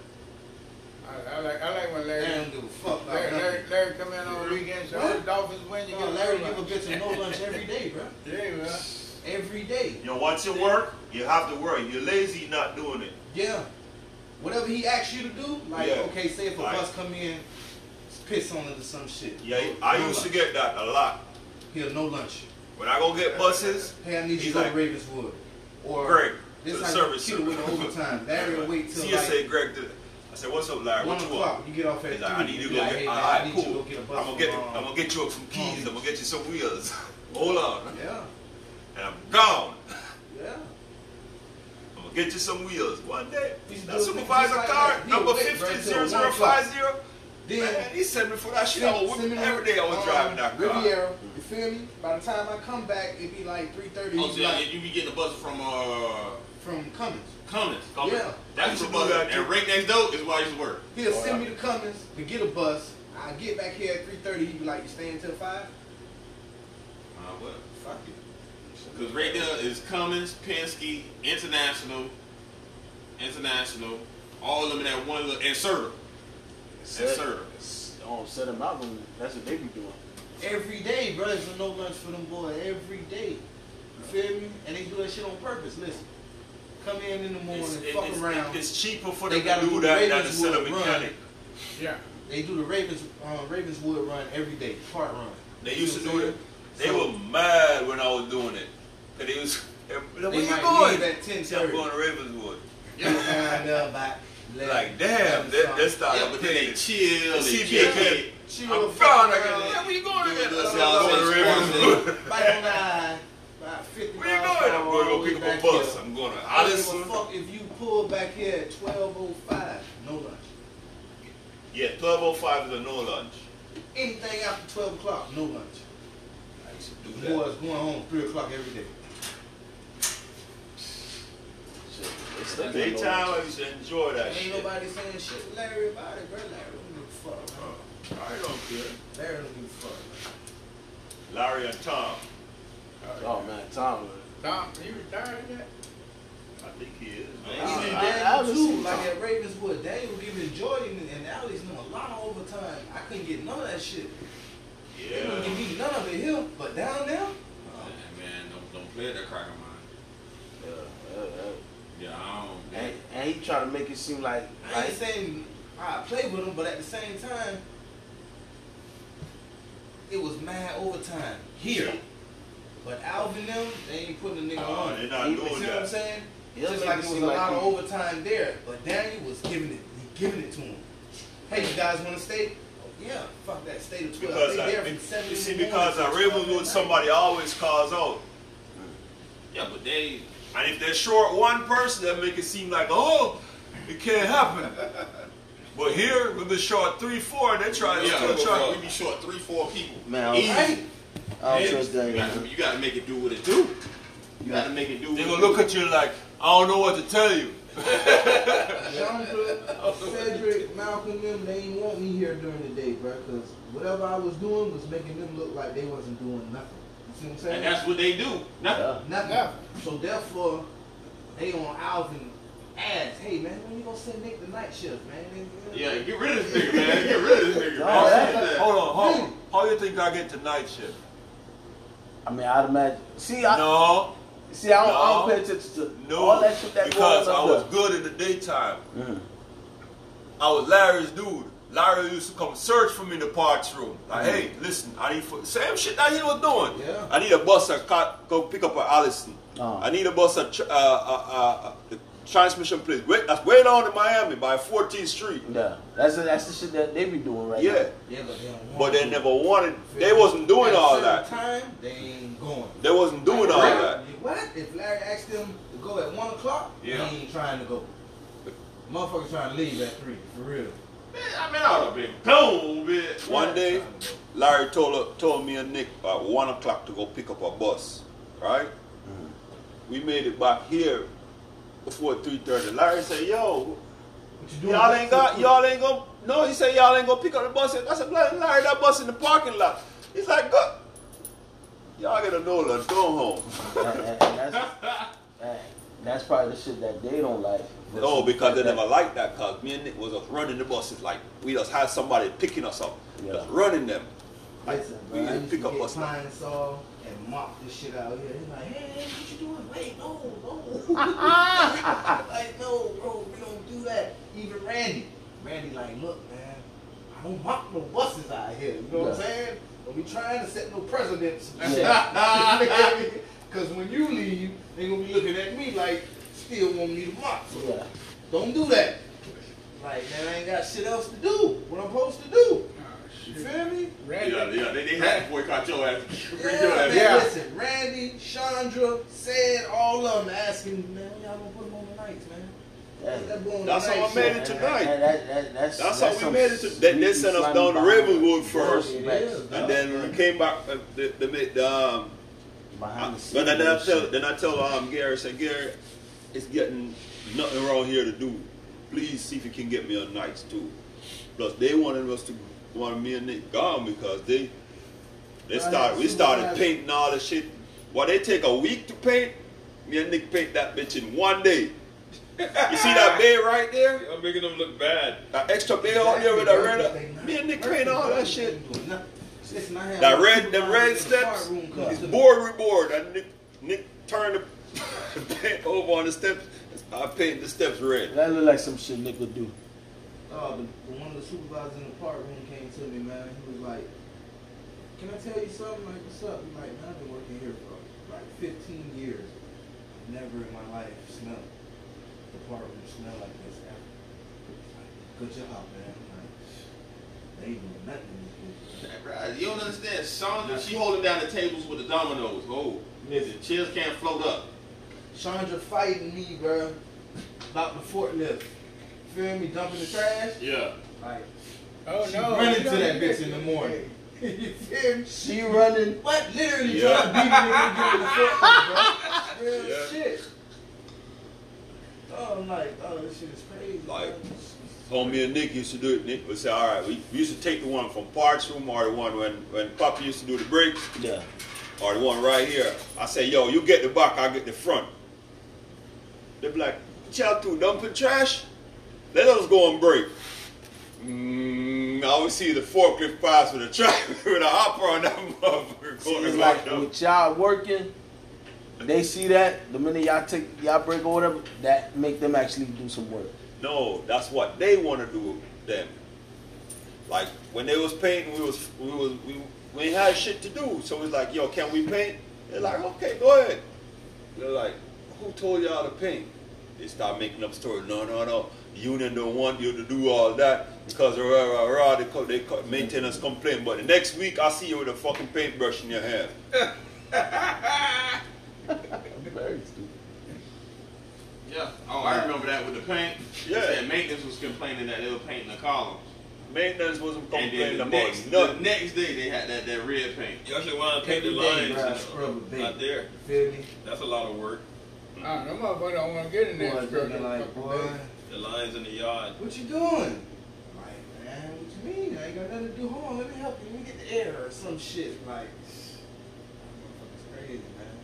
Speaker 7: I, I like, I like when
Speaker 2: Larry
Speaker 7: Larry,
Speaker 2: don't give a fuck about
Speaker 7: Larry, Larry,
Speaker 2: nothing.
Speaker 7: Larry come in on weekends, so the Dolphins win, you
Speaker 2: Yo,
Speaker 7: get
Speaker 2: Oh, Larry
Speaker 7: a
Speaker 2: give a
Speaker 7: free
Speaker 2: bitch a no lunch every day, bro.
Speaker 7: lunch. Yeah, man.
Speaker 2: Every day.
Speaker 8: You know, once you work, you have to work. You're lazy, you're not doing it.
Speaker 2: Yeah. Whatever he asks you to do, like,
Speaker 8: Yeah.
Speaker 2: okay, say if a
Speaker 8: Like-
Speaker 2: bus come in, piss on it or some shit.
Speaker 8: Yeah, I used to get that a lot.
Speaker 2: He'll no lunch.
Speaker 8: When I go get buses,
Speaker 2: Hey, I need you
Speaker 8: He's
Speaker 2: to go
Speaker 8: like,
Speaker 2: to Ravenswood. Or
Speaker 8: Greg, to
Speaker 2: this
Speaker 8: the
Speaker 2: how
Speaker 8: service
Speaker 2: you
Speaker 8: center.
Speaker 2: with the overtime. Larry will wait till
Speaker 8: See, you
Speaker 2: like
Speaker 8: say Greg did it. I said, what's up, Larry?
Speaker 2: one
Speaker 8: What you
Speaker 2: o'clock.
Speaker 8: want?
Speaker 2: You get off at
Speaker 8: He's
Speaker 2: three.
Speaker 8: like, I need
Speaker 2: You
Speaker 8: to
Speaker 2: be
Speaker 8: go
Speaker 2: like,
Speaker 8: get,
Speaker 2: hey, man,
Speaker 8: all
Speaker 2: I
Speaker 8: right,
Speaker 2: need you to
Speaker 8: cool.
Speaker 2: go get a bus.
Speaker 8: I'm gonna get,
Speaker 2: from,
Speaker 8: I'm
Speaker 2: um,
Speaker 8: gonna get you some keys. I'm gonna get you some wheels. Hold on.
Speaker 2: Yeah,
Speaker 8: And I'm gone.
Speaker 2: yeah.
Speaker 8: I'm gonna get you some wheels one day.
Speaker 2: He's
Speaker 8: That
Speaker 2: doing
Speaker 8: supervisor
Speaker 2: things like
Speaker 8: car,
Speaker 2: that. He
Speaker 8: number
Speaker 2: was late, bro, till
Speaker 8: 150050.
Speaker 2: Then
Speaker 8: Man, he sent me for that shit. I was whipping-
Speaker 2: Seminole,
Speaker 8: every day I was
Speaker 2: um,
Speaker 8: driving that car.
Speaker 2: Riviera, you feel me? By the time I come back, it'd be like three thirty.
Speaker 6: Oh, so yeah,
Speaker 2: like,
Speaker 6: you be getting a bus from uh
Speaker 2: from Cummins,
Speaker 6: Cummins. Cummins.
Speaker 2: Yeah.
Speaker 6: That's
Speaker 8: You should do
Speaker 6: your bus.
Speaker 8: that,
Speaker 6: And
Speaker 8: too.
Speaker 6: right next door is why you should work.
Speaker 8: Oh,
Speaker 2: he'll send me to Cummins to get a bus. I get back here at three thirty. He'd be like, "You staying till 5?
Speaker 6: Uh, well,
Speaker 2: Fuck it.
Speaker 6: Because right there is Cummins, Penske, International, International, all of them in that one little, and Serta. Yes, sir.
Speaker 1: Um, set them out when that's what they be doing.
Speaker 2: Every day, bro. There's no lunch for them boy. Every day, you feel me? And they do that shit on purpose. Listen, come in in the morning,
Speaker 8: It's, it-
Speaker 2: fuck
Speaker 8: it's-
Speaker 2: around.
Speaker 8: it's cheaper for
Speaker 2: They
Speaker 8: them to
Speaker 2: gotta
Speaker 8: do
Speaker 2: do
Speaker 8: that than to
Speaker 2: Ravenswood
Speaker 8: send a
Speaker 2: run.
Speaker 8: mechanic.
Speaker 7: Yeah.
Speaker 2: They do the Ravens uh, Ravenswood run every day, part run.
Speaker 8: They
Speaker 2: You
Speaker 8: used to
Speaker 2: know what
Speaker 8: do
Speaker 2: I'm
Speaker 8: it. They
Speaker 2: So-
Speaker 8: were mad when I was doing it. Cause they was, where
Speaker 2: They
Speaker 8: you
Speaker 2: might
Speaker 8: going?
Speaker 2: leave at ten
Speaker 8: See, I'm
Speaker 2: thirty.
Speaker 8: going to Ravenswood.
Speaker 2: Like
Speaker 8: Like, damn, that, that's not
Speaker 6: Yeah, but then they chill, they
Speaker 8: See,
Speaker 6: kick
Speaker 8: yeah.
Speaker 6: it.
Speaker 2: Chill,
Speaker 8: I'm
Speaker 2: fuck
Speaker 8: found. I
Speaker 2: around.
Speaker 8: can. Yeah, where you going
Speaker 6: Yeah,
Speaker 8: again?
Speaker 6: that's
Speaker 8: I'm
Speaker 6: how I
Speaker 8: going to
Speaker 6: said
Speaker 8: Ravenswood.
Speaker 2: Bike on the I, about 50
Speaker 8: Where you
Speaker 2: uh, miles
Speaker 8: going?
Speaker 2: an
Speaker 8: I'm
Speaker 2: hour
Speaker 8: going to
Speaker 2: all
Speaker 8: go
Speaker 2: the way
Speaker 8: pick up
Speaker 2: back
Speaker 8: a bus.
Speaker 2: here.
Speaker 8: I'm going to
Speaker 2: I don't give a
Speaker 8: Addison.
Speaker 2: fuck if you pull back here at 12.05, no lunch.
Speaker 8: Yeah, 1205 is a no lunch.
Speaker 2: Anything after 12 o'clock, no lunch.
Speaker 8: I used to do that.
Speaker 2: Boys going home 3 o'clock every day.
Speaker 1: Shit, they still doing no
Speaker 8: Daytime,
Speaker 1: lunch.
Speaker 8: I used to enjoy that
Speaker 2: Ain't
Speaker 8: shit.
Speaker 2: nobody saying shit to Larry about it, bro. Larry don't give a fuck. man.
Speaker 8: Uh-huh. I don't care.
Speaker 2: Larry don't give a fuck. man.
Speaker 8: Larry and Tom.
Speaker 1: Oh man, Tom.
Speaker 7: Don, he retired yet?
Speaker 8: I think he is.
Speaker 6: Man,
Speaker 1: Uh,
Speaker 6: he
Speaker 2: See,
Speaker 6: did-
Speaker 1: I-
Speaker 2: Daniel
Speaker 1: haven't
Speaker 2: too,
Speaker 1: seen
Speaker 2: like
Speaker 1: Tom.
Speaker 2: at Ravenswood, Daniel giving Jordan and- and Alex them a lot of overtime. I couldn't get none of that shit. They
Speaker 8: Yeah.
Speaker 2: don't give me none of it here, but down there,
Speaker 6: Yeah, man, don't, don't play that crack of mine.
Speaker 1: Yeah, yeah,
Speaker 6: Yeah, I don't.
Speaker 1: yeah. uh, And, and he trying to make it seem like
Speaker 2: I
Speaker 1: like
Speaker 2: ain't saying I play with them, but at the same time, it was mad overtime here. But Alvin them, they ain't putting a nigga
Speaker 8: Oh,
Speaker 2: on.
Speaker 8: they're not
Speaker 2: you
Speaker 8: doing
Speaker 2: see what
Speaker 8: that.
Speaker 2: I'm saying?
Speaker 1: He'll
Speaker 2: Just
Speaker 1: make
Speaker 2: like
Speaker 1: it
Speaker 2: it was
Speaker 1: seem
Speaker 2: a
Speaker 1: like
Speaker 2: lot of
Speaker 1: he-
Speaker 2: overtime there, but Daniel was giving it, he giving it to him. Hey, you guys want to stay? Oh, yeah, fuck that, stay to twelve.
Speaker 8: Because
Speaker 2: they
Speaker 8: I,
Speaker 2: there
Speaker 8: be-
Speaker 2: from seven. in
Speaker 8: you see,
Speaker 2: the morning
Speaker 8: because
Speaker 2: till
Speaker 8: I
Speaker 2: 12 at
Speaker 8: Ravenswood,
Speaker 2: night.
Speaker 8: somebody always calls out.
Speaker 6: Yeah, but they.
Speaker 8: And if they're short one person, that make it seem like, oh, it can't happen. But here, we've been short three, four, and they're trying
Speaker 6: yeah,
Speaker 8: to still
Speaker 6: bro,
Speaker 8: try.
Speaker 6: we be short three, four people.
Speaker 1: Man, I
Speaker 6: Easy.
Speaker 1: don't, I don't
Speaker 6: Yeah,
Speaker 1: trust
Speaker 6: you,
Speaker 1: Daniel.
Speaker 6: gotta, you gotta make it do what it do. You gotta make it do.
Speaker 8: They're
Speaker 6: what
Speaker 8: gonna
Speaker 6: it
Speaker 8: look
Speaker 6: do.
Speaker 8: at you like, I don't know what to tell you.
Speaker 2: Chandra, Cedric, Malcolm, them, they ain't want me here during the day, bro, because whatever I was doing was making them look like they wasn't doing nothing. You see what I'm saying?
Speaker 6: and that's what they do. Nothing.
Speaker 1: Yeah.
Speaker 2: nothing.
Speaker 7: Nothing.
Speaker 2: So therefore, they on Alvin ass. Hey man, when you gonna send Nick the night shift, man? They-
Speaker 6: Yeah, get rid of this nigga, man. Get rid of this nigga,
Speaker 1: Nah,
Speaker 6: man.
Speaker 1: that-
Speaker 8: Hold on, hold on. How you think I get the night shift?
Speaker 1: I mean, I'd imagine. See, I
Speaker 8: No,
Speaker 1: see, I don't, I don't
Speaker 8: No.
Speaker 1: pay attention to
Speaker 8: no.
Speaker 1: all that shit that goes
Speaker 8: because I
Speaker 1: up
Speaker 8: was
Speaker 1: there.
Speaker 8: good in the daytime.
Speaker 1: Mhm.
Speaker 8: I was Larry's dude. Larry used to come search for me in the parts room. Like, hey, listen, I need for, same shit that he was doing.
Speaker 2: Yeah.
Speaker 8: I need a bus to co- go pick up an Allison.
Speaker 5: Oh.
Speaker 8: I need a bus at tr- uh, uh, uh, uh, the transmission place. Way, that's way down in Miami by 14th Street.
Speaker 1: Yeah, that's the, that's the shit that they be doing right
Speaker 8: Yeah,
Speaker 2: Yeah, but they don't want
Speaker 8: but they
Speaker 2: to.
Speaker 8: never wanted. They wasn't doing
Speaker 2: At a
Speaker 8: all
Speaker 2: certain
Speaker 8: that.
Speaker 2: Time, they ain't going.
Speaker 8: They wasn't doing all
Speaker 2: Larry-
Speaker 8: that.
Speaker 2: What? If Larry asked them to go at one o'clock,
Speaker 8: Yeah.
Speaker 2: he ain't trying to go. Motherfuckers trying to leave at three, for real.
Speaker 3: Man, I mean, I would have been gone, bitch.
Speaker 8: One day,
Speaker 2: Trying to go.
Speaker 8: Larry told told me and Nick at one o'clock to go pick up a bus. Right?
Speaker 2: Mm-hmm.
Speaker 8: We made it back here before three thirty. Larry said, "Yo,
Speaker 2: What you doing?
Speaker 8: y'all ain't got y'all ain't gonna no." He said, "Y'all ain't gonna pick up the bus." I said, "Larry, Larry, that bus in the parking lot." He's like, "Good." Y'all gotta know that. Go home.
Speaker 1: now. And, and- and that's, and that's probably the shit that they don't like.
Speaker 8: No, because they
Speaker 1: That-
Speaker 8: never liked that. Cause me and Nick was just running the buses like we just had somebody picking us up,
Speaker 1: Yeah.
Speaker 8: just running them.
Speaker 2: Listen,
Speaker 8: We
Speaker 2: bro, I
Speaker 8: need to
Speaker 2: used
Speaker 8: pick
Speaker 2: to
Speaker 8: up
Speaker 2: get
Speaker 8: us now.
Speaker 2: pine saw and mop this shit out here. He's like, hey, hey, what you doing? Wait, no, no. like, no, bro, we don't do that. Even Randy. Randy like, look, man, I don't mop no buses out here. You know what I'm
Speaker 1: Yeah.
Speaker 2: saying? But we trying to set no precedents.
Speaker 1: Yeah.
Speaker 2: Because when you leave, they going to be looking at me like, still want me to mop. So
Speaker 1: Yeah.
Speaker 2: don't do that. Like, man, I ain't got shit else to do. What I'm supposed to do. You feel me?
Speaker 3: Yeah, yeah, they, they had to boycott your ass. Bring
Speaker 2: Yeah,
Speaker 3: your
Speaker 2: man,
Speaker 3: ass.
Speaker 2: listen, Randy, Chandra, said all of them asking, man, y'all gonna put him on the nights, man. Put
Speaker 1: that-
Speaker 2: that boy on
Speaker 8: That's
Speaker 2: the
Speaker 8: how I
Speaker 2: night
Speaker 8: made
Speaker 2: shift.
Speaker 1: that-
Speaker 8: it tonight.
Speaker 1: that- that- that- that's,
Speaker 8: That's how we
Speaker 1: some
Speaker 8: made it to- they- they sent us
Speaker 1: sneaky,
Speaker 8: down to
Speaker 1: slimy
Speaker 8: Ravenwood
Speaker 1: behind-
Speaker 8: first,
Speaker 2: It
Speaker 1: Back-
Speaker 2: is, dog.
Speaker 8: And then when we came back, uh, the, the, ma- the, um, I-
Speaker 1: Behind the
Speaker 8: but
Speaker 1: scenes.
Speaker 8: then I
Speaker 1: and
Speaker 8: tell
Speaker 1: shit.
Speaker 8: then I tell um Gary I said Gary, it's getting nothing around here to do. Please see if you can get me a nights too. Plus they wanted us to wanted me and Nick gone because they they start we started painting all the shit. Well they take a week to paint. Me and Nick paint that bitch in one day. You see that bay right there?
Speaker 4: I'm making them look bad.
Speaker 8: That extra bay out there with that red. Me and Nick paint all that shit.
Speaker 2: Listen, I had
Speaker 8: That
Speaker 2: my
Speaker 8: red, the
Speaker 2: supervisor in the
Speaker 8: red steps.
Speaker 2: car room come
Speaker 8: It's
Speaker 2: to me.
Speaker 8: board with board. And Nick, Nick turned the paint over on the steps. I painted the steps red.
Speaker 1: That look like some shit Nick would do.
Speaker 2: Oh, the, the one of the supervisors in the park room came to me, man. He was like, "Can I tell you something? Like, what's up?" He's like, "Man, I've been working here for like 15 years. Never in my life smelled the park room smell like this ever. Good job, man. Like, they ain't doing nothing in this bitch.
Speaker 6: Bruh, You don't understand. Sandra, she holding down the tables with the dominoes. Oh, listen, chairs can't float up.
Speaker 2: Chandra fighting me, bro, about the forklift. Feel me? Dumping the trash.
Speaker 6: Yeah.
Speaker 2: Like,
Speaker 7: Oh,
Speaker 2: she
Speaker 7: no.
Speaker 2: running to that bitch in the morning. you feel me?
Speaker 1: She running.
Speaker 2: What? Literally
Speaker 8: Yeah.
Speaker 2: trying to beat me to get in the foot, bro. Real
Speaker 8: Yeah.
Speaker 2: shit. Oh, I'm like, oh, this shit is crazy.
Speaker 8: Like-
Speaker 2: bro.
Speaker 8: So me and Nick used to do it. Nick would say, all right, we, we used to take the one from Parks Room or the one when, when Papa used to do the breaks
Speaker 1: Yeah.
Speaker 8: or the one right here. I say, yo, you get the back, I get the front. They be like, what y'all two dumping trash? Let us go on break. Mm, I would see the forklift pass with a trash with a hopper on that motherfucker.
Speaker 1: See,
Speaker 8: going
Speaker 1: it's
Speaker 8: Oh, like
Speaker 1: like
Speaker 8: that.
Speaker 1: with y'all working, they see that the minute y'all take y'all break or whatever, that make them actually do some work.
Speaker 8: No, that's what they want to do with them. Like when they was painting, we was we was we, we ain't had shit to do, so it's like, yo, can we paint? They're like, okay, go ahead. They're like, who told y'all to paint? They start making up stories. No, no, no. The union don't want you to do all that because rah rah rah. uh, They co- they co- maintenance complaint. But the next week, I see you with a fucking paintbrush in your hand.
Speaker 1: Very stupid.
Speaker 6: Yeah. Oh, I remember that with the paint.
Speaker 8: Yeah.
Speaker 6: They said maintenance was complaining that they were painting the columns.
Speaker 8: Maintenance wasn't
Speaker 6: And
Speaker 8: complaining
Speaker 6: then the
Speaker 8: about
Speaker 6: next, the
Speaker 8: nothing.
Speaker 6: next day they had that, that red paint.
Speaker 4: Y'all should want to paint
Speaker 2: Every
Speaker 4: the
Speaker 2: day,
Speaker 4: lines
Speaker 2: bro, I scrub a
Speaker 4: out
Speaker 2: bit.
Speaker 4: there.
Speaker 2: You feel me?
Speaker 4: That's a lot of work.
Speaker 7: Ah, no motherfucker don't want to get in
Speaker 2: Boy,
Speaker 7: that struggle.
Speaker 2: looking like, boy,
Speaker 4: The lines in the yard.
Speaker 2: what you doing? I'm Like, man, what you mean? I ain't got nothing to do. Hold on, let me help you. Let me get the air or some shit. Like, that motherfucker's crazy, man.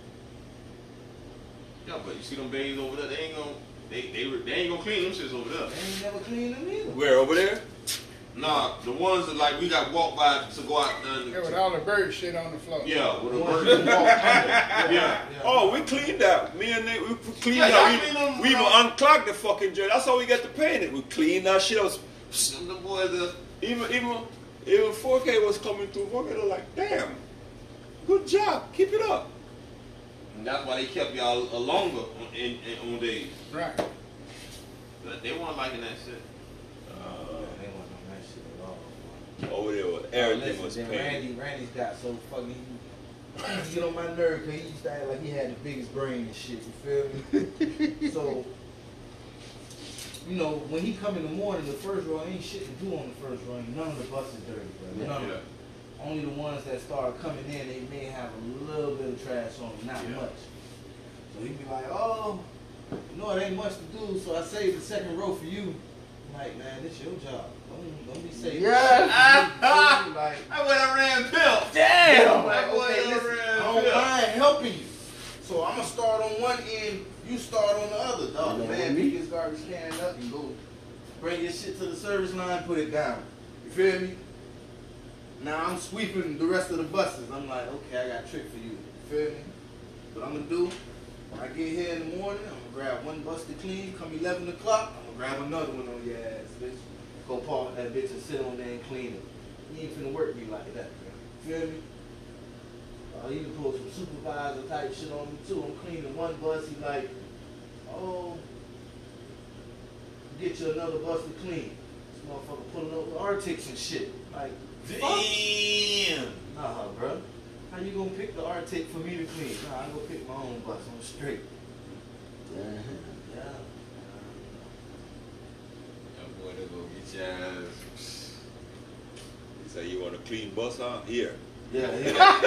Speaker 6: Yeah, but you see them bays over there, they ain't gonna they they, re- they ain't gonna clean them shits over there.
Speaker 2: They ain't never cleaned them either.
Speaker 8: Where over there?
Speaker 6: Nah, the ones that like we got walked by to go out and
Speaker 7: Yeah, with all the bird shit on the floor.
Speaker 6: yeah, with a
Speaker 2: Ones
Speaker 6: bird.
Speaker 2: that walk under.
Speaker 6: Yeah.
Speaker 8: Oh, we cleaned that. Me and Nick, we cleaned
Speaker 6: Yeah, y'all
Speaker 8: that. We,
Speaker 6: clean them,
Speaker 8: we even
Speaker 6: uh,
Speaker 8: unclogged the fucking joint. That's how we got to paint it. We cleaned that shit. I was,
Speaker 6: Them the boys that
Speaker 8: Even even even 4K was coming through. 4K was like, damn, good job, keep it up.
Speaker 6: And that's why they kept y'all a- longer on, in, in, on days.
Speaker 7: Right.
Speaker 6: But they weren't liking that shit.
Speaker 2: They wasn't on that shit at all.
Speaker 8: Over there, was-
Speaker 2: Listen,
Speaker 8: everything was
Speaker 2: then
Speaker 8: painted.
Speaker 2: Randy, Randy's got so fucking. He, he used to get on my nerve because he used to act like he had the biggest brain and shit. You feel me? so, you know, when he come in the morning, the first row ain't shit to do on the first row. None of the buses dirty, bro. None of them. Only the ones that started coming in, they may have a little bit of trash on them, not much. So he'd be like, oh, no, it ain't much to do, so I saved the second row for you. I'm like, man, this your job. Don't, don't be saving.
Speaker 3: I
Speaker 2: shit." Like,
Speaker 3: went around Bill.
Speaker 2: Damn!
Speaker 3: Like,
Speaker 2: Like,
Speaker 3: what
Speaker 2: okay,
Speaker 3: you
Speaker 2: listen,
Speaker 3: around
Speaker 2: I don't
Speaker 3: here?
Speaker 2: mind helping you. So I'm gonna start on one end, you start on the other. Dog, the
Speaker 1: You know
Speaker 2: man
Speaker 1: me?
Speaker 2: pick his garbage can up and go bring your shit to the service line, put it down. You feel me? Now I'm sweeping the rest of the buses. I'm like, okay, I got a trick for you. You feel me? What I'm gonna do, when I get here in the morning, I'm gonna grab one bus to clean. Come 11 o'clock, I'm gonna grab another one on your ass, bitch. Go park that bitch and sit on there and clean it. You ain't finna work me like that, man. Feel me? Uh, he done pulled some supervisor type shit on me too. I'm cleaning one bus. He like, oh, get you another bus to clean. This motherfucker pulling up with Artix and shit. Like, fuck.
Speaker 6: Damn.
Speaker 2: Nah, bro. How you gonna pick the Arctic for me to clean? Nah, I go pick my own bus. I'm straight. Yeah.
Speaker 6: That boy, they gonna get your ass.
Speaker 8: He said, you want a clean bus out here?
Speaker 2: Yeah, yeah.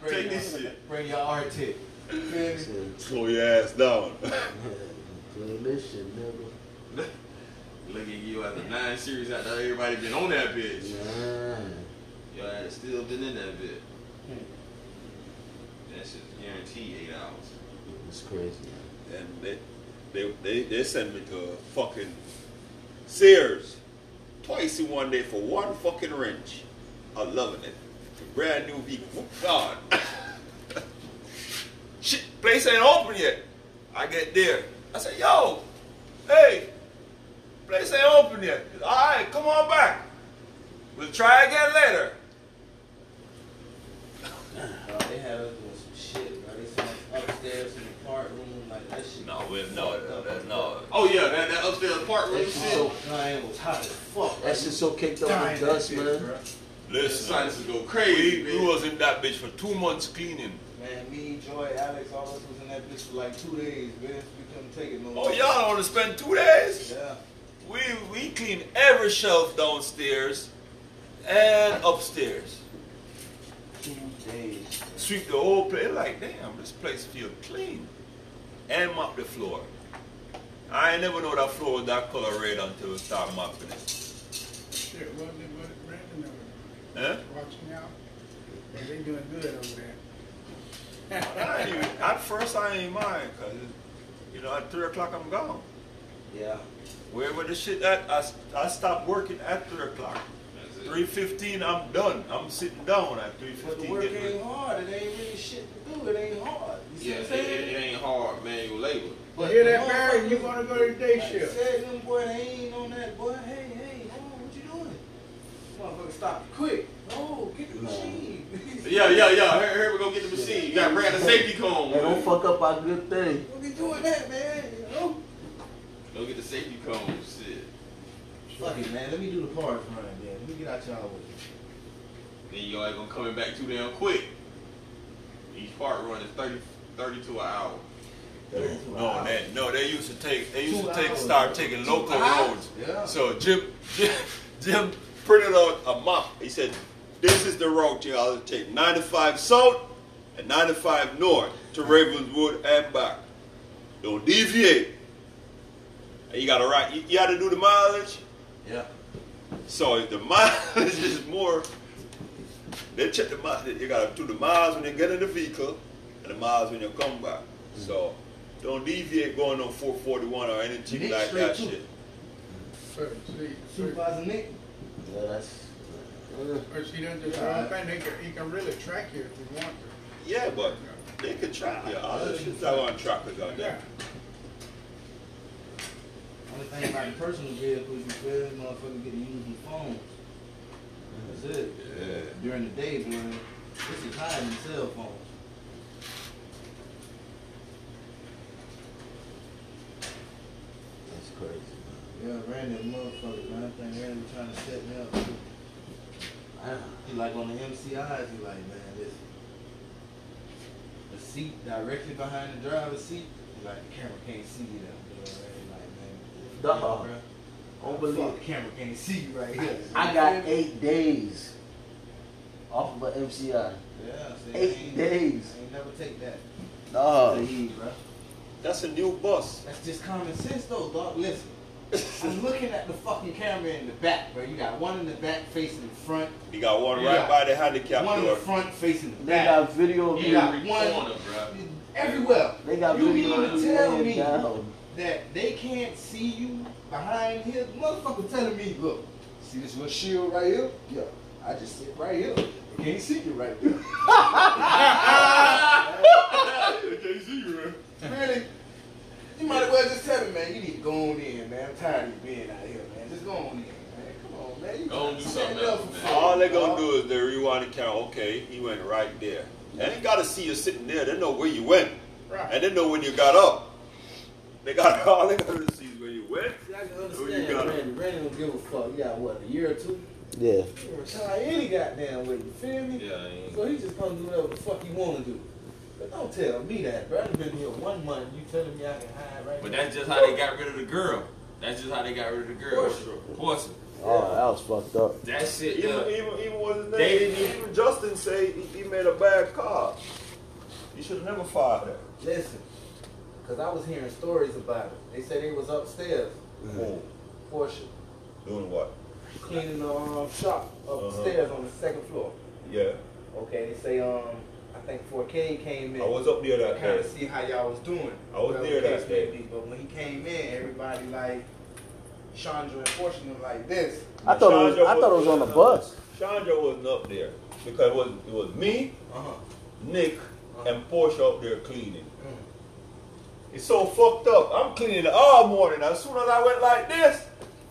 Speaker 2: Bring
Speaker 8: Take
Speaker 2: your-
Speaker 8: this shit.
Speaker 2: Bring your Arctic. Feel me?
Speaker 8: Slow your ass down.
Speaker 1: Clean this shit, nigga.
Speaker 6: Look at you after nine series out there, everybody been on that bitch.
Speaker 1: Nah.
Speaker 6: Y'all had still been in that bitch.
Speaker 8: Hmm.
Speaker 6: That shit's guaranteed eight hours.
Speaker 1: It's crazy.
Speaker 8: and they, they, they, they sent me to fucking Sears twice in one day for one fucking wrench. I'm loving it. Brand new vehicle. Whoop, God. Shit, place ain't open yet. I get there. I say, yo, hey, place ain't open yet. All right, come on back. We'll try again later.
Speaker 2: Uh, they had us doing some shit, bro. They sent us upstairs in the part room like that shit.
Speaker 8: No, we no, no, no, no.
Speaker 6: Oh yeah, that, that upstairs part room
Speaker 1: That
Speaker 6: shit.
Speaker 1: shit's so,
Speaker 2: Nah, it was hot as fuck.
Speaker 1: that shit's so caked up with dust, man.
Speaker 8: Listen,
Speaker 6: Sinuses go
Speaker 8: we,
Speaker 6: crazy,
Speaker 8: we
Speaker 6: bitch.
Speaker 8: was in that bitch for two months cleaning.
Speaker 2: Man, me, Joy, Alex, all of us was in that bitch for like two days, bitch. We couldn't take it no more.
Speaker 8: Oh, y'all don't want to spend two days?
Speaker 2: Yeah.
Speaker 8: We we clean every shelf downstairs and upstairs.
Speaker 2: Two days.
Speaker 8: Sweep the whole place. Like, damn, this place feel clean. And mop the floor. I ain't never know that floor was that color red until we start mopping it.
Speaker 7: Shit, what they, what Brandon over
Speaker 8: Huh?
Speaker 7: there, watching out. But they doing good over there.
Speaker 8: I ain't even- at first, I ain't mind, because, you know, at 3 o'clock, I'm gone.
Speaker 2: Yeah.
Speaker 8: Wherever the shit at, I, s- I stop working at 3 o'clock. 3.15, I'm done. I'm sitting down at 3.15.
Speaker 2: But the work
Speaker 8: getting ready.
Speaker 2: ain't hard. It ain't really shit to do. It ain't hard. You see
Speaker 6: Yeah,
Speaker 2: what I'm
Speaker 6: it,
Speaker 2: saying?
Speaker 6: it, it ain't hard manual labor.
Speaker 7: You hear that,
Speaker 2: the
Speaker 7: Barry? You
Speaker 2: motherfuckers-
Speaker 7: want to go to the day
Speaker 2: Like,
Speaker 7: shift?
Speaker 2: said them boy they ain't on that boy. Hey, hey, hold on, what you doing? Motherfucker, stop quick. No, get
Speaker 1: No.
Speaker 2: the machine.
Speaker 6: Yeah, yeah, yeah. Here, here we go get the machine. You gotta grab the safety cone.
Speaker 1: Hey, don't fuck up our good thing.
Speaker 2: Don't be doing that, man. You know?
Speaker 6: Go get the safety cone. Shit.
Speaker 2: Fuck it, man. Let me do the parts run, man. Let me get out y'all way.
Speaker 6: Then y'all ain't gonna coming back too damn quick. Each part run is 30, 30 to an hour.
Speaker 8: No, they, no, they used to take, they used
Speaker 2: Two
Speaker 8: to take,
Speaker 2: hours.
Speaker 8: start taking local roads.
Speaker 2: Yeah.
Speaker 8: So Jim, Jim, Jim printed out a map. He said, "This is the route you have to take: 95 south and 95 north to Ravenswood and back. Don't deviate. And you got to write. You, you got to do the mileage.
Speaker 2: Yeah.
Speaker 8: So if the mileage is more, they check the mileage. You got to do the miles when you get in the vehicle and the miles when you come back.
Speaker 2: Mm.
Speaker 8: So." Don't deviate going on 441 or anything
Speaker 2: Nick
Speaker 8: like that
Speaker 2: straight
Speaker 8: shit.
Speaker 7: So, see, so-
Speaker 2: Supervisor Nick.
Speaker 1: Yeah, that's. Uh,
Speaker 7: But she done just her own thing. They can, he can really track you if you want to.
Speaker 8: Yeah, but they could track you. All the shit that on trackers out
Speaker 7: Yeah.
Speaker 8: there.
Speaker 2: I only thing about the personal vehicles, you feel me, motherfucker get to use the phones. That's it. During the day, boy, this is hiding the cell phones.
Speaker 1: That's crazy, man.
Speaker 2: Yeah, Randy, a motherfucker, man. I think Randy trying to set me up. too. He like on the MCIs, he like, man, this the seat directly behind the driver's seat. He like the camera can't see you though. He like, man,
Speaker 1: Duh.
Speaker 2: bruh.
Speaker 1: I don't believe
Speaker 2: Fuck,
Speaker 1: it.
Speaker 2: the camera can't see you right here.
Speaker 1: I got eight days off of an MCI.
Speaker 2: Yeah, see,
Speaker 1: Eight
Speaker 2: ain't-
Speaker 1: days.
Speaker 2: Ain't never take that.
Speaker 6: Uh.
Speaker 1: Dog.
Speaker 2: to heed, bruh.
Speaker 8: That's a new bus.
Speaker 2: That's just common sense though, dog. Listen. I'm looking at the fucking camera in the back, bro. You got one in the back facing the front,
Speaker 8: You got one
Speaker 2: Yeah.
Speaker 8: right by the handicap
Speaker 2: one in the
Speaker 8: door.
Speaker 2: front facing the
Speaker 1: They
Speaker 2: back.
Speaker 1: got video of
Speaker 2: You
Speaker 1: me.
Speaker 2: got
Speaker 6: Every
Speaker 2: one-
Speaker 6: corner, bruh.
Speaker 2: everywhere.
Speaker 1: They got
Speaker 2: You mean
Speaker 1: video
Speaker 2: to
Speaker 1: of me.
Speaker 2: tell
Speaker 1: laying
Speaker 2: me-
Speaker 1: down.
Speaker 2: That they can't see you behind here. Motherfucker telling me, look, see this little shield right here? Yeah. I just sit right here. They can't see you right there. Really? You might as well just tell me, man, you need to go on in, man. I'm tired of you being out here, man. Just go on in, man. Come on, man. You
Speaker 6: Go and do
Speaker 2: set
Speaker 6: something
Speaker 2: me up
Speaker 6: else,
Speaker 2: for
Speaker 6: man.
Speaker 2: fuck,
Speaker 8: All they gonna
Speaker 2: dog.
Speaker 8: do is they rewind the camera. Okay, he went right there. They ain't gotta see you sitting there. They know where you went,
Speaker 7: Right.
Speaker 8: and they know when you got up. They got all they gotta see is where you went.
Speaker 5: See, I can
Speaker 8: Who you got?
Speaker 5: understand Randy. Randy don't give a fuck. You got what, a year or two?
Speaker 1: Yeah.
Speaker 2: You were shy any goddamn way, you feel me?
Speaker 6: Yeah, I ain't-
Speaker 2: So he just come do whatever the fuck he wanna do. But don't tell me that, bro. I've been here one month. You telling me I can hide right
Speaker 6: But
Speaker 2: now?
Speaker 6: that's just how they got rid of the girl. That's just how they got rid of the girl.
Speaker 8: Portia.
Speaker 6: Portia.
Speaker 1: Oh, that was fucked up.
Speaker 6: That shit, uh,
Speaker 8: Even,
Speaker 6: though.
Speaker 8: even, even was his name.
Speaker 6: They didn't-
Speaker 8: even Justin say he, he made a bad call. You should have never fired her.
Speaker 2: Listen, cause I was hearing stories about it. They said they was upstairs,
Speaker 8: Who?
Speaker 2: Portia,
Speaker 8: Doing what?
Speaker 2: cleaning the um, shop upstairs on the second floor.
Speaker 8: Yeah,
Speaker 2: Okay, they say um, I think 4K came in.
Speaker 8: I was up there
Speaker 2: to
Speaker 8: that
Speaker 2: kind
Speaker 8: day.
Speaker 2: of see how y'all was doing.
Speaker 8: I was
Speaker 2: Whatever
Speaker 8: there
Speaker 2: the case
Speaker 8: that
Speaker 2: may
Speaker 8: day.
Speaker 2: be. But when he came in, everybody like Chandra and Portia was like this.
Speaker 1: I thought it was, I thought it was on the bus.
Speaker 8: Chandra wasn't up there because it was it was me,
Speaker 2: Uh huh.
Speaker 8: Nick, and Portia up there cleaning. It's so fucked up. I'm cleaning all morning. As soon as I went like this,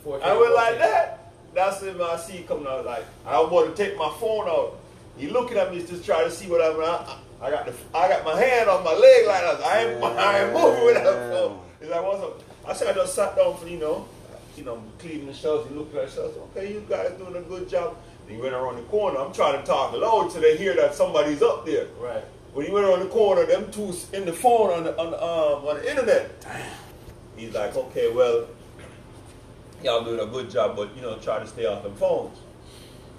Speaker 2: 4K
Speaker 8: I went
Speaker 2: walked
Speaker 8: like
Speaker 2: in.
Speaker 8: that. That's when I see it coming out. Like I want to take my phone out. He looking at me just trying to see what I'm. I, I got the, I got my hand on my leg like that. I ain't, I ain't moving with that phone. He's like, what's up? I said, I just sat down for you know, you know, cleaning the shelves. He looked at the shelves. Okay, you guys doing a good job. Then he went around the corner. I'm trying to talk loud till they hear that somebody's up there.
Speaker 2: Right.
Speaker 8: When he went around the corner, them two s- in the phone on the on the, um, on the internet. He's like, okay, well, y'all doing a good job, but you know, try to stay off them phones.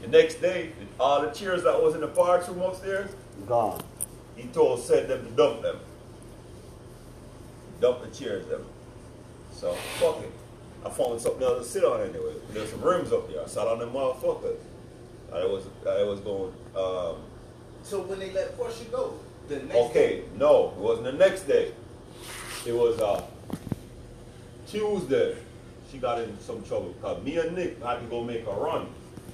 Speaker 8: The next day, all the chairs that was in the parts room upstairs,
Speaker 1: Gone.
Speaker 8: he told said them to dump them, dump the chairs them. So fuck it. I found something else to sit on anyway. There's some rims up there. I sat on them motherfuckers. I was I was going. Um,
Speaker 2: So when they let Portia go, the next day,
Speaker 8: Okay, no, it wasn't the next day. It was uh, Tuesday. She got in some trouble because me and Nick had to go make a run.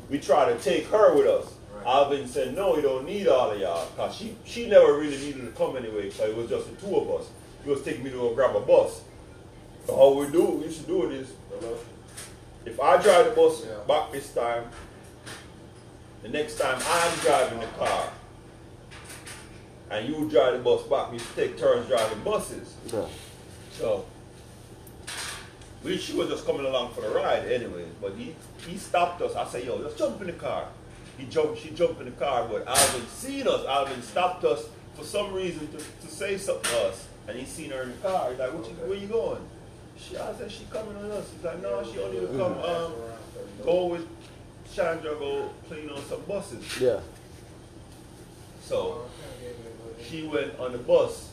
Speaker 8: We tried to take her with us. Alvin said, no, you don't need all of y'all because she, she never really needed to come anyway because it was just the two of us. He was taking me to go grab a bus. So how we do, we should do it is, brother, if I drive the bus back this time, the next time I'm driving the car, and you drive the bus back, we take turns driving buses.
Speaker 1: Yeah.
Speaker 8: So we she was just coming along for the ride anyways, but he, he stopped us. I said, yo, let's jump in the car. He jumped, she jumped in the car, but Alvin seen us. Alvin stopped us for some reason to, to say something to us. And he seen her in the car. He's like, what you, where you going? She, I said, she coming on us. He's like, no, she only come um, go with Chandra, go clean on some buses.
Speaker 1: Yeah.
Speaker 8: So she went on the bus.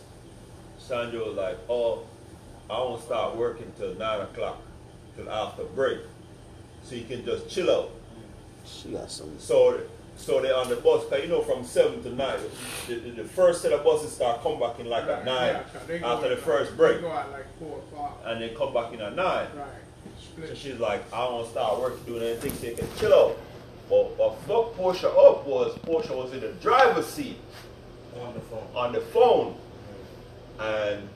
Speaker 8: Sandra was like, "Oh, I won't start working till nine o'clock, till after break, so you can just chill out."
Speaker 1: She got some.
Speaker 8: So, so they on the bus. Cause you know, from seven to nine, the, the, the first set of buses start come back in like at nine
Speaker 7: They go
Speaker 8: after the
Speaker 7: out
Speaker 8: first
Speaker 7: like-
Speaker 8: break,
Speaker 7: They go out like four o'clock.
Speaker 8: and they come back in at nine.
Speaker 7: Right.
Speaker 8: So
Speaker 7: Split.
Speaker 8: she's like, I don't start working doing anything so you can chill out. But what fucked Portia up was Portia was in the driver's seat
Speaker 2: on the phone.
Speaker 8: on the phone, and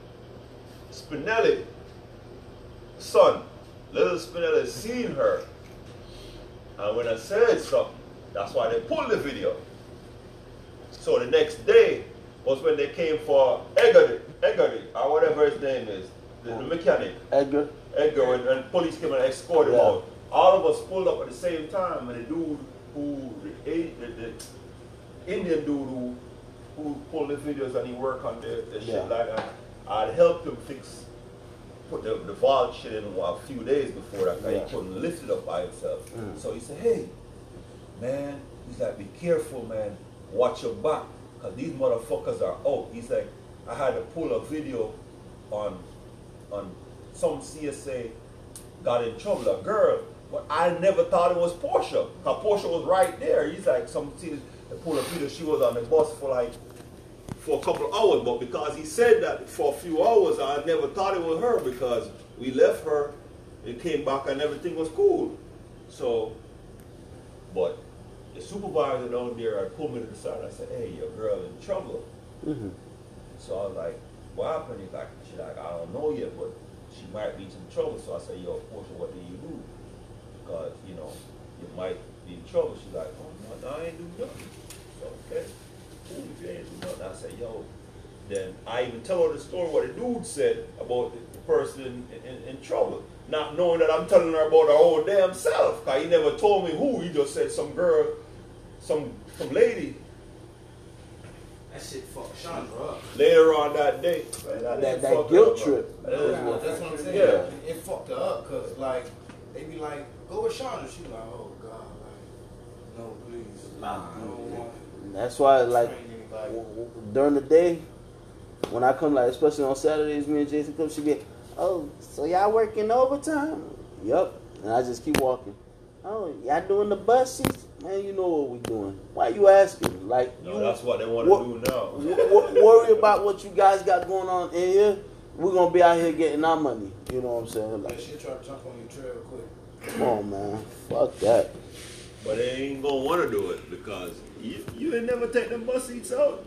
Speaker 8: Spinelli, son, Ellis Spinella seen her. And when I said something, that's why they pulled the video. So the next day was when they came for Eggerty, Eggerty, or whatever his name is, the,
Speaker 2: Oh.
Speaker 8: the mechanic.
Speaker 1: Edgar.
Speaker 8: Edgar and, and police came and escorted him
Speaker 1: Yeah.
Speaker 8: out. All of us pulled up at the same time, and the dude who the, A- the, the Indian dude who who pulled the videos and he worked on the, the
Speaker 1: Yeah.
Speaker 8: shit like that, I'd helped him fix put the, the vault shit in a few days before that, and
Speaker 1: Yeah.
Speaker 8: he couldn't lift it up by himself.
Speaker 1: Mm.
Speaker 8: So he said, "Hey, man," he's like, "Be careful, man. Watch your back, cause these motherfuckers are out." He's like, "I had to pull a video on on some CSA got in trouble, a girl, but I never thought it was Portia. Cause Portia was right there. He's like some CSA they pulled a video. She was on the bus for like for a couple of hours, but because he said that for a few hours, I never thought it was her because we left her and came back and everything was cool. So, but the supervisor down there, I pulled me to the side. I said, "Hey, your girl in trouble."
Speaker 1: Mhm.
Speaker 8: So I was like, "What happened?" He's like, "She like I don't know yet, but she might be in some trouble." So I said, "Yo, Portia, what do you do? Because you know you might be in trouble." She's like, "Oh no, no, I ain't do nothing." So, okay, cool. If you ain't do nothing, I said, "Yo." Then I even tell her the story what the dude said about the, the person in, in, in trouble, not knowing that I'm telling her about her own damn self. Cause he never told me who. He just said some girl, some some lady
Speaker 2: That shit fucked Chandra up.
Speaker 8: later on that day. Man,
Speaker 1: That- that
Speaker 8: fucked
Speaker 1: guilt
Speaker 8: up,
Speaker 1: trip.
Speaker 8: man. That
Speaker 2: Nah,
Speaker 8: was-
Speaker 2: that's what I'm saying.
Speaker 8: Yeah.
Speaker 2: It fucked her up because, like, they be like, go with Shonda. She be like, oh, God, like, no, please.
Speaker 1: Nah.
Speaker 2: I don't want
Speaker 1: And that's why,
Speaker 2: to
Speaker 1: like,
Speaker 2: train anybody.
Speaker 1: w- w- during the day, when I come, like, especially on Saturdays, me and Jason come, she get, oh, so y'all working overtime? Yep. And I just keep walking. Oh, y'all doing the bus seats? Man, you know what we doing. Why you asking? Like,
Speaker 8: No,
Speaker 1: you
Speaker 8: that's what they want
Speaker 1: What-
Speaker 8: to do now.
Speaker 1: w- w- worry about what you guys got going on in here. We're gonna be out here getting our money. You know what I'm saying?
Speaker 2: That
Speaker 1: Like,
Speaker 2: shit try to jump on your trail quick.
Speaker 1: come on, man. Fuck that.
Speaker 8: But they ain't gonna want to do it because you, you ain't never take them bus seats out.